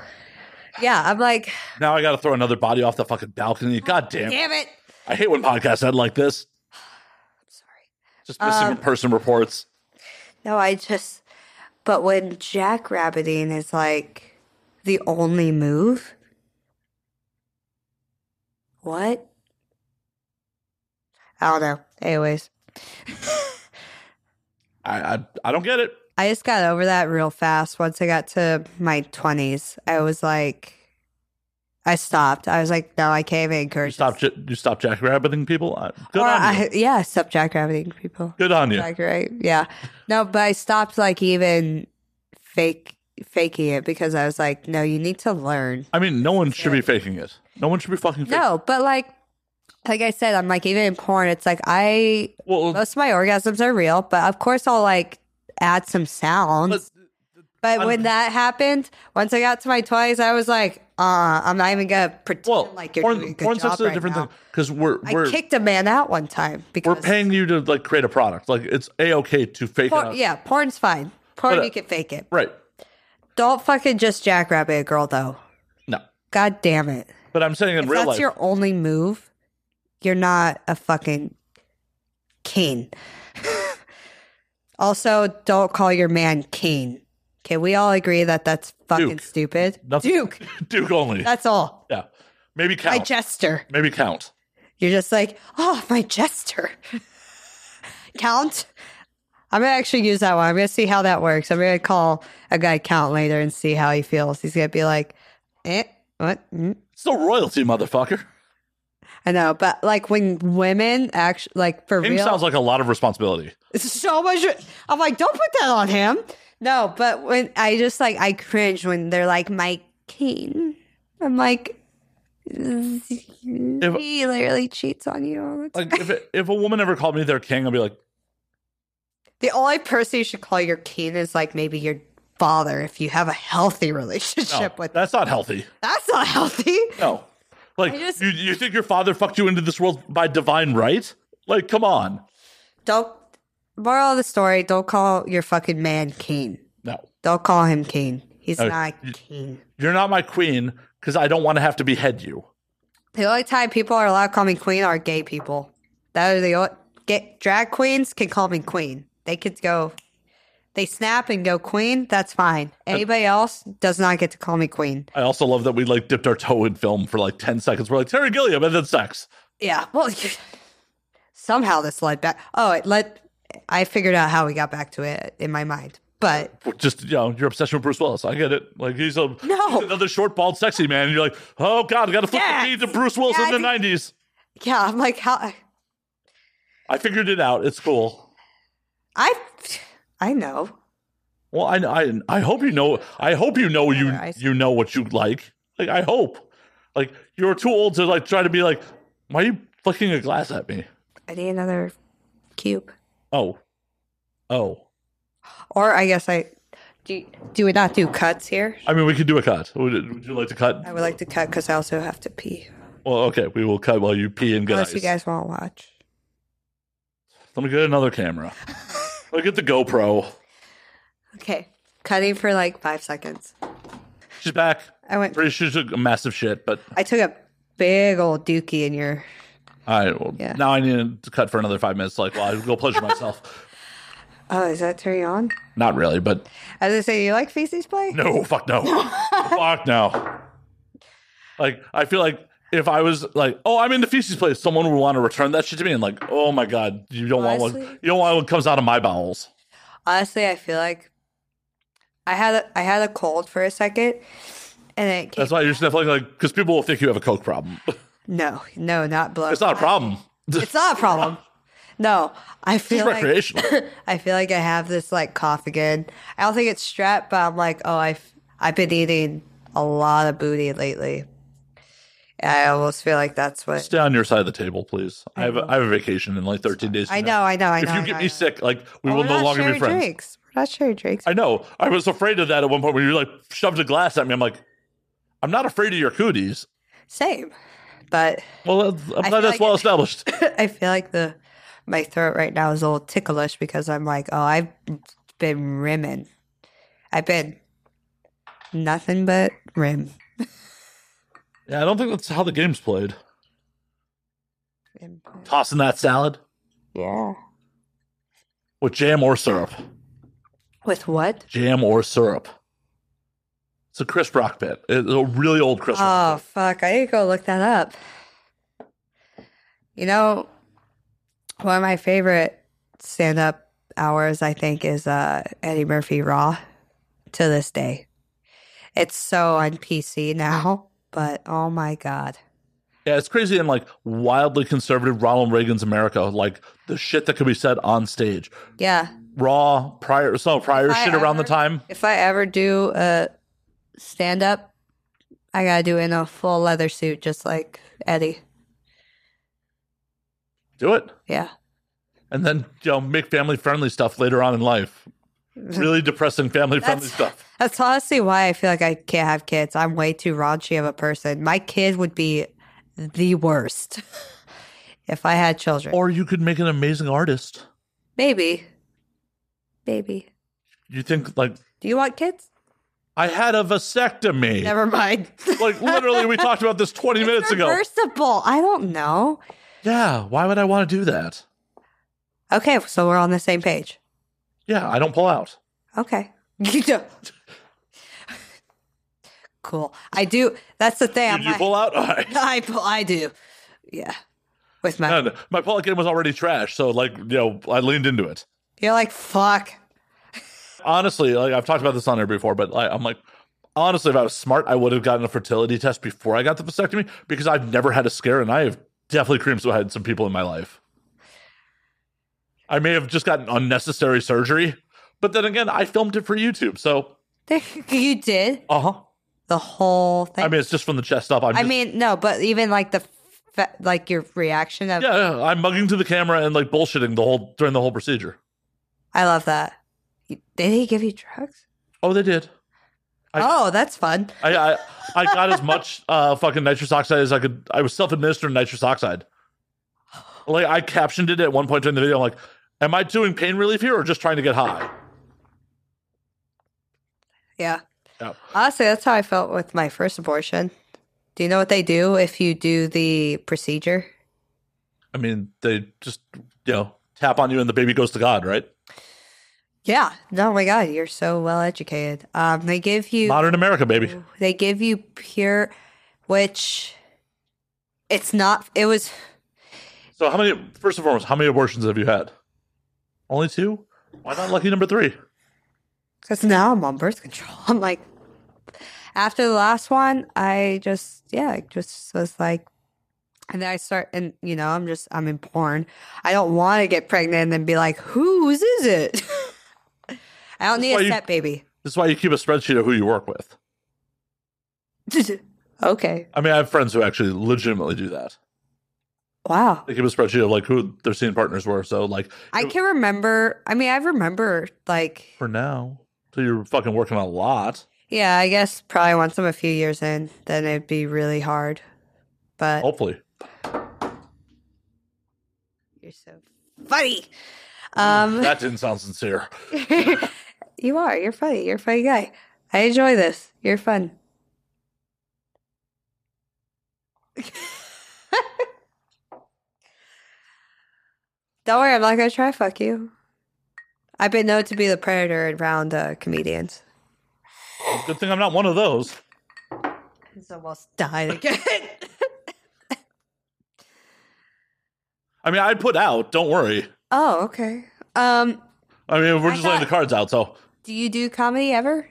[SPEAKER 4] Yeah, I'm like,
[SPEAKER 3] Now I got to throw another body off the fucking balcony. God damn!
[SPEAKER 4] damn it.
[SPEAKER 3] I hate when podcasts end like this.
[SPEAKER 4] Sorry.
[SPEAKER 3] Just missing
[SPEAKER 4] Um,
[SPEAKER 3] person reports.
[SPEAKER 4] No, I just, but when jackrabbiting is like the only move, what? I don't know. Anyways,
[SPEAKER 3] I, I I don't get it.
[SPEAKER 4] I just got over that real fast. Once I got to my 20s, I was like, I stopped. I was like, no, I can't even
[SPEAKER 3] You
[SPEAKER 4] encourage
[SPEAKER 3] stop j- you stop jackrabbiting people. Uh, Good
[SPEAKER 4] Or
[SPEAKER 3] on you.
[SPEAKER 4] I, yeah, stop jackrabbiting people.
[SPEAKER 3] Good on you.
[SPEAKER 4] Like, right? Yeah. No, but I stopped like even fake faking it because I was like, no, you need to learn.
[SPEAKER 3] I mean, no one should be faking it. No one should be fucking faking.
[SPEAKER 4] No, but like, like I said, I'm like even in porn, it's like I
[SPEAKER 3] Well,
[SPEAKER 4] most of my orgasms are real, but of course I'll like add some sounds.
[SPEAKER 3] but-
[SPEAKER 4] But when
[SPEAKER 3] I'm-
[SPEAKER 4] that happened, once I got to my twenties, I was like, uh, I'm not even gonna pretend
[SPEAKER 3] well,
[SPEAKER 4] like you're doing a
[SPEAKER 3] porn,
[SPEAKER 4] good
[SPEAKER 3] porn
[SPEAKER 4] job
[SPEAKER 3] sex is
[SPEAKER 4] right
[SPEAKER 3] a different
[SPEAKER 4] now.
[SPEAKER 3] thing because we're
[SPEAKER 4] I
[SPEAKER 3] we're
[SPEAKER 4] kicked a man out one time because
[SPEAKER 3] we're paying you to like create a product. Like it's a okay to fake it.
[SPEAKER 4] porn,
[SPEAKER 3] out.
[SPEAKER 4] yeah, porn's fine. Porn
[SPEAKER 3] But, uh,
[SPEAKER 4] you can fake it.
[SPEAKER 3] Right.
[SPEAKER 4] Don't fucking just jackrabbit a girl though.
[SPEAKER 3] No.
[SPEAKER 4] God damn it.
[SPEAKER 3] But I'm saying in
[SPEAKER 4] If
[SPEAKER 3] real
[SPEAKER 4] that's
[SPEAKER 3] life,
[SPEAKER 4] your only move, you're not a fucking king. Also, don't call your man Kane. Can we all agree that that's fucking
[SPEAKER 3] Duke.
[SPEAKER 4] stupid?
[SPEAKER 3] Nothing-
[SPEAKER 4] Duke.
[SPEAKER 3] Duke only.
[SPEAKER 4] That's all.
[SPEAKER 3] yeah. Maybe
[SPEAKER 4] My
[SPEAKER 3] count.
[SPEAKER 4] jester.
[SPEAKER 3] Maybe count.
[SPEAKER 4] You're just like, oh, my jester. count. I'm gonna actually use that one. I'm gonna see how that works. I'm gonna call a guy count later and see how he feels. He's gonna be like, eh, what? Mm?
[SPEAKER 3] Still royalty, motherfucker.
[SPEAKER 4] I know, but like when women actually like for
[SPEAKER 3] Kane
[SPEAKER 4] real,
[SPEAKER 3] sounds like a lot of responsibility.
[SPEAKER 4] it's so much. I'm like, don't put that on him. No, but when I just like I cringe when they're like my king. I'm like, he literally cheats on you all the time.
[SPEAKER 3] Like if it, if a woman ever called me their king, I'd be like,
[SPEAKER 4] The only person you should call your king is like maybe your father if you have a healthy
[SPEAKER 3] no,
[SPEAKER 4] relationship with.
[SPEAKER 3] that's not healthy.
[SPEAKER 4] That's not healthy.
[SPEAKER 3] No. Like
[SPEAKER 4] I just-
[SPEAKER 3] you, you think your father fucked you into this world by divine right? Like, come on.
[SPEAKER 4] Don't. Moral of the story: Don't call your fucking man king.
[SPEAKER 3] No.
[SPEAKER 4] Don't call him king. He's
[SPEAKER 3] Okay.
[SPEAKER 4] not king.
[SPEAKER 3] You're not my queen because I don't want to have to behead you.
[SPEAKER 4] The only time people are allowed to call me queen are gay people. That are the only, get drag queens can call me queen. They could go, they snap and go queen. That's fine. Anybody else does not get to call me queen.
[SPEAKER 3] I also love that we like dipped our toe in film for like 10 seconds. We're like, Terry Gilliam and then sex.
[SPEAKER 4] Yeah. Well, somehow this led back. Oh, it led. I figured out how we got back to it in my mind, but
[SPEAKER 3] Just, you know, your obsession with Bruce Willis. I get it. Like, he's a,
[SPEAKER 4] No.
[SPEAKER 3] another short, bald, sexy man. And you're like, oh God, I got to flip
[SPEAKER 4] Yes.
[SPEAKER 3] the feed to Bruce Willis
[SPEAKER 4] Yeah, I
[SPEAKER 3] in the
[SPEAKER 4] think-
[SPEAKER 3] 90s.
[SPEAKER 4] yeah, I'm like, how?
[SPEAKER 3] I figured it out. It's cool.
[SPEAKER 4] I, I know.
[SPEAKER 3] Well, I, I, I hope you know. I hope you know you
[SPEAKER 4] I see.
[SPEAKER 3] you know what you like. Like, I hope. Like, you're too old to like try to be like, why are you flicking a glass at me?
[SPEAKER 4] I need another cube,
[SPEAKER 3] Oh, oh.
[SPEAKER 4] or I guess I do. Do we not do cuts here?
[SPEAKER 3] I mean, we could do a cut. Would, would you like to cut?
[SPEAKER 4] I would like to cut because I also have to pee.
[SPEAKER 3] Well, okay, we will cut while you pee and get
[SPEAKER 4] Unless
[SPEAKER 3] ice.
[SPEAKER 4] you guys want to watch.
[SPEAKER 3] Let me get another camera. Let me get the GoPro.
[SPEAKER 4] Okay, cutting for like five seconds.
[SPEAKER 3] She's back.
[SPEAKER 4] I went.
[SPEAKER 3] Pretty sure she took a massive shit, but
[SPEAKER 4] I took a big old dookie in your.
[SPEAKER 3] all right. Well,
[SPEAKER 4] Yeah.
[SPEAKER 3] Now I need to cut for another five minutes. Like, well, I go pleasure myself.
[SPEAKER 4] Oh, is that turn you on?
[SPEAKER 3] Not really, but
[SPEAKER 4] As I say, you like feces play?
[SPEAKER 3] no, fuck no, fuck no. Like, I feel like if I was like, oh, I'm in the feces place, someone would want to return that shit to me, and like, oh my god, you don't want what
[SPEAKER 4] Honestly?
[SPEAKER 3] you don't want what comes out of my bowels.
[SPEAKER 4] honestly, I feel like I had a, I had a cold for a second, and then it came.
[SPEAKER 3] That's why you're sniffling, like, because people will think you have a coke problem.
[SPEAKER 4] no, no, not blood.
[SPEAKER 3] it's not a problem.
[SPEAKER 4] It's not a problem. No, I feel like
[SPEAKER 3] recreational.
[SPEAKER 4] I feel like I have this like cough again. I don't think it's strep, but I'm like, oh, I've I've been eating a lot of booty lately. And I almost feel like that's what.
[SPEAKER 3] Stay on your side of the table, please. I have a, I have a vacation in like 13 days.
[SPEAKER 4] I
[SPEAKER 3] from
[SPEAKER 4] know,
[SPEAKER 3] now.
[SPEAKER 4] I know, I know.
[SPEAKER 3] if
[SPEAKER 4] I
[SPEAKER 3] you
[SPEAKER 4] know,
[SPEAKER 3] get
[SPEAKER 4] I
[SPEAKER 3] me
[SPEAKER 4] know.
[SPEAKER 3] sick, like we
[SPEAKER 4] Oh,
[SPEAKER 3] will
[SPEAKER 4] we're
[SPEAKER 3] no
[SPEAKER 4] not
[SPEAKER 3] longer be
[SPEAKER 4] sharing
[SPEAKER 3] friends.
[SPEAKER 4] Drinks. We're not sharing drinks.
[SPEAKER 3] I know. I was afraid of that at one point when you like shoved a glass at me. I'm like, I'm not afraid of your cooties.
[SPEAKER 4] Same, but
[SPEAKER 3] Well, that's- I'm
[SPEAKER 4] I
[SPEAKER 3] glad
[SPEAKER 4] feel
[SPEAKER 3] that's
[SPEAKER 4] like-
[SPEAKER 3] well established.
[SPEAKER 4] I feel like the my throat right now is a little ticklish because I'm like, oh, I've been rimming. I've been nothing but rim.
[SPEAKER 3] yeah, I don't think that's how the game's played.
[SPEAKER 4] rim.
[SPEAKER 3] Tossing that salad
[SPEAKER 4] Yeah.
[SPEAKER 3] with jam or syrup.
[SPEAKER 4] With what?
[SPEAKER 3] Jam or syrup. It's a Chris Rock bit. It's a really old Chris Rock.
[SPEAKER 4] Oh fuck! I need to go look that up. You know, one of my favorite stand-up hours, I think, is uh, Eddie Murphy Raw. To this day, it's so on PC now, but oh my god.
[SPEAKER 3] Yeah, it's crazy in like wildly conservative Ronald Reagan's America. Like the shit that could be said on stage.
[SPEAKER 4] Yeah.
[SPEAKER 3] Raw prior some prior
[SPEAKER 4] If I
[SPEAKER 3] shit around the
[SPEAKER 4] ever-
[SPEAKER 3] time.
[SPEAKER 4] If I ever do a stand up, I gotta do it in a full leather suit, just like Eddie.
[SPEAKER 3] Do it.
[SPEAKER 4] Yeah.
[SPEAKER 3] And then you know, make family friendly stuff later on in life. Really depressing family friendly
[SPEAKER 4] That's-
[SPEAKER 3] stuff.
[SPEAKER 4] That's honestly why I feel like I can't have kids. I'm way too raunchy of a person. My kid would be the worst if I had children.
[SPEAKER 3] Or you could make an amazing artist.
[SPEAKER 4] Maybe. Maybe.
[SPEAKER 3] You think like
[SPEAKER 4] Do you want kids?
[SPEAKER 3] I had a vasectomy.
[SPEAKER 4] Never mind.
[SPEAKER 3] Like literally we talked about this 20 minutes ago.
[SPEAKER 4] Reversible. I don't know.
[SPEAKER 3] Yeah, why would I want to do that?
[SPEAKER 4] Okay, so we're on the same page.
[SPEAKER 3] Yeah, I don't pull out.
[SPEAKER 4] Okay. You don't. cool. I do. That's the
[SPEAKER 5] Did
[SPEAKER 4] thing. I'm
[SPEAKER 5] you
[SPEAKER 4] like-
[SPEAKER 5] pull out? All right.
[SPEAKER 4] I pull. I do. Yeah. With my,
[SPEAKER 3] And my pull out game was already trash, so like you know, I leaned into it.
[SPEAKER 4] you're like fuck.
[SPEAKER 3] Honestly, like I've talked about this on air before, but I, I'm like, honestly, if I was smart, I would have gotten a fertility test before I got the vasectomy because I've never had a scare, and I have definitely cream had some people in my life. I may have just gotten unnecessary surgery, but then again, I filmed it for YouTube, so
[SPEAKER 4] You did
[SPEAKER 3] uh huh.
[SPEAKER 4] the whole thing.
[SPEAKER 3] I mean, it's just from the chest up. I'm
[SPEAKER 4] I
[SPEAKER 3] just-
[SPEAKER 4] mean, no, but even like the, fa- like your reaction of,
[SPEAKER 3] yeah, yeah, I'm mugging to the camera and like bullshitting the whole during the whole procedure.
[SPEAKER 4] I love that. You- Did he give you drugs?
[SPEAKER 3] Oh, they did. I-
[SPEAKER 4] oh, that's fun.
[SPEAKER 3] I I, I got as much uh, fucking nitrous oxide as I could. I was self administering nitrous oxide. Like I captioned it at one point during the video. I'm like, am I doing pain relief here or just trying to get high?
[SPEAKER 4] Yeah.
[SPEAKER 3] Yeah.
[SPEAKER 4] Honestly, that's how I felt with my first abortion. Do you know what they do if you do the procedure?
[SPEAKER 3] I mean, they just you know tap on you and the baby goes to God, right?
[SPEAKER 4] Yeah. No, my God, you're so well educated. Um, they give you
[SPEAKER 3] Modern America, baby.
[SPEAKER 4] They give you pure, which it's not. It was
[SPEAKER 3] So how many? First and foremost, how many abortions have you had? Only two. Why not lucky number three?
[SPEAKER 4] because now I'm on birth control. I'm like, after the last one, I just yeah, I just was like, and then I start and you know I'm just I'm in porn. I don't want to get pregnant and then be like, whose is it? I don't need
[SPEAKER 3] why
[SPEAKER 4] a
[SPEAKER 3] you-
[SPEAKER 4] step baby.
[SPEAKER 3] This is why you keep a spreadsheet of who you work with.
[SPEAKER 4] okay.
[SPEAKER 3] I mean, I have friends who actually legitimately do that.
[SPEAKER 4] Wow.
[SPEAKER 3] They keep a spreadsheet of like who their scene partners were. So like,
[SPEAKER 4] I can remember. I mean, I remember like
[SPEAKER 3] for now. So you're fucking working a lot.
[SPEAKER 4] Yeah, I guess probably once I'm a few years in, then it'd be really hard. But
[SPEAKER 3] Hopefully,
[SPEAKER 4] you're so funny. Um,
[SPEAKER 3] that didn't sound sincere.
[SPEAKER 4] you are. You're funny. You're a funny guy. I enjoy this. You're fun. Don't worry, I'm not gonna try to fuck you. I've been known to be the predator around uh, comedians.
[SPEAKER 3] Good thing I'm not one of those.
[SPEAKER 4] He's almost died again.
[SPEAKER 3] I mean, I put out. Don't worry.
[SPEAKER 4] oh, okay. Um,
[SPEAKER 3] I mean, we're
[SPEAKER 4] I
[SPEAKER 3] just laying the
[SPEAKER 4] thought-
[SPEAKER 3] cards out. So
[SPEAKER 4] do you do comedy ever?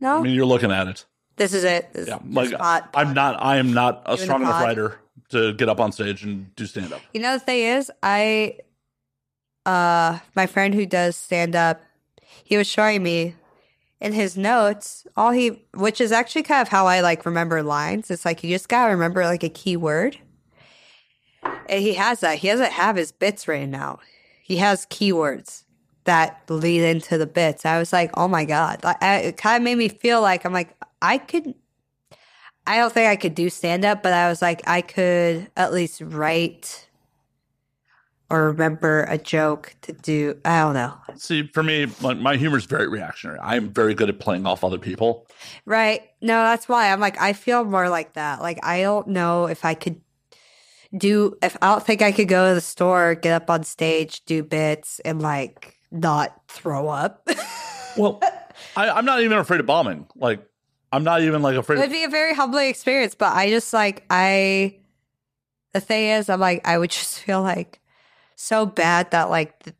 [SPEAKER 4] No.
[SPEAKER 3] I mean, you're looking at it.
[SPEAKER 4] This is it. This,
[SPEAKER 3] Yeah,
[SPEAKER 4] this
[SPEAKER 3] like
[SPEAKER 4] spot.
[SPEAKER 3] I'm not. I am not a
[SPEAKER 4] Doing the
[SPEAKER 3] strong enough
[SPEAKER 4] pod.
[SPEAKER 3] writer to get up on stage and do stand up.
[SPEAKER 4] you know the thing is, I, uh, my friend who does stand up, he was showing me in his notes all he, which is actually kind of how I like remember lines. It's like you just gotta remember like a key word, and he has that. He doesn't have his bits written out. He has keywords that lead into the bits. I was like, oh my god, I, I, it kind of made me feel like I'm like I could I don't think I could do stand up, but I was like, I could at least write or remember a joke to do. I don't know.
[SPEAKER 3] See, for me, my, my humor is very reactionary. I am very good at playing off other people.
[SPEAKER 4] Right. No, that's why I'm like, I feel more like that. Like, I don't know if I could do, if I don't think I could go to the store, get up on stage, do bits, and like not throw up.
[SPEAKER 3] Well, I, I'm not even afraid of bombing. Like, I'm not even like afraid.
[SPEAKER 4] It would
[SPEAKER 3] Of,
[SPEAKER 4] be a very humbling experience, but I just like I the thing is I'm like I would just feel like so bad that like th-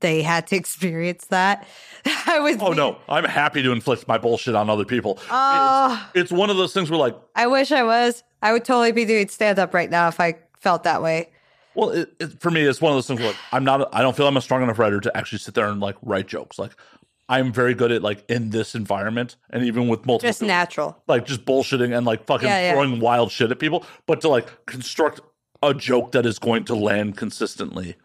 [SPEAKER 4] they had to experience that. I was
[SPEAKER 3] oh no, I'm happy to inflict my bullshit on other people.
[SPEAKER 4] Oh,
[SPEAKER 3] It's one of those things where like
[SPEAKER 4] I wish I was. I would totally be doing stand up right now if I felt that way.
[SPEAKER 3] Well, it, it, for me, it's one of those things. Like, I'm not. I don't feel I'm a strong enough writer to actually sit there and like write jokes. Like, I'm very good at like in this environment, and even with multiple,
[SPEAKER 4] Just
[SPEAKER 3] people,
[SPEAKER 4] natural.
[SPEAKER 3] like just bullshitting and like fucking
[SPEAKER 4] Yeah, yeah.
[SPEAKER 3] throwing wild shit at people. But to like construct a joke that is going to land consistently.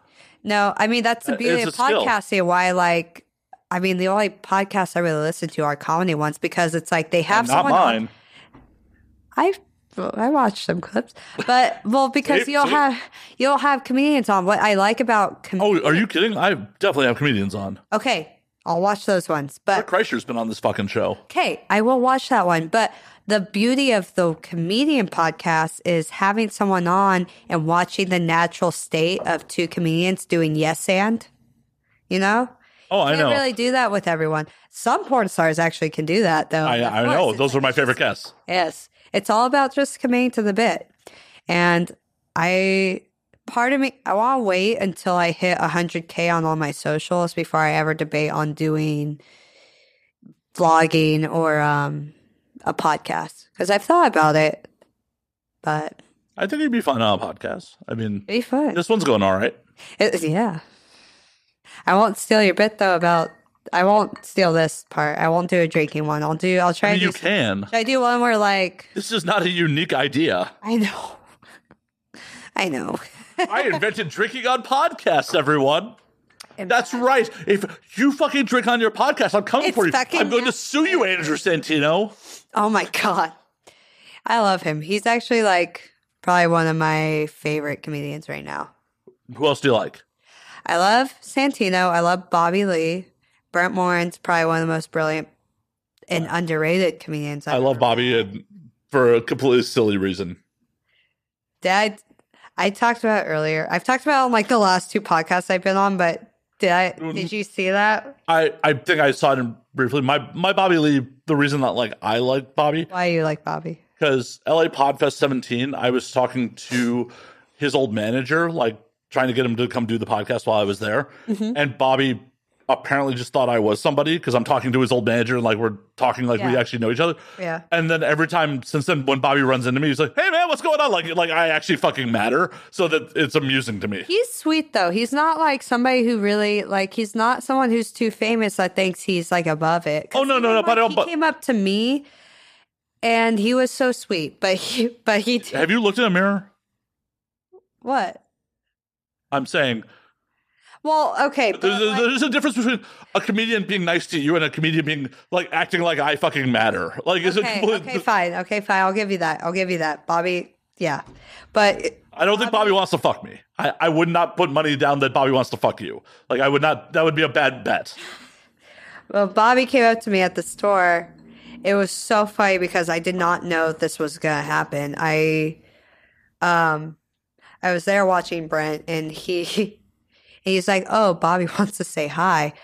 [SPEAKER 4] No, I mean that's the
[SPEAKER 3] Uh,
[SPEAKER 4] beauty of
[SPEAKER 3] it's a skill.
[SPEAKER 4] podcasting. Why, like, I mean, the only podcasts I really listen to are comedy ones because it's like they have
[SPEAKER 3] And not
[SPEAKER 4] someone. on-
[SPEAKER 3] mine.
[SPEAKER 4] I I watched some clips, but well, because
[SPEAKER 3] See?
[SPEAKER 4] you'll
[SPEAKER 3] See?
[SPEAKER 4] have you'll have comedians on. What I like about com-
[SPEAKER 3] Oh, are you kidding? I definitely have comedians on.
[SPEAKER 4] okay, I'll watch those ones,
[SPEAKER 3] Brett
[SPEAKER 4] but
[SPEAKER 3] Kreischer's been on this fucking show.
[SPEAKER 4] okay, I will watch that one. But the beauty of the comedian podcast is having someone on and watching the natural state of two comedians doing yes and, you know,
[SPEAKER 3] Oh, I
[SPEAKER 4] Can't
[SPEAKER 3] know.
[SPEAKER 4] really do that with everyone. Some porn stars actually can do that, though.
[SPEAKER 3] I,
[SPEAKER 4] Of
[SPEAKER 3] I
[SPEAKER 4] course,
[SPEAKER 3] know.
[SPEAKER 4] it's
[SPEAKER 3] Those are
[SPEAKER 4] like-
[SPEAKER 3] my favorite guests.
[SPEAKER 4] Yes. It's all about just committing to the bit. And I, part of me, I want to wait until I hit 100K on all my socials before I ever debate on doing vlogging or um, a podcast. Because I've thought about it, but
[SPEAKER 3] I think it'd be fun on a podcast. I mean,
[SPEAKER 4] it'd be fun.
[SPEAKER 3] this one's going all right.
[SPEAKER 4] It, yeah. I won't steal your bit, though, about, I won't steal this part. I won't do a drinking one. I'll do, I'll try
[SPEAKER 3] I
[SPEAKER 4] to
[SPEAKER 3] mean,
[SPEAKER 4] do,
[SPEAKER 3] you can.
[SPEAKER 4] should I do one where like,
[SPEAKER 3] This is not a unique idea.
[SPEAKER 4] I know. I know.
[SPEAKER 3] I invented drinking on podcasts, everyone. That's right. If you fucking drink on your podcast, I'm coming
[SPEAKER 4] It's
[SPEAKER 3] for you.
[SPEAKER 4] fucking
[SPEAKER 3] I'm going to sue you, Andrew Santino.
[SPEAKER 4] Oh my god. I love him. He's actually like probably one of my favorite comedians right now.
[SPEAKER 3] Who else do you like?
[SPEAKER 4] I love Santino. I love Bobby Lee. Brent Morin's probably one of the most brilliant and underrated comedians.
[SPEAKER 3] I love Bobby and for a completely silly reason.
[SPEAKER 4] Dad. I talked about earlier. I've talked about on like the last two podcasts I've been on, but did I
[SPEAKER 3] Mm-hmm.
[SPEAKER 4] did you see that?
[SPEAKER 3] I, I think I saw it in briefly. My my Bobby Lee, the reason that like I like Bobby,
[SPEAKER 4] Why you like Bobby?
[SPEAKER 3] because LA Podfest 17, I was talking to his old manager, like trying to get him to come do the podcast while I was there.
[SPEAKER 4] Mm-hmm.
[SPEAKER 3] And Bobby apparently just thought I was somebody because I'm talking to his old manager and like we're talking like we
[SPEAKER 4] Yeah.
[SPEAKER 3] actually know each other.
[SPEAKER 4] Yeah.
[SPEAKER 3] And then every time since then, when Bobby runs into me, he's like, "Hey man, what's going on?" Like, like I actually fucking matter, so that it's amusing to me.
[SPEAKER 4] He's sweet though. He's not like somebody who really like. He's not someone who's too famous that thinks he's like above it. 'Cause
[SPEAKER 3] Oh, no,
[SPEAKER 4] even,
[SPEAKER 3] no, no, but I don't-
[SPEAKER 4] like, he
[SPEAKER 3] but-
[SPEAKER 4] came up to me, and he was so sweet. But he, but he, did,
[SPEAKER 3] Have you looked in a mirror?
[SPEAKER 4] what?
[SPEAKER 3] I'm saying
[SPEAKER 4] Well, okay, but,
[SPEAKER 3] there's,
[SPEAKER 4] like,
[SPEAKER 3] there's a difference between a comedian being nice to you and a comedian being like acting like I fucking matter. Like, is
[SPEAKER 4] okay,
[SPEAKER 3] it complete,
[SPEAKER 4] okay, fine, okay, fine. I'll give you that. I'll give you that, Bobby. Yeah, but
[SPEAKER 3] I don't think Bobby wants to fuck me. I, I would not put money down that Bobby wants to fuck you. Like I would not. That would be a bad bet.
[SPEAKER 4] Well, Bobby came up to me at the store. It was so funny because I did not know this was gonna happen. I, um, I was there watching Brent, and he, he's like, "Oh, Bobby wants to say hi."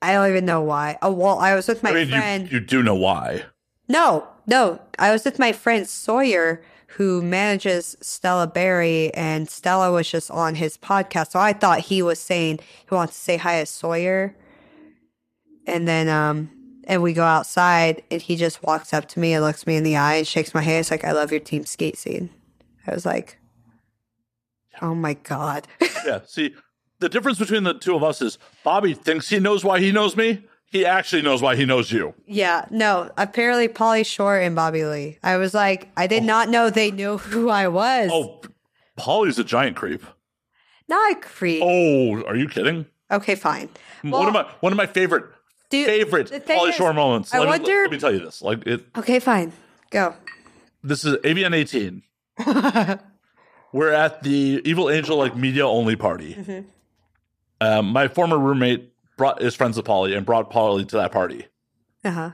[SPEAKER 4] I don't even know why. Oh, well, I was with my
[SPEAKER 3] I mean,
[SPEAKER 4] friend.
[SPEAKER 3] you you do know why.
[SPEAKER 4] No, no. I was with my friend Sawyer, who manages Stella Berry, and Stella was just on his podcast. So I thought he was saying he wants to say hi to Sawyer. And then, um, and we go outside, and he just walks up to me and looks me in the eye and shakes my hand. It's like, I love your team skate scene. I was like, oh my God.
[SPEAKER 3] Yeah. See, the difference between the two of us is Bobby thinks he knows why he knows me. He actually knows why he knows you.
[SPEAKER 4] yeah, no, apparently Polly Shore and Bobby Lee. I was like, I did not know they knew who I was.
[SPEAKER 3] Oh, Polly's a giant creep.
[SPEAKER 4] Not a creep.
[SPEAKER 3] Oh, are you kidding?
[SPEAKER 4] Okay, fine.
[SPEAKER 3] one of
[SPEAKER 4] Well,
[SPEAKER 3] my one of my favorite
[SPEAKER 4] do-
[SPEAKER 3] favorite
[SPEAKER 4] the thing
[SPEAKER 3] Polly
[SPEAKER 4] is,
[SPEAKER 3] Shore moments.
[SPEAKER 4] I
[SPEAKER 3] let, me,
[SPEAKER 4] wonder-
[SPEAKER 3] let me tell you this. Like it,
[SPEAKER 4] Okay, fine. Go.
[SPEAKER 3] this is ABN 18. We're at the Evil Angel like media only party. Um, my former roommate brought is friends with Polly and brought Polly to that party.
[SPEAKER 4] Uh huh.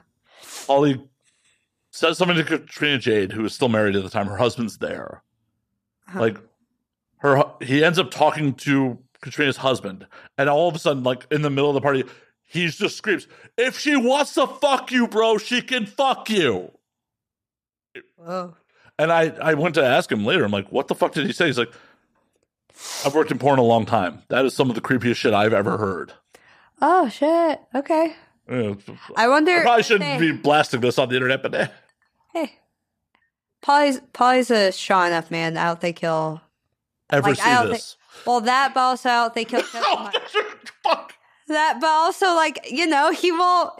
[SPEAKER 3] Polly says something to Katrina Jade, who is still married at the time. Her husband's there. Like her, hu- he ends up talking to Katrina's husband, and all of a sudden, like in the middle of the party, he just screams, "If she wants to fuck you, bro, she can fuck you."
[SPEAKER 4] Whoa.
[SPEAKER 3] And I, I went to ask him later. I'm like, what the fuck did he say? He's like, I've worked in porn a long time. That is some of the creepiest shit I've ever heard.
[SPEAKER 4] Oh shit. Okay.
[SPEAKER 3] Yeah.
[SPEAKER 4] I wonder.
[SPEAKER 3] I probably shouldn't be
[SPEAKER 4] hey,
[SPEAKER 3] blasting this on the internet, but eh.
[SPEAKER 4] Hey, Polly's Polly's a strong enough man. I don't think he'll.
[SPEAKER 3] ever
[SPEAKER 4] Like, I
[SPEAKER 3] see
[SPEAKER 4] don't
[SPEAKER 3] this.
[SPEAKER 4] Well, that, but also I don't think he'll.
[SPEAKER 3] Oh, fuck.
[SPEAKER 4] that, but also like you know he won't.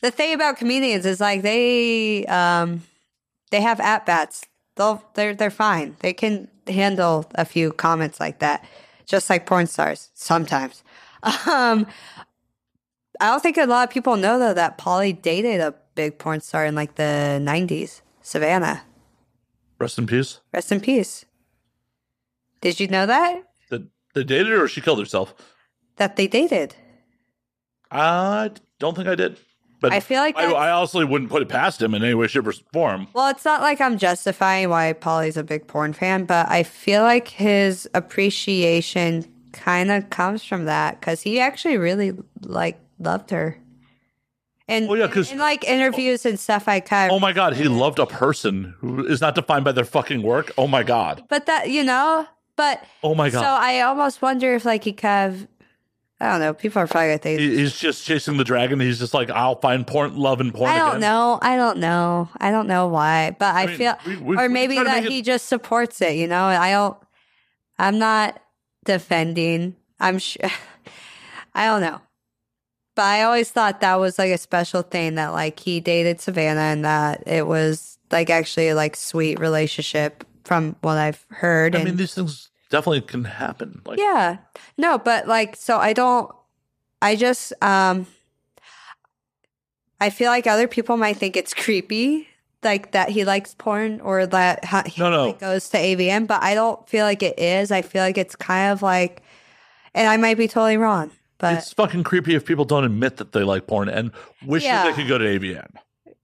[SPEAKER 4] The thing about comedians is like they um they have at bats. They'll they're they're fine. They can handle a few comments like that, just like porn stars sometimes. Um, I don't think a lot of people know though that Polly dated a big porn star in like the '90s, Savannah.
[SPEAKER 3] Rest in peace.
[SPEAKER 4] Rest in peace. Did you know that
[SPEAKER 3] They, they dated her or she killed herself?
[SPEAKER 4] that they dated?
[SPEAKER 3] I don't think I did. But
[SPEAKER 4] I feel like
[SPEAKER 3] I,
[SPEAKER 4] that's-
[SPEAKER 3] I honestly wouldn't put it past him in any way, shape, or form.
[SPEAKER 4] Well, it's not like I'm justifying why Polly's a big porn fan, but I feel like his appreciation kind of comes from that because he actually really like loved her. And,
[SPEAKER 3] Well, Oh, yeah, 'cause-
[SPEAKER 4] and, like interviews and stuff I kind
[SPEAKER 3] Oh my God, he loved a person who is not defined by their fucking work. Oh my God.
[SPEAKER 4] but that you know, but
[SPEAKER 3] Oh my
[SPEAKER 4] so
[SPEAKER 3] God.
[SPEAKER 4] I almost wonder if like he kind of I don't know, people are probably gonna think
[SPEAKER 3] He- He's just chasing the dragon. He's just like, I'll find porn, love, and porn.
[SPEAKER 4] I don't
[SPEAKER 3] again.
[SPEAKER 4] know. I don't know. I don't know why, but I,
[SPEAKER 3] mean,
[SPEAKER 4] feel,
[SPEAKER 3] we- we-
[SPEAKER 4] or
[SPEAKER 3] we
[SPEAKER 4] maybe
[SPEAKER 3] try to
[SPEAKER 4] that
[SPEAKER 3] make it-
[SPEAKER 4] he just supports it. You know, I don't. I'm not defending. I'm sure. I don't know, but I always thought that was like a special thing that like he dated Savannah and that it was like actually a like sweet relationship from what I've heard.
[SPEAKER 3] I
[SPEAKER 4] and
[SPEAKER 3] mean, these things definitely can happen. Like,
[SPEAKER 4] yeah. No, but like, so I don't, I just, um, I feel like other people might think it's creepy, like that he likes porn or that ho- he
[SPEAKER 3] No, no.
[SPEAKER 4] like, goes to AVN, but I don't feel like it is. I feel like it's kind of like, and I might be totally wrong, but
[SPEAKER 3] it's fucking creepy if people don't admit that they like porn and wish that
[SPEAKER 4] Yeah.
[SPEAKER 3] they could go to AVN.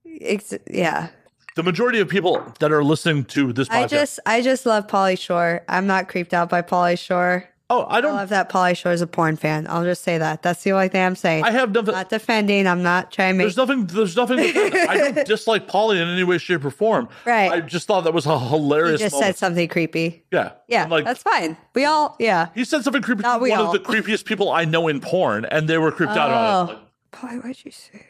[SPEAKER 4] it's, yeah.
[SPEAKER 3] The majority of people that are listening to this podcast.
[SPEAKER 4] I just, I just love Polly Shore. I'm not creeped out by Polly Shore.
[SPEAKER 3] oh, I
[SPEAKER 4] I
[SPEAKER 3] don't.
[SPEAKER 4] love that Polly Shore is a porn fan. I'll just say that. That's the only thing I'm saying.
[SPEAKER 3] I have nothing.
[SPEAKER 4] not defending. I'm not trying to make
[SPEAKER 3] There's nothing. There's nothing. to defend. I don't dislike Polly in any way, shape, or form.
[SPEAKER 4] Right.
[SPEAKER 3] I just thought that was a
[SPEAKER 4] You
[SPEAKER 3] hilarious.
[SPEAKER 4] just
[SPEAKER 3] moment.
[SPEAKER 4] said something creepy.
[SPEAKER 3] yeah.
[SPEAKER 4] Yeah,
[SPEAKER 3] I'm like
[SPEAKER 4] that's fine. We all, yeah.
[SPEAKER 3] he said something creepy.
[SPEAKER 4] Not
[SPEAKER 3] to
[SPEAKER 4] we
[SPEAKER 3] one of
[SPEAKER 4] all.
[SPEAKER 3] the creepiest people I know in porn, and they were creeped out
[SPEAKER 4] Oh.
[SPEAKER 3] on it. Like,
[SPEAKER 4] Boy, what'd you say?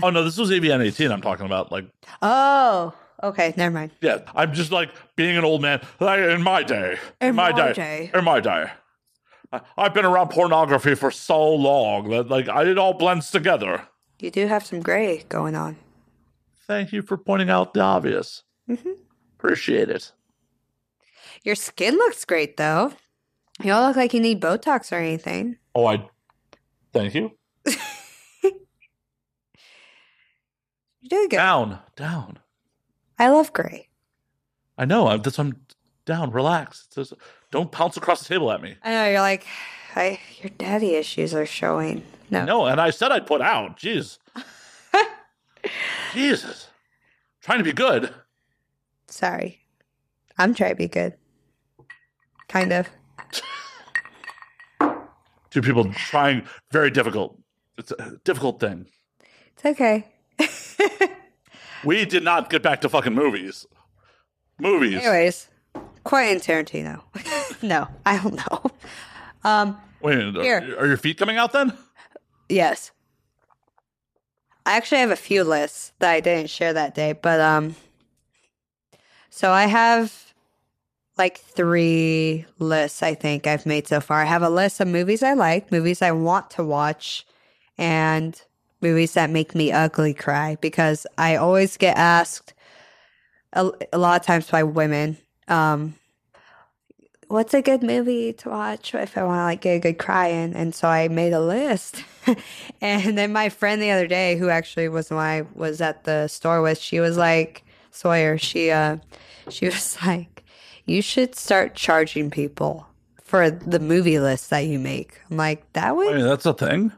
[SPEAKER 3] oh no, this was AVN 18. I'm talking about. Like,
[SPEAKER 4] Oh, okay, never mind.
[SPEAKER 3] yeah, I'm just like being an old man. Like, in my day, in,
[SPEAKER 4] In
[SPEAKER 3] my day,
[SPEAKER 4] my day.
[SPEAKER 3] in my day. I- I've been around pornography for so long that like I, it all blends together.
[SPEAKER 4] You do have some gray going on.
[SPEAKER 3] Thank you for pointing out the obvious.
[SPEAKER 4] Mm-hmm.
[SPEAKER 3] Appreciate it.
[SPEAKER 4] Your skin looks great, though. You don't look like you need Botox or anything.
[SPEAKER 3] Oh, I thank you.
[SPEAKER 4] You do good.
[SPEAKER 3] Down, down.
[SPEAKER 4] I love gray.
[SPEAKER 3] I know. I'm, that's I'm down. Relax. It's just- don't pounce across the table at me.
[SPEAKER 4] I know you're like, I, your daddy issues are showing. No,
[SPEAKER 3] No, and I said I'd put out. Jeez. Jesus. Trying to be good.
[SPEAKER 4] sorry. I'm trying to be good. Kind of.
[SPEAKER 3] Two people trying very difficult. It's a difficult thing.
[SPEAKER 4] It's okay.
[SPEAKER 3] We did not get back to fucking movies. Movies.
[SPEAKER 4] Anyways, Quentin Tarantino. no, I don't know. Um,
[SPEAKER 3] Wait, a minute,
[SPEAKER 4] Here.
[SPEAKER 3] are, are your feet coming out then?
[SPEAKER 4] Yes. I actually have a few lists that I didn't share that day, but um so I have like three lists I think I've made so far. I have a list of movies I like, movies I want to watch, and movies that make me ugly cry because I always get asked a, a lot of times by women um what's a good movie to watch if I want to like get a good cry in? And so I made a list. and then my friend the other day, who actually was when I was at the store with, she was like Sawyer. She uh, she was like, you should start charging people for the movie list that you make. I'm like that
[SPEAKER 3] I
[SPEAKER 4] would
[SPEAKER 3] mean, that's a thing.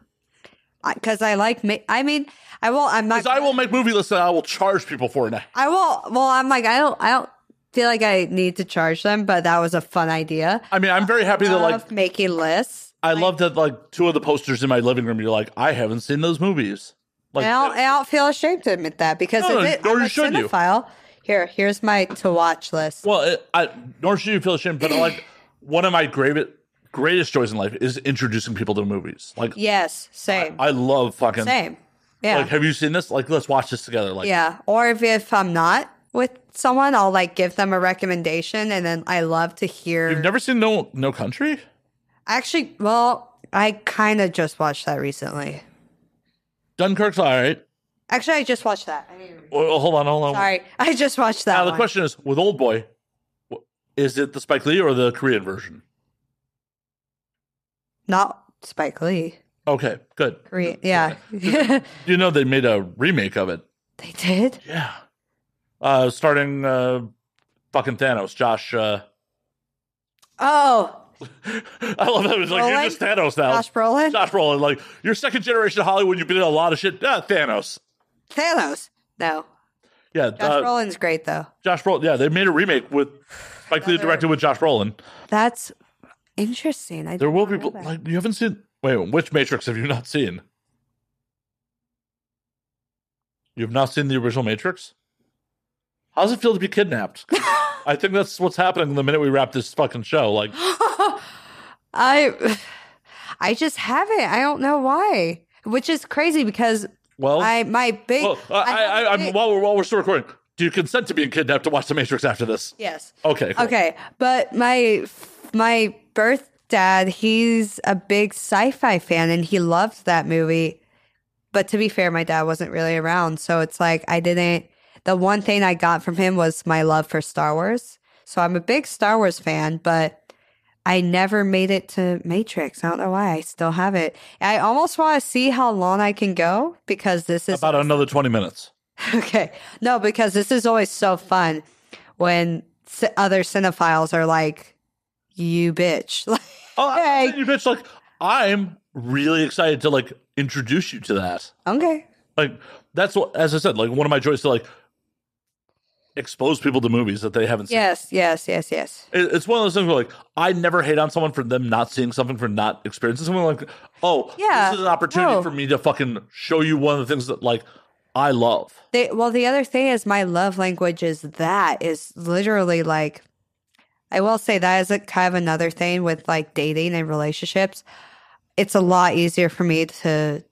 [SPEAKER 4] because I like ma- I mean I will I'm not
[SPEAKER 3] Because I will make movie lists and I will charge people for it.
[SPEAKER 4] I will well I'm like I don't I don't feel like I need to charge them, but that was a fun idea
[SPEAKER 3] I mean, I'm very happy that like
[SPEAKER 4] of making lists.
[SPEAKER 3] I love that like two of the posters in my living room. You're like, I haven't seen those movies. Like,
[SPEAKER 4] and I don't, I don't feel ashamed to admit that because
[SPEAKER 3] No,
[SPEAKER 4] it is-
[SPEAKER 3] nor
[SPEAKER 4] I'm a
[SPEAKER 3] should you.
[SPEAKER 4] cinephile. Here, here's my to watch list.
[SPEAKER 3] well, it, I nor should you feel ashamed, but like one of my greatest greatest joys in life is introducing people to movies. Like,
[SPEAKER 4] yes, same,
[SPEAKER 3] I love fucking.
[SPEAKER 4] same. Yeah,
[SPEAKER 3] Like, have you seen this? Like, let's watch this together. Like,
[SPEAKER 4] yeah. Or if, if I'm not with someone, I'll like give them a recommendation, and then I love to hear.
[SPEAKER 3] you've never seen No No Country?
[SPEAKER 4] Actually, well, I kind of just watched that recently.
[SPEAKER 3] Dunkirk's all right.
[SPEAKER 4] Actually, I just watched that. I didn't-
[SPEAKER 3] Well, hold on, hold on.
[SPEAKER 4] Sorry, I just watched that.
[SPEAKER 3] Oh Now the
[SPEAKER 4] one.
[SPEAKER 3] question is, with Old Boy, wh- is it the Spike Lee or the Korean version?
[SPEAKER 4] not Spike Lee.
[SPEAKER 3] Okay, good.
[SPEAKER 4] Korea. Yeah, they
[SPEAKER 3] You know they made a remake of it.
[SPEAKER 4] did.
[SPEAKER 3] Yeah. Uh starting uh fucking Thanos, Josh uh
[SPEAKER 4] Oh,
[SPEAKER 3] I love that it was like
[SPEAKER 4] Brolin?
[SPEAKER 3] you're just Thanos now.
[SPEAKER 4] Josh Brolin,
[SPEAKER 3] Josh Brolin, like you're second generation Hollywood, you've been in a lot of shit. Yeah, Thanos.
[SPEAKER 4] Thanos. No,
[SPEAKER 3] Yeah,
[SPEAKER 4] Josh
[SPEAKER 3] uh,
[SPEAKER 4] Brolin's great though.
[SPEAKER 3] Josh Brolin. Yeah, they made a remake with Spike Lee
[SPEAKER 4] Another-
[SPEAKER 3] directed with Josh Brolin.
[SPEAKER 4] That's interesting. I
[SPEAKER 3] There
[SPEAKER 4] did
[SPEAKER 3] will be
[SPEAKER 4] not know that.
[SPEAKER 3] like you haven't seen Wait, which Matrix have you not seen? You've not seen the original Matrix? How does it feel to be kidnapped? I think that's what's happening the minute we wrap this fucking show. Like,
[SPEAKER 4] I I just haven't. I don't know why. Which is crazy because
[SPEAKER 3] well,
[SPEAKER 4] I my big
[SPEAKER 3] well, Oh. I,
[SPEAKER 4] I have
[SPEAKER 3] I,
[SPEAKER 4] a
[SPEAKER 3] I, am
[SPEAKER 4] big-
[SPEAKER 3] while we're while we're still recording, do you consent to being kidnapped to watch the Matrix after this?
[SPEAKER 4] yes.
[SPEAKER 3] Okay, cool.
[SPEAKER 4] Okay, but my my birth dad, he's a big sci-fi fan and he loved that movie. But to be fair, my dad wasn't really around, so it's like I didn't the one thing I got from him was my love for Star Wars. So I'm a big Star Wars fan, but I never made it to Matrix. I don't know why. I still have it. I almost want to see how long I can go because this is
[SPEAKER 3] about another twenty minutes.
[SPEAKER 4] Okay. No, because this is always so fun when c- other cinephiles are like, you bitch.
[SPEAKER 3] Oh,
[SPEAKER 4] Like,
[SPEAKER 3] I-
[SPEAKER 4] Hey.
[SPEAKER 3] you bitch! Like, I'm really excited to like introduce you to that.
[SPEAKER 4] okay.
[SPEAKER 3] like that's what as i said like one of my joys to like expose people to movies that they haven't seen
[SPEAKER 4] Yes, yes, yes, yes.
[SPEAKER 3] It- it's one of those things where like i never hate on someone for them not seeing something for not experiencing something like oh
[SPEAKER 4] Yeah,
[SPEAKER 3] this is an opportunity
[SPEAKER 4] no.
[SPEAKER 3] for me to fucking show you one of the things that like i love
[SPEAKER 4] They, well, the other thing is my love language is that is literally like, I will say that is a kind of another thing with like dating and relationships. It's a lot easier for me to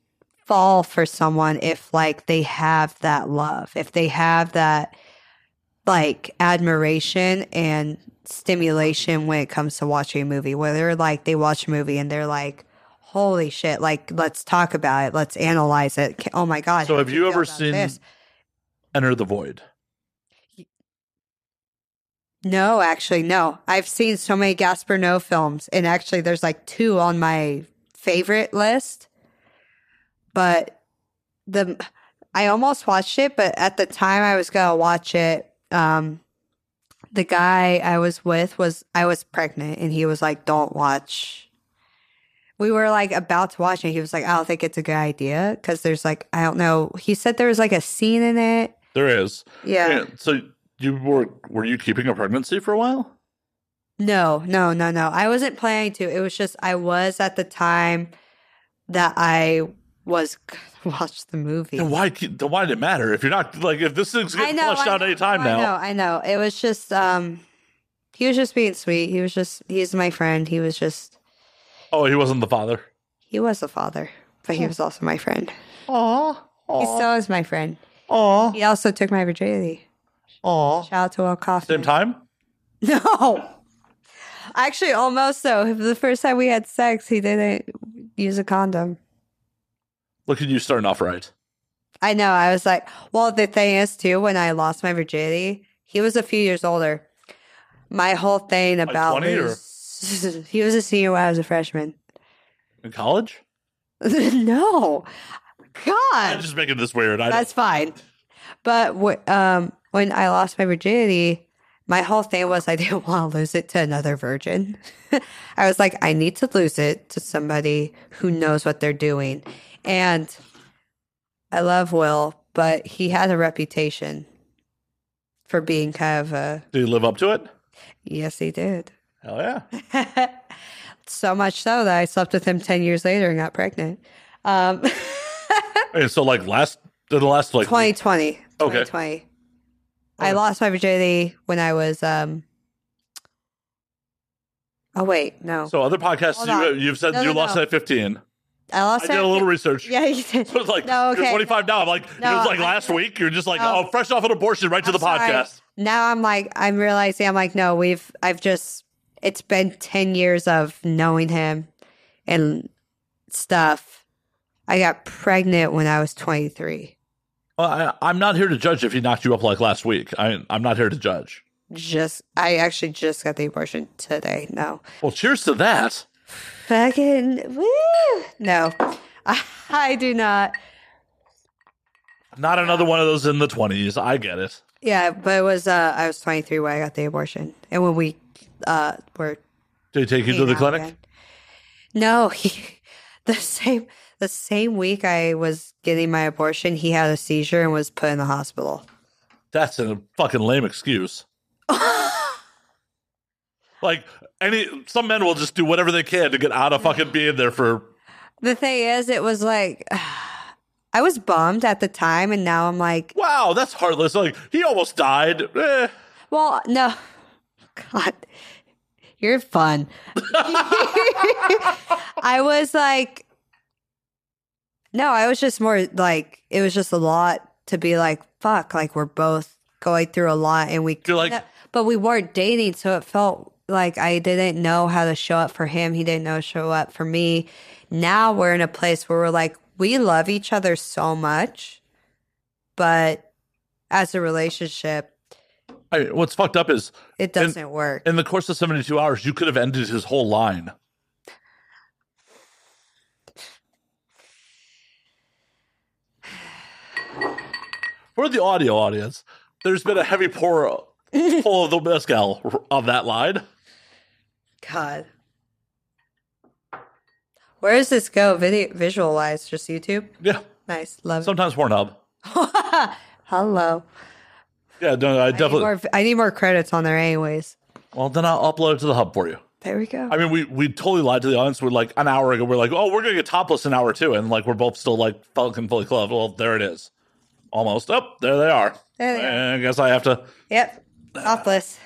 [SPEAKER 4] fall for someone if like they have that love, if they have that like admiration and stimulation when it comes to watching a movie, whether like they watch a movie and they're like, holy shit, like let's talk about it, let's analyze it. Oh my God.
[SPEAKER 3] so
[SPEAKER 4] how
[SPEAKER 3] have
[SPEAKER 4] do
[SPEAKER 3] you
[SPEAKER 4] feel
[SPEAKER 3] ever
[SPEAKER 4] about
[SPEAKER 3] seen
[SPEAKER 4] this?
[SPEAKER 3] enter the void
[SPEAKER 4] No, actually, no. I've seen so many Gaspar Noe films, and actually, there's like two on my favorite list. But the I almost watched it, but at the time I was gonna watch it, um, the guy I was with was I was pregnant, and he was like, "Don't watch." We were like about to watch it. He was like, "I don't think it's a good idea because there's like I don't know." He said there was like a scene in it.
[SPEAKER 3] there is
[SPEAKER 4] Yeah.
[SPEAKER 3] And so you were were you keeping a pregnancy for a while
[SPEAKER 4] No, no, no, no. I wasn't planning to. It was just I was at the time that I was gonna watch the movie.
[SPEAKER 3] then why keep- then why did it matter if you're not like if this thing's
[SPEAKER 4] I
[SPEAKER 3] getting
[SPEAKER 4] know,
[SPEAKER 3] flushed
[SPEAKER 4] I
[SPEAKER 3] out
[SPEAKER 4] know,
[SPEAKER 3] any time
[SPEAKER 4] I
[SPEAKER 3] now
[SPEAKER 4] know, I know. It was just um he was just being sweet. He was just he's my friend. He was just
[SPEAKER 3] oh he wasn't the father
[SPEAKER 4] he was a father, but he was also my friend.
[SPEAKER 3] Aw.
[SPEAKER 4] He still is my friend.
[SPEAKER 3] Aw.
[SPEAKER 4] He also took my virginity.
[SPEAKER 3] Aw.
[SPEAKER 4] Shout out to Will Kaufman.
[SPEAKER 3] Same time?
[SPEAKER 4] No. Actually, almost though. The first time we had sex, he didn't use a condom.
[SPEAKER 3] Look at you starting off right.
[SPEAKER 4] I know. I was like, well, the thing is, too, when I lost my virginity, he was a few years older. My whole thing about
[SPEAKER 3] 20 or-
[SPEAKER 4] lose- he was a senior when I was a freshman.
[SPEAKER 3] In college?
[SPEAKER 4] no,
[SPEAKER 3] I'm
[SPEAKER 4] God,
[SPEAKER 3] just making this weird. I
[SPEAKER 4] that's fine. But wh- um, when I lost my virginity, my whole thing was I didn't want to lose it to another virgin. I was like, I need to lose it to somebody who knows what they're doing. And I love Will, but he had a reputation for being kind of a
[SPEAKER 3] do you live up to it?
[SPEAKER 4] yes, he did.
[SPEAKER 3] Hell yeah.
[SPEAKER 4] so much so that I slept with him 10 years later and got pregnant. Um,
[SPEAKER 3] And so like last the last like
[SPEAKER 4] 2020.
[SPEAKER 3] Okay.
[SPEAKER 4] 2020. I lost my virginity when I was, um, oh, wait, no.
[SPEAKER 3] so other podcasts
[SPEAKER 4] Hold
[SPEAKER 3] you
[SPEAKER 4] on.
[SPEAKER 3] you've said
[SPEAKER 4] No,
[SPEAKER 3] you
[SPEAKER 4] no,
[SPEAKER 3] lost
[SPEAKER 4] no.
[SPEAKER 3] at fifteen.
[SPEAKER 4] I
[SPEAKER 3] I
[SPEAKER 4] lost
[SPEAKER 3] did
[SPEAKER 4] it-
[SPEAKER 3] a little research.
[SPEAKER 4] Yeah, you did.
[SPEAKER 3] It was like
[SPEAKER 4] No,
[SPEAKER 3] you're
[SPEAKER 4] okay.
[SPEAKER 3] 25 now. I'm like it
[SPEAKER 4] No,
[SPEAKER 3] was like
[SPEAKER 4] I-
[SPEAKER 3] last week. You're just like
[SPEAKER 4] No.
[SPEAKER 3] oh, fresh off an abortion, right to the
[SPEAKER 4] I'm sorry.
[SPEAKER 3] podcast.
[SPEAKER 4] Now I'm like, I'm realizing, I'm like, no, we've, I've just, it's been 10 years of knowing him and stuff. I got pregnant when I was 23.
[SPEAKER 3] Well, I, I'm not here to judge if he knocked you up like last week. I, I'm not here to judge.
[SPEAKER 4] Just, I actually just got the abortion today. No.
[SPEAKER 3] Well, cheers to that.
[SPEAKER 4] Fucking, woo! No, I, I do not.
[SPEAKER 3] Not another one of those in the 20s. I get it.
[SPEAKER 4] Yeah, but it was, uh, I was 23 when I got the abortion. And when we, uh, were
[SPEAKER 3] Did he take you to the
[SPEAKER 4] hanging out
[SPEAKER 3] clinic?
[SPEAKER 4] again. No, he the same the same week I was getting my abortion, he had a seizure and was put in the hospital.
[SPEAKER 3] That's a fucking lame excuse. like any some men will just do whatever they can to get out of fucking being there for
[SPEAKER 4] the thing is, it was like I was bummed at the time, and now I'm like,
[SPEAKER 3] Wow, that's heartless. Like he almost died. Eh.
[SPEAKER 4] well, no, God, you're fun. I was like, no, I was just more like it was just a lot to be like, fuck, like we're both going through a lot, and we
[SPEAKER 3] You're like,
[SPEAKER 4] No, but we weren't dating, so it felt like I didn't know how to show up for him. He didn't know how to show up for me. Now we're in a place where we're like, we love each other so much, but as a relationship,
[SPEAKER 3] I, what's fucked up is
[SPEAKER 4] it
[SPEAKER 3] And-
[SPEAKER 4] doesn't work.
[SPEAKER 3] in the course of 72 hours, you could have ended his whole line. For the audio audience, there's been a heavy pour full of the mezcal of that line.
[SPEAKER 4] God. Where does this go? Video visualize just YouTube.
[SPEAKER 3] Yeah,
[SPEAKER 4] Nice, love. it.
[SPEAKER 3] sometimes Pornhub.
[SPEAKER 4] Hello.
[SPEAKER 3] Yeah, no, I
[SPEAKER 4] I need,
[SPEAKER 3] definitely.
[SPEAKER 4] more, I need more credits on there, anyways.
[SPEAKER 3] Well, then I'll upload it to the hub for you.
[SPEAKER 4] There we go.
[SPEAKER 3] I mean, we we totally lied to the audience. We're like an hour ago. We're like, oh, we're gonna get topless an hour too, and like we're both still like fucking fully clothed. Well, there it is, almost. Up there they are.
[SPEAKER 4] There they
[SPEAKER 3] I guess I have to.
[SPEAKER 4] Yep. Topless.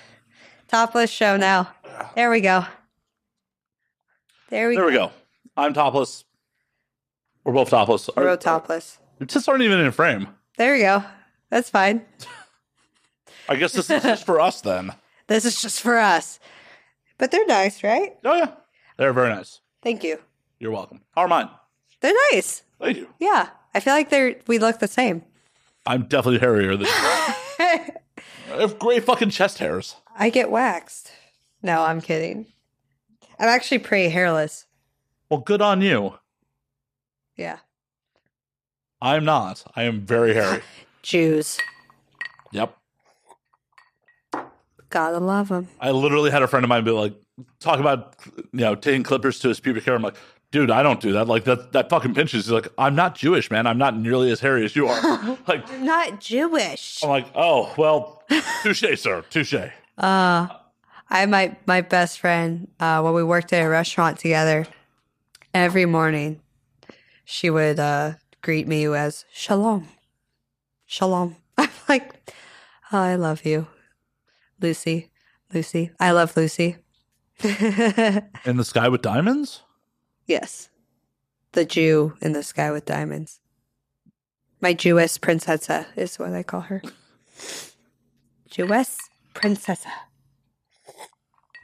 [SPEAKER 4] Topless show now. There we go. There we
[SPEAKER 3] There
[SPEAKER 4] go.
[SPEAKER 3] we go. I'm topless. We're both topless. Our,
[SPEAKER 4] Real topless.
[SPEAKER 3] our tits aren't even in frame.
[SPEAKER 4] There we go. That's fine.
[SPEAKER 3] I guess this is just for us then.
[SPEAKER 4] This is just for us. But they're nice, right?
[SPEAKER 3] Oh yeah, they're very nice.
[SPEAKER 4] Thank you.
[SPEAKER 3] You're welcome. How are mine?
[SPEAKER 4] They're nice.
[SPEAKER 3] Thank you.
[SPEAKER 4] Yeah. I feel like they're we look the same.
[SPEAKER 3] I'm definitely hairier than. I have gray fucking chest hairs.
[SPEAKER 4] I get waxed. No, I'm kidding. I'm actually pretty hairless.
[SPEAKER 3] Well, good on you.
[SPEAKER 4] Yeah.
[SPEAKER 3] I'm not. I am very hairy.
[SPEAKER 4] Jews.
[SPEAKER 3] Yep.
[SPEAKER 4] Gotta love them.
[SPEAKER 3] I literally had a friend of mine be like, talk about you know taking clippers to his pubic hair. I'm like, dude, I don't do that. Like that that fucking pinches. He's like, I'm not Jewish, man. I'm not nearly as hairy as you are. like
[SPEAKER 4] I'm not Jewish.
[SPEAKER 3] I'm like, oh well, touche, sir, touche.
[SPEAKER 4] Uh, I my my best friend uh, when we worked at a restaurant together, every morning, she would uh, greet me as shalom, shalom. I'm like, oh, I love you, Lucy, Lucy. I love Lucy.
[SPEAKER 3] In the sky with diamonds.
[SPEAKER 4] yes, the Jew in the sky with diamonds. My Jewess princessa is what I call her. Jewess princessa.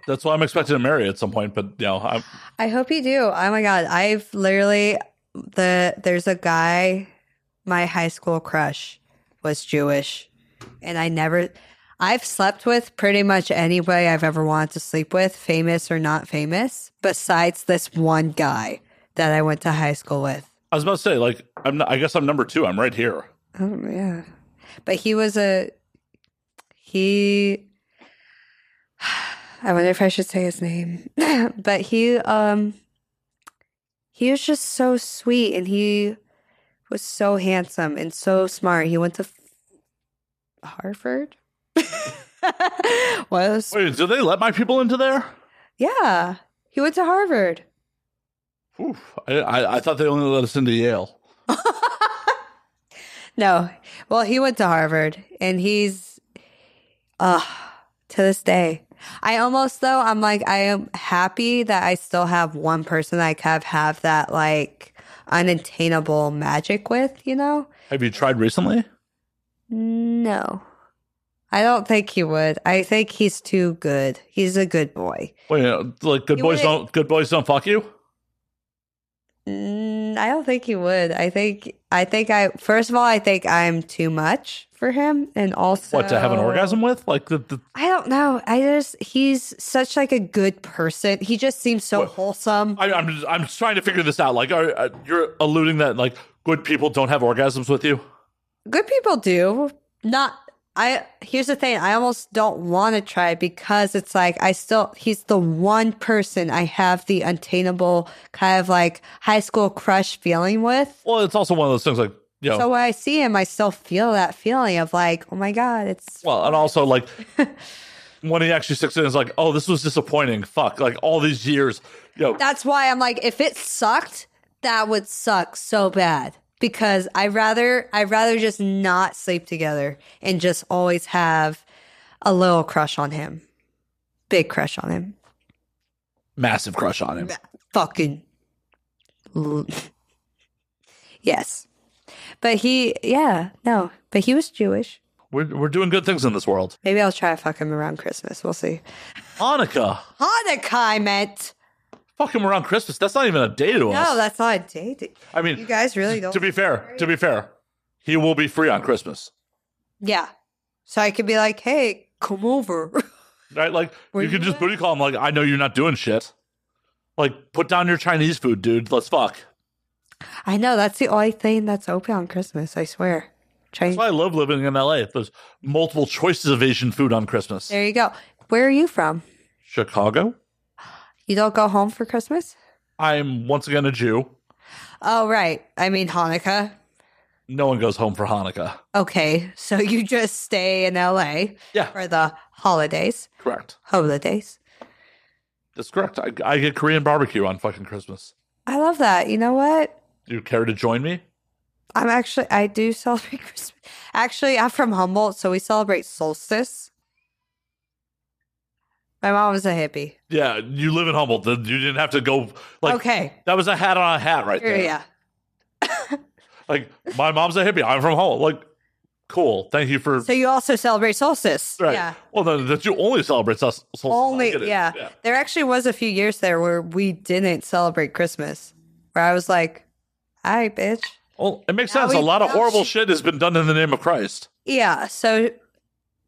[SPEAKER 3] That's why I'm expecting to marry at some point. But you know, I'm,
[SPEAKER 4] I hope you do. Oh my god, I've literally the there's a guy my high school crush was Jewish and I never I've slept with pretty much anybody I've ever wanted to sleep with, famous or not famous, besides this one guy that I went to high school with.
[SPEAKER 3] I was about to say, like, I'm. Not, I guess I'm number two. I'm right here.
[SPEAKER 4] Oh yeah. But he was a he I wonder if I should say his name. but he um he was just so sweet and he was so handsome and so smart. He went to Harvard. was
[SPEAKER 3] Wait, do they let my people into there?
[SPEAKER 4] yeah. He went to Harvard.
[SPEAKER 3] Oof, I, I I thought they only let us into Yale.
[SPEAKER 4] No. Well, he went to Harvard and he's uh to this day. I almost though I'm like I am happy that I still have one person I kind of have that like unattainable magic with, you know?
[SPEAKER 3] Have you tried recently?
[SPEAKER 4] No. I don't think he would. I think he's too good. He's a good boy.
[SPEAKER 3] Wait, uh, like good
[SPEAKER 4] You
[SPEAKER 3] boys
[SPEAKER 4] wouldn't-
[SPEAKER 3] don't good boys don't fuck you.
[SPEAKER 4] Mm, I don't think he would. I think I think I first of all I think I'm too much for him and also
[SPEAKER 3] What to have an orgasm with? Like the, the
[SPEAKER 4] I don't know. I just he's such like a good person. He just seems so
[SPEAKER 3] What?
[SPEAKER 4] wholesome.
[SPEAKER 3] I, I'm just, I'm just trying to figure this out. Like, are, uh, you're alluding that like good people don't have orgasms with you.
[SPEAKER 4] Good people do. Not I here's the thing. I almost don't want to try because it's like I still he's the one person I have the untainable kind of like high school crush feeling with.
[SPEAKER 3] Well, it's also one of those things like you know.
[SPEAKER 4] So when I see him, I still feel that feeling of like, oh my god, it's
[SPEAKER 3] well, and also like when he actually sticks in, it's like, oh, this was disappointing. Fuck, like all these years, you know.
[SPEAKER 4] that's why I'm like, if it sucked, that would suck so bad because I rather I rather just not sleep together and just always have a little crush on him, big crush on him,
[SPEAKER 3] Massive crush on him.
[SPEAKER 4] fucking. l- yes, but he yeah no, but he was Jewish.
[SPEAKER 3] We're, we're doing good things in this world.
[SPEAKER 4] Maybe I'll try to fuck him around Christmas. We'll see.
[SPEAKER 3] Hanukkah.
[SPEAKER 4] Hanukkah, I meant.
[SPEAKER 3] Fuck him around Christmas. That's not even a day to us.
[SPEAKER 4] No, that's not a date.
[SPEAKER 3] I mean,
[SPEAKER 4] You guys really don't.
[SPEAKER 3] to be fair, to be fair, he will be free on Christmas.
[SPEAKER 4] yeah. So I could be like, hey, come over.
[SPEAKER 3] Right? Like
[SPEAKER 4] Were
[SPEAKER 3] you can
[SPEAKER 4] you
[SPEAKER 3] just
[SPEAKER 4] at-
[SPEAKER 3] booty call him. Like I know you're not doing shit. Like put down your Chinese food, dude. Let's fuck.
[SPEAKER 4] I know that's the only thing that's open on Christmas. I swear. Chinese.
[SPEAKER 3] That's why I love living in LA. There's multiple choices of Asian food on Christmas.
[SPEAKER 4] There you go. Where are you from?
[SPEAKER 3] Chicago.
[SPEAKER 4] You don't go home for Christmas?
[SPEAKER 3] I'm once again a Jew.
[SPEAKER 4] Oh, right. I mean Hanukkah.
[SPEAKER 3] No one goes home for Hanukkah.
[SPEAKER 4] Okay, so you just stay in LA
[SPEAKER 3] Yeah,
[SPEAKER 4] for the holidays.
[SPEAKER 3] correct.
[SPEAKER 4] Holidays.
[SPEAKER 3] That's correct. I, I get Korean barbecue on fucking Christmas.
[SPEAKER 4] I love that. You know what?
[SPEAKER 3] You care to join me?
[SPEAKER 4] I'm actually I do celebrate Christmas. Actually, I'm from Humboldt, so we celebrate solstice. My mom was a hippie.
[SPEAKER 3] Yeah, you live in Humboldt. You didn't have to go like
[SPEAKER 4] okay.
[SPEAKER 3] that was a hat on a hat right
[SPEAKER 4] Here,
[SPEAKER 3] there.
[SPEAKER 4] yeah.
[SPEAKER 3] Like my mom's a hippie. I'm from Humboldt. Like cool. Thank you for
[SPEAKER 4] So you also celebrate solstice.
[SPEAKER 3] right.
[SPEAKER 4] Yeah.
[SPEAKER 3] Well, then that you only celebrate us.
[SPEAKER 4] Only yeah. There actually was a few years there where we didn't celebrate Christmas. Where I was like, all right, bitch.
[SPEAKER 3] Well, it makes
[SPEAKER 4] Now
[SPEAKER 3] sense.
[SPEAKER 4] we-
[SPEAKER 3] a lot of
[SPEAKER 4] now
[SPEAKER 3] horrible
[SPEAKER 4] she-
[SPEAKER 3] shit has been done in the name of Christ.
[SPEAKER 4] Yeah. So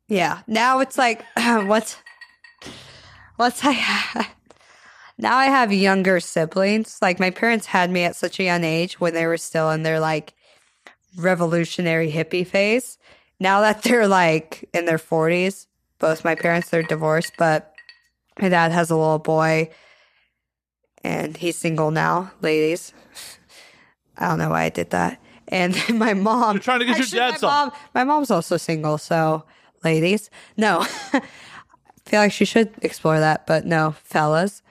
[SPEAKER 4] yeah. Now it's like what's what's I ha- now I have younger siblings. Like my parents had me at such a young age when they were still in their like revolutionary hippie phase. Now that they're like in their forties, both my parents they're divorced, but my dad has a little boy and he's single now, ladies. I don't know why I did that. And then my mom
[SPEAKER 3] You're trying to get your dad
[SPEAKER 4] my
[SPEAKER 3] some.
[SPEAKER 4] mom, my mom's also single, so ladies. No. I feel like she should explore that, but no, fellas.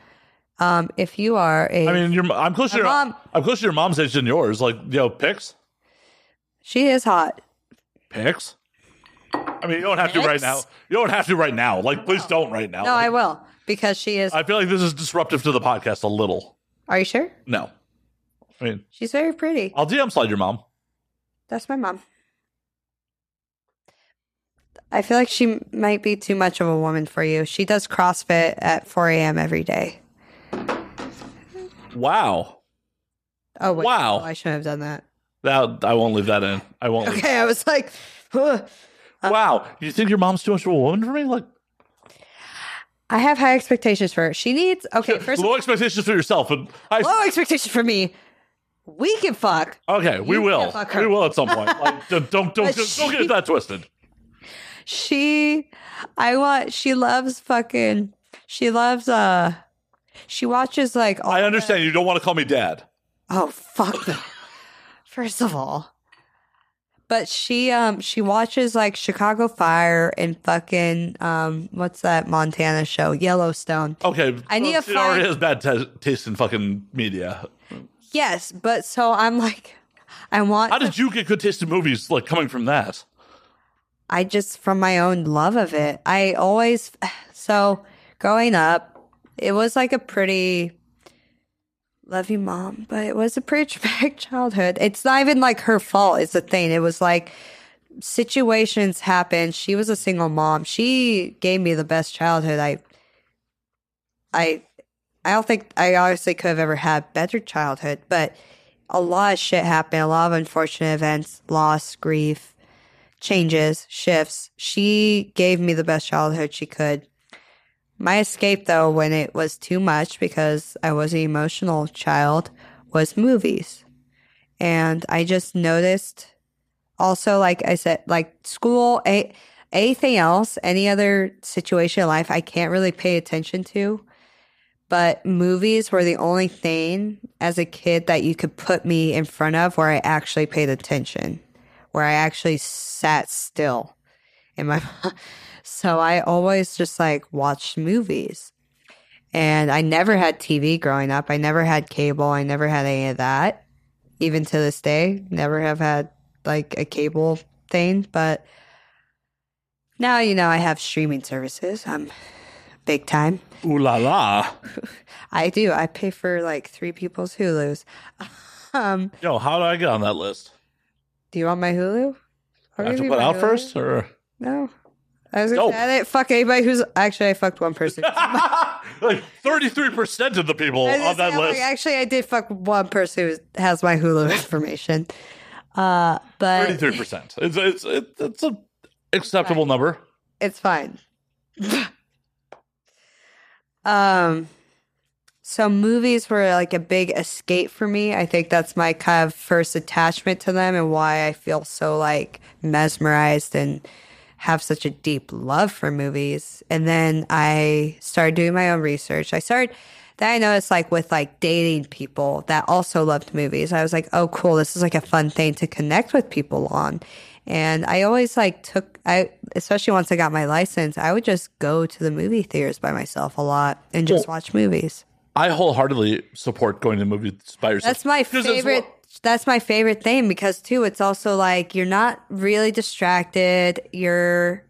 [SPEAKER 4] Um, if you are a
[SPEAKER 3] I mean, your, I'm close to
[SPEAKER 4] My
[SPEAKER 3] your
[SPEAKER 4] mom-
[SPEAKER 3] I'm close to your mom's age than yours. Like, yo, know, pics,
[SPEAKER 4] she is hot.
[SPEAKER 3] pics. I mean, you don't have to right
[SPEAKER 4] Pics?
[SPEAKER 3] now. You don't have to right now. Like, please don't right now.
[SPEAKER 4] No, I
[SPEAKER 3] Like,
[SPEAKER 4] will because she is.
[SPEAKER 3] I feel like this is disruptive to the podcast a little.
[SPEAKER 4] Are you sure?
[SPEAKER 3] No, I mean,
[SPEAKER 4] She's very pretty.
[SPEAKER 3] I'll DM slide your mom.
[SPEAKER 4] That's my mom. I feel like she m- might be too much of a woman for you. She does CrossFit at 4 a.m. every day.
[SPEAKER 3] Wow,
[SPEAKER 4] Oh, wait.
[SPEAKER 3] Wow.
[SPEAKER 4] Oh, I shouldn't have done that.
[SPEAKER 3] that I won't leave that in. I won't. leave-
[SPEAKER 4] Okay, I was like, "Ugh."
[SPEAKER 3] Wow, you think your mom's too much of a woman for me? Like,
[SPEAKER 4] I have high expectations for her. She needs, okay, first of
[SPEAKER 3] low expectations for yourself, but I,
[SPEAKER 4] all, low expectations for me. We can fuck.
[SPEAKER 3] okay, we
[SPEAKER 4] You
[SPEAKER 3] will,
[SPEAKER 4] can fuck her.
[SPEAKER 3] we will at some point. Like, don't don't don't,
[SPEAKER 4] But
[SPEAKER 3] don't, don't
[SPEAKER 4] she-
[SPEAKER 3] get that twisted.
[SPEAKER 4] she i want she loves fucking she loves uh she watches like all
[SPEAKER 3] I understand you don't want to call me dad.
[SPEAKER 4] oh fuck no. first of all but she um she watches like chicago fire and fucking um what's that montana show yellowstone
[SPEAKER 3] Okay,
[SPEAKER 4] I need
[SPEAKER 3] well,
[SPEAKER 4] to
[SPEAKER 3] she already
[SPEAKER 4] find-
[SPEAKER 3] has bad t- taste in fucking media.
[SPEAKER 4] yes but so i'm like i want
[SPEAKER 3] How did you get good taste in movies? Like coming from that?
[SPEAKER 4] I just from my own love of it. I always so growing up, it was like a pretty love you mom, but it was a pretty traumatic childhood. It's not even like her fault is the thing. It was like situations happened. She was a single mom. She gave me the best childhood I I I don't think I honestly could have ever had better childhood, but a lot of shit happened, a lot of unfortunate events, loss, grief, changes, shifts. She gave me the best childhood she could. My escape, though, when it was too much because I was an emotional child, was movies. And I just noticed also, like I said, like school, a- anything else, any other situation in life, I can't really pay attention to. But movies were the only thing as a kid that you could put me in front of where I actually paid attention where I actually sat still in my so I always just like watched movies. And I never had TV growing up. I never had cable. I never had any of that. Even to this day, never have had like a cable thing. But now, you know, I have streaming services. I'm big time.
[SPEAKER 3] Ooh la la.
[SPEAKER 4] I do. I pay for like three people's Hulus. Um,
[SPEAKER 3] Yo, how do I get on that list?
[SPEAKER 4] do you want my Hulu?
[SPEAKER 3] Do I
[SPEAKER 4] I'll
[SPEAKER 3] have
[SPEAKER 4] give
[SPEAKER 3] to
[SPEAKER 4] you
[SPEAKER 3] put it
[SPEAKER 4] my
[SPEAKER 3] out
[SPEAKER 4] Hulu.
[SPEAKER 3] first, or
[SPEAKER 4] No. I was gonna
[SPEAKER 3] Dope.
[SPEAKER 4] say, I didn't fuck anybody who's actually I fucked one person.
[SPEAKER 3] like thirty-three percent of the people
[SPEAKER 4] I was
[SPEAKER 3] Oh, on that
[SPEAKER 4] gonna say, I'm like,
[SPEAKER 3] list.
[SPEAKER 4] actually, I did fuck one person who has my Hulu information. Uh, but
[SPEAKER 3] Thirty-three percent. It's it's it's it's an acceptable number.
[SPEAKER 4] it's fine. um, so movies were like a big escape for me. I think that's my kind of first attachment to them and why I feel so like mesmerized and have such a deep love for movies. And then I started doing my own research. I started then I noticed like with like dating people that also loved movies. I was like, oh cool, this is like a fun thing to connect with people on. And I always like took I especially once I got my license, I would just go to the movie theaters by myself a lot and just watch movies.
[SPEAKER 3] I wholeheartedly support going to movies by yourself.
[SPEAKER 4] That's my
[SPEAKER 3] 'Cause it's
[SPEAKER 4] favorite.
[SPEAKER 3] what-
[SPEAKER 4] That's my favorite thing because too, it's also like you're not really distracted. You're,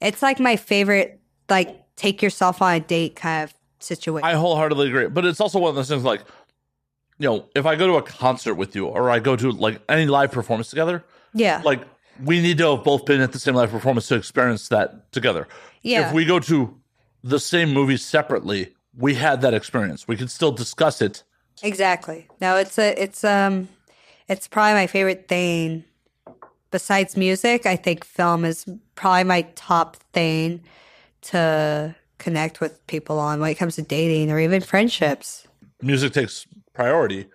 [SPEAKER 4] it's like my favorite, like take yourself on a date kind of situation.
[SPEAKER 3] I wholeheartedly agree, but it's also one of those things like, you know, if I go to a concert with you or I go to like any live performance together,
[SPEAKER 4] yeah,
[SPEAKER 3] like we need to have both been at the same live performance to experience that together.
[SPEAKER 4] Yeah.
[SPEAKER 3] If we go to the same movie separately, we had that experience. We could still discuss it.
[SPEAKER 4] exactly. No, it's a, it's um, it's probably my favorite thing. Besides music, I think film is probably my top thing to connect with people on when it comes to dating or even friendships.
[SPEAKER 3] Music takes priority.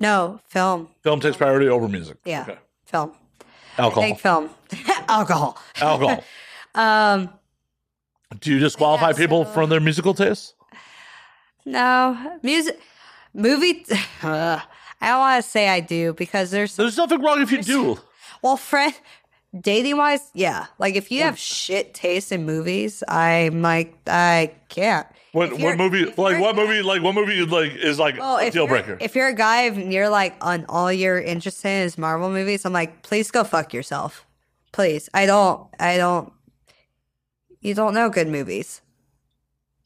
[SPEAKER 4] No, film.
[SPEAKER 3] Film takes priority over music.
[SPEAKER 4] Yeah,
[SPEAKER 3] Okay.
[SPEAKER 4] film.
[SPEAKER 3] Alcohol.
[SPEAKER 4] Big film. Alcohol.
[SPEAKER 3] Alcohol.
[SPEAKER 4] Um,
[SPEAKER 3] Do you disqualify
[SPEAKER 4] Yeah,
[SPEAKER 3] people
[SPEAKER 4] so-
[SPEAKER 3] from their musical tastes?
[SPEAKER 4] no, music, movie. Ugh. I don't want to say I do because there's
[SPEAKER 3] There's nothing wrong if you do.
[SPEAKER 4] well, friend, dating wise, yeah. Like if you have shit taste in movies, I'm like I can't.
[SPEAKER 3] What
[SPEAKER 4] If you're-
[SPEAKER 3] what movie?
[SPEAKER 4] if
[SPEAKER 3] Like
[SPEAKER 4] you're-
[SPEAKER 3] what movie? Like what movie? Like is like
[SPEAKER 4] Well,
[SPEAKER 3] a
[SPEAKER 4] if
[SPEAKER 3] deal
[SPEAKER 4] you're-
[SPEAKER 3] breaker?
[SPEAKER 4] If you're a guy and you're like on all you're interested in is Marvel movies, I'm like, please go fuck yourself. Please. I don't I don't you don't know good movies.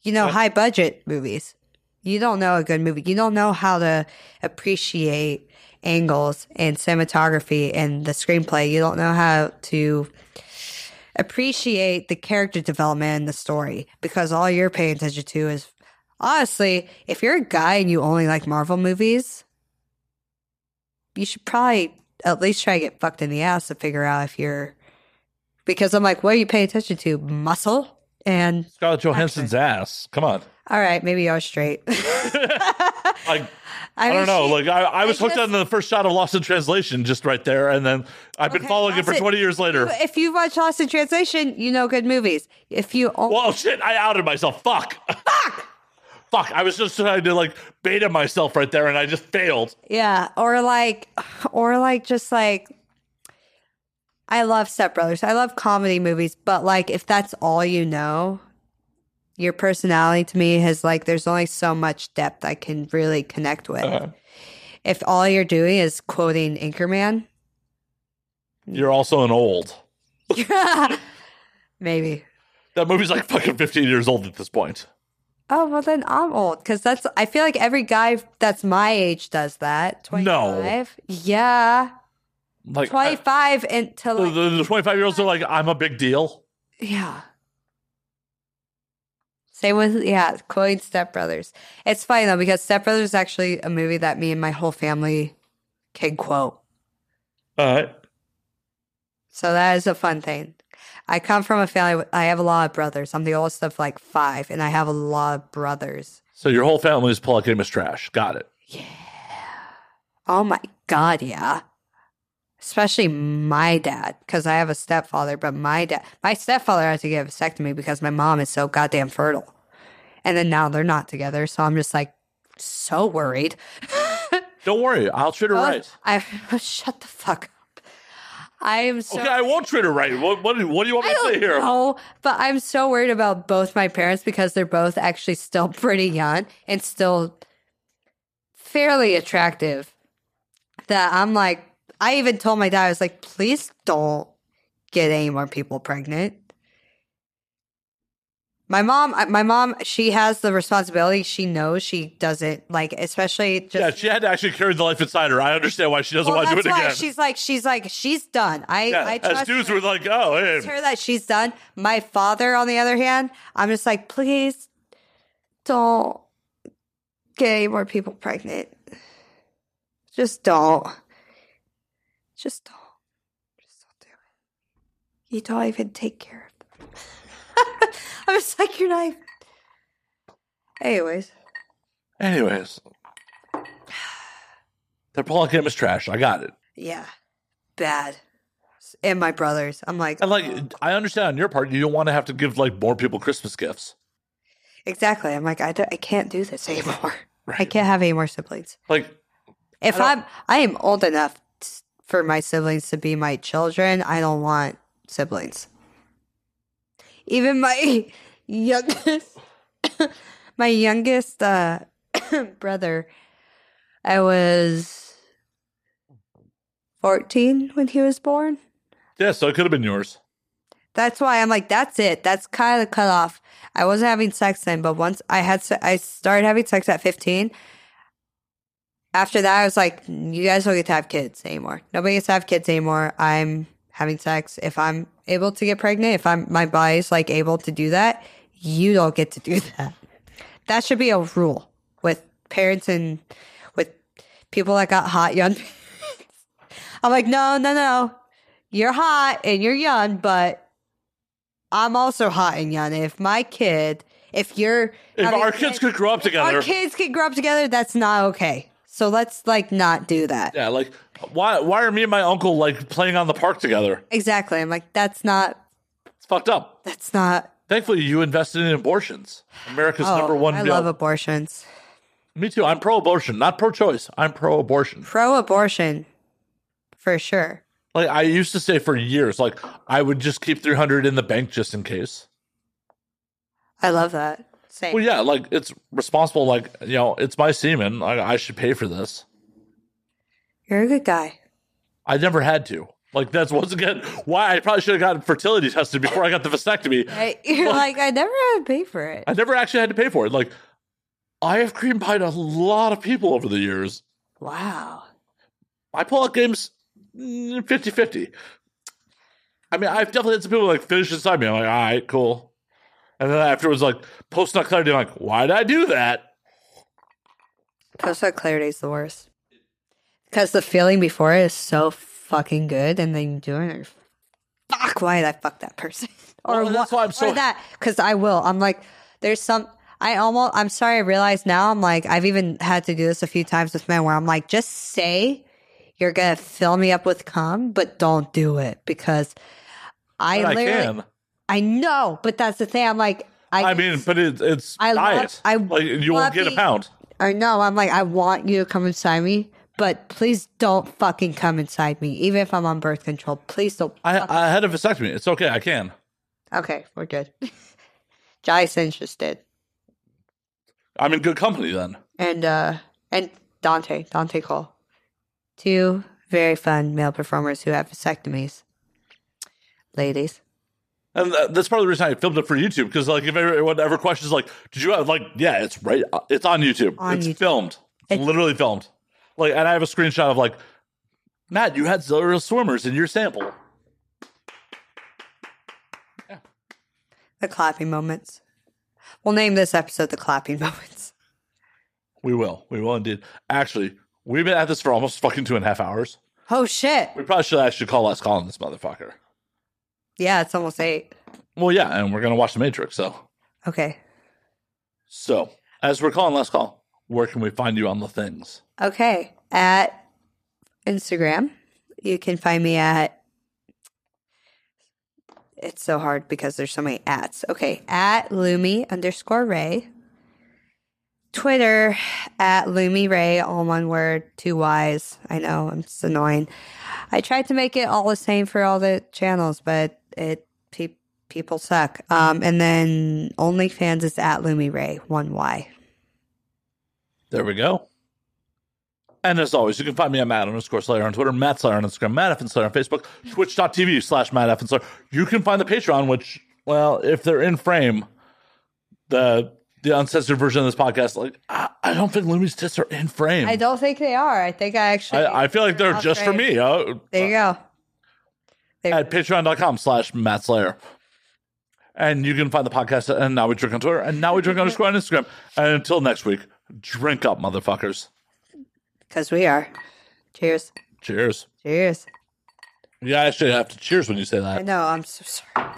[SPEAKER 4] You know high budget movies. You don't know a good movie. You don't know how to appreciate angles and cinematography and the screenplay. You don't know how to appreciate the character development and the story because all you're paying attention to is honestly, if you're a guy and you only like Marvel movies, you should probably at least try to get fucked in the ass to figure out if you're because I'm like, what are you paying attention to? Muscle? And
[SPEAKER 3] Scarlett Johansson's ass. Come on.
[SPEAKER 4] all right, maybe you're straight.
[SPEAKER 3] Like I,
[SPEAKER 4] mean,
[SPEAKER 3] don't know.
[SPEAKER 4] she-
[SPEAKER 3] like I, I was
[SPEAKER 4] like,
[SPEAKER 3] hooked on the first shot of Lost in Translation just right there, and then I've been
[SPEAKER 4] Okay,
[SPEAKER 3] following it for
[SPEAKER 4] Lost in-
[SPEAKER 3] twenty years later.
[SPEAKER 4] if you watch Lost in Translation, you know good movies. If you only
[SPEAKER 3] Well, shit! I outed myself. Fuck. Fuck. Fuck. I was just trying to like beta myself right there, and I just failed.
[SPEAKER 4] Yeah, or like, or like, just like, I love Step Brothers. I love comedy movies, but like, if that's all you know, your personality to me is like, there's only so much depth I can really connect with. If all you're doing is quoting Anchorman,
[SPEAKER 3] You're also an old.
[SPEAKER 4] maybe.
[SPEAKER 3] That movie's like fucking fifteen years old at this point.
[SPEAKER 4] Oh well, then I'm old because that's. I feel like every guy that's my age does that.
[SPEAKER 3] No.
[SPEAKER 4] Twenty-five. Yeah,
[SPEAKER 3] Like I-
[SPEAKER 4] twenty-five into
[SPEAKER 3] the-
[SPEAKER 4] like
[SPEAKER 3] the, the twenty-five year olds are like, I'm a big deal.
[SPEAKER 4] Yeah. Same with yeah, quoting Step Brothers. It's funny though because Step Brothers is actually a movie that me and my whole family can quote.
[SPEAKER 3] All right.
[SPEAKER 4] So that is a fun thing. I come from a family. with- I have a lot of brothers. I'm the oldest of like five, and I have a lot of brothers.
[SPEAKER 3] So your whole family is Paul Amos trash. Got it.
[SPEAKER 4] Oh my god, yeah. Especially my dad, because I have a stepfather. But my dad, my stepfather had to get a vasectomy because my mom is so goddamn fertile. And then now they're not together, so I'm just like so worried. Oh,
[SPEAKER 3] Don't worry, I'll treat her right.
[SPEAKER 4] I shut the fuck up. I am so.
[SPEAKER 3] Okay, I won't treat her right. What, what, do- what do you want me
[SPEAKER 4] I
[SPEAKER 3] to say
[SPEAKER 4] don't
[SPEAKER 3] here?
[SPEAKER 4] know, but I'm so worried about both my parents because they're both actually still pretty young and still fairly attractive. That I'm like, I even told my dad, I was like, please don't get any more people pregnant. My mom, I- my mom, she has the responsibility. She knows she doesn't like, especially just
[SPEAKER 3] Yeah, she had to actually carry the life inside her. I understand why she doesn't
[SPEAKER 4] Well,
[SPEAKER 3] want to do
[SPEAKER 4] that's
[SPEAKER 3] it
[SPEAKER 4] why
[SPEAKER 3] again.
[SPEAKER 4] she's like, she's like, she's done. I,
[SPEAKER 3] yeah,
[SPEAKER 4] I
[SPEAKER 3] as
[SPEAKER 4] trust
[SPEAKER 3] dudes
[SPEAKER 4] her.
[SPEAKER 3] were like, oh,
[SPEAKER 4] It's
[SPEAKER 3] hey,
[SPEAKER 4] her that she's done. My father, on the other hand, I'm just like, please don't get any more people pregnant. Just don't. Just don't. Just don't do it. You don't even take care of them. I was like, you're not. even- Anyways,
[SPEAKER 3] anyways, their polygam is trash. I got it.
[SPEAKER 4] yeah, bad. And my brothers, I'm like,
[SPEAKER 3] And like, I understand on your part, you don't want to have to give like more people Christmas gifts.
[SPEAKER 4] exactly. I'm like, I, don't- I can't do this anymore. I
[SPEAKER 3] Right.
[SPEAKER 4] can't have any more siblings.
[SPEAKER 3] Like,
[SPEAKER 4] If
[SPEAKER 3] I
[SPEAKER 4] I'm, I am old enough t- for my siblings to be my children. I don't want siblings. Even my youngest, my youngest uh, brother, I was fourteen when he was born.
[SPEAKER 3] yeah, so it could have been yours.
[SPEAKER 4] That's why I'm like, that's it. That's kind of the cutoff. I wasn't having sex then, but once I had, se- I started having sex at 15. After that, I was like, you guys don't get to have kids anymore. Nobody gets to have kids anymore. I'm having sex. If I'm able to get pregnant, if I'm, my body's like able to do that, you don't get to do that. That should be a rule with parents and with people that got hot young. I'm like, no, no, no. You're hot and you're young, but I'm also hot and young. If my kid, if you're,
[SPEAKER 3] If
[SPEAKER 4] having
[SPEAKER 3] our kids could grow up together,
[SPEAKER 4] our kids can grow up together, that's not okay. So let's like not do that.
[SPEAKER 3] yeah, like, why, why are me and my uncle like playing on the park together?
[SPEAKER 4] Exactly. I'm like, that's not,
[SPEAKER 3] It's fucked up.
[SPEAKER 4] that's not.
[SPEAKER 3] Thankfully, you invested in abortions. America's
[SPEAKER 4] Oh,
[SPEAKER 3] number one.
[SPEAKER 4] I
[SPEAKER 3] you know,
[SPEAKER 4] love abortions.
[SPEAKER 3] Me too. I'm pro-abortion, not pro-choice. I'm pro-abortion.
[SPEAKER 4] Pro abortion, for sure.
[SPEAKER 3] Like I used to say for years, like I would just keep 300 in the bank just in case.
[SPEAKER 4] I love that. Same.
[SPEAKER 3] Well, yeah, like it's responsible. Like you know, it's my semen. I, I should pay for this.
[SPEAKER 4] You're a good guy.
[SPEAKER 3] I never had to. Like that's once again why I probably should have gotten fertility tested before I got the vasectomy.
[SPEAKER 4] Right? You're like, I never had to pay for it.
[SPEAKER 3] I never actually had to pay for it. Like I have cream pied a lot of people over the years.
[SPEAKER 4] Wow.
[SPEAKER 3] I pull out games mm, 50-50. I mean, I've definitely had some people like finish inside me. I'm like, all right, cool. And then afterwards, like post nut clarity, I'm like, why did I do that?
[SPEAKER 4] Post nut clarity is the worst. Because the feeling before it is so fucking good, and then you do it, and you're, fuck, why did I fuck that person?
[SPEAKER 3] Well, and that's
[SPEAKER 4] wha-
[SPEAKER 3] why I'm so-
[SPEAKER 4] Or that, because I will. I'm like, there's some. I almost. I'm sorry. I realize now. I'm like, I've even had to do this a few times with men, where I'm like, just say you're gonna fill me up with cum, but don't do it because I
[SPEAKER 3] And I
[SPEAKER 4] literally.
[SPEAKER 3] can.
[SPEAKER 4] I know, but that's the thing. I'm like, I,
[SPEAKER 3] I mean, but it's it's
[SPEAKER 4] I love-
[SPEAKER 3] diet.
[SPEAKER 4] I
[SPEAKER 3] like you won't
[SPEAKER 4] love
[SPEAKER 3] get a
[SPEAKER 4] the-
[SPEAKER 3] pound.
[SPEAKER 4] I know. I'm like, I want you to come inside me, but please don't fucking come inside me, even if I'm on birth control. Please don't.
[SPEAKER 3] I I had a vasectomy. It's okay. I can.
[SPEAKER 4] okay, we're good. Jason's just did,
[SPEAKER 3] I'm in good company then.
[SPEAKER 4] and uh, and Dante, Dante Cole, two very fun male performers who have vasectomies. Ladies,
[SPEAKER 3] And tha- that's part of the reason I filmed it for YouTube because, like, if everyone ever questions, like, did you have, like, yeah, it's right, it's on YouTube,
[SPEAKER 4] On
[SPEAKER 3] it's
[SPEAKER 4] YouTube.
[SPEAKER 3] filmed,
[SPEAKER 4] It's-
[SPEAKER 3] literally filmed. Like, and I have a screenshot of like, Matt, you had zero swimmers in your sample.
[SPEAKER 4] the clapping moments. We'll name this episode the clapping moments.
[SPEAKER 3] We will, we will indeed. Actually, we've been at this for almost fucking two and a half hours.
[SPEAKER 4] Oh shit!
[SPEAKER 3] We probably should actually call last call on this motherfucker.
[SPEAKER 4] Yeah, it's almost eight.
[SPEAKER 3] Well, yeah, and we're gonna watch The Matrix, so
[SPEAKER 4] Okay.
[SPEAKER 3] so as we're calling last call, where can we find you on the things?
[SPEAKER 4] Okay. At Instagram, you can find me at. It's so hard because there's so many ats. Okay. At Lumi underscore Ray. Twitter at Lumi Ray, all one word, two Y's. I know, I'm just annoying. I tried to make it all the same for all the channels, but it pe- people suck. Um, and then OnlyFans is at Lumi Ray, one Y.
[SPEAKER 3] There we go. And as always, you can find me at Matt underscore Slayer on Twitter, Matt Slayer on Instagram, Matt F. and Slayer on Facebook, twitch.tv slash Matt F. and Slayer. You can find the Patreon, which, well, if they're in frame, the the uncensored version of this podcast, like, I, I don't think Lumi's tits are in frame.
[SPEAKER 4] I don't think they are. I think I actually.
[SPEAKER 3] I, I feel like they're
[SPEAKER 4] Off
[SPEAKER 3] just for
[SPEAKER 4] frame.
[SPEAKER 3] me. Uh,
[SPEAKER 4] there you go. They-
[SPEAKER 3] at patreon.com slash Matt Slayer. And you can find the podcast at And Now We Drink on Twitter and Now We Drink underscore on Instagram. And until next week, drink up, motherfuckers.
[SPEAKER 4] Because we are. Cheers.
[SPEAKER 3] Cheers.
[SPEAKER 4] Cheers.
[SPEAKER 3] Yeah, I actually have to cheers when you say that.
[SPEAKER 4] I know. I'm so sorry.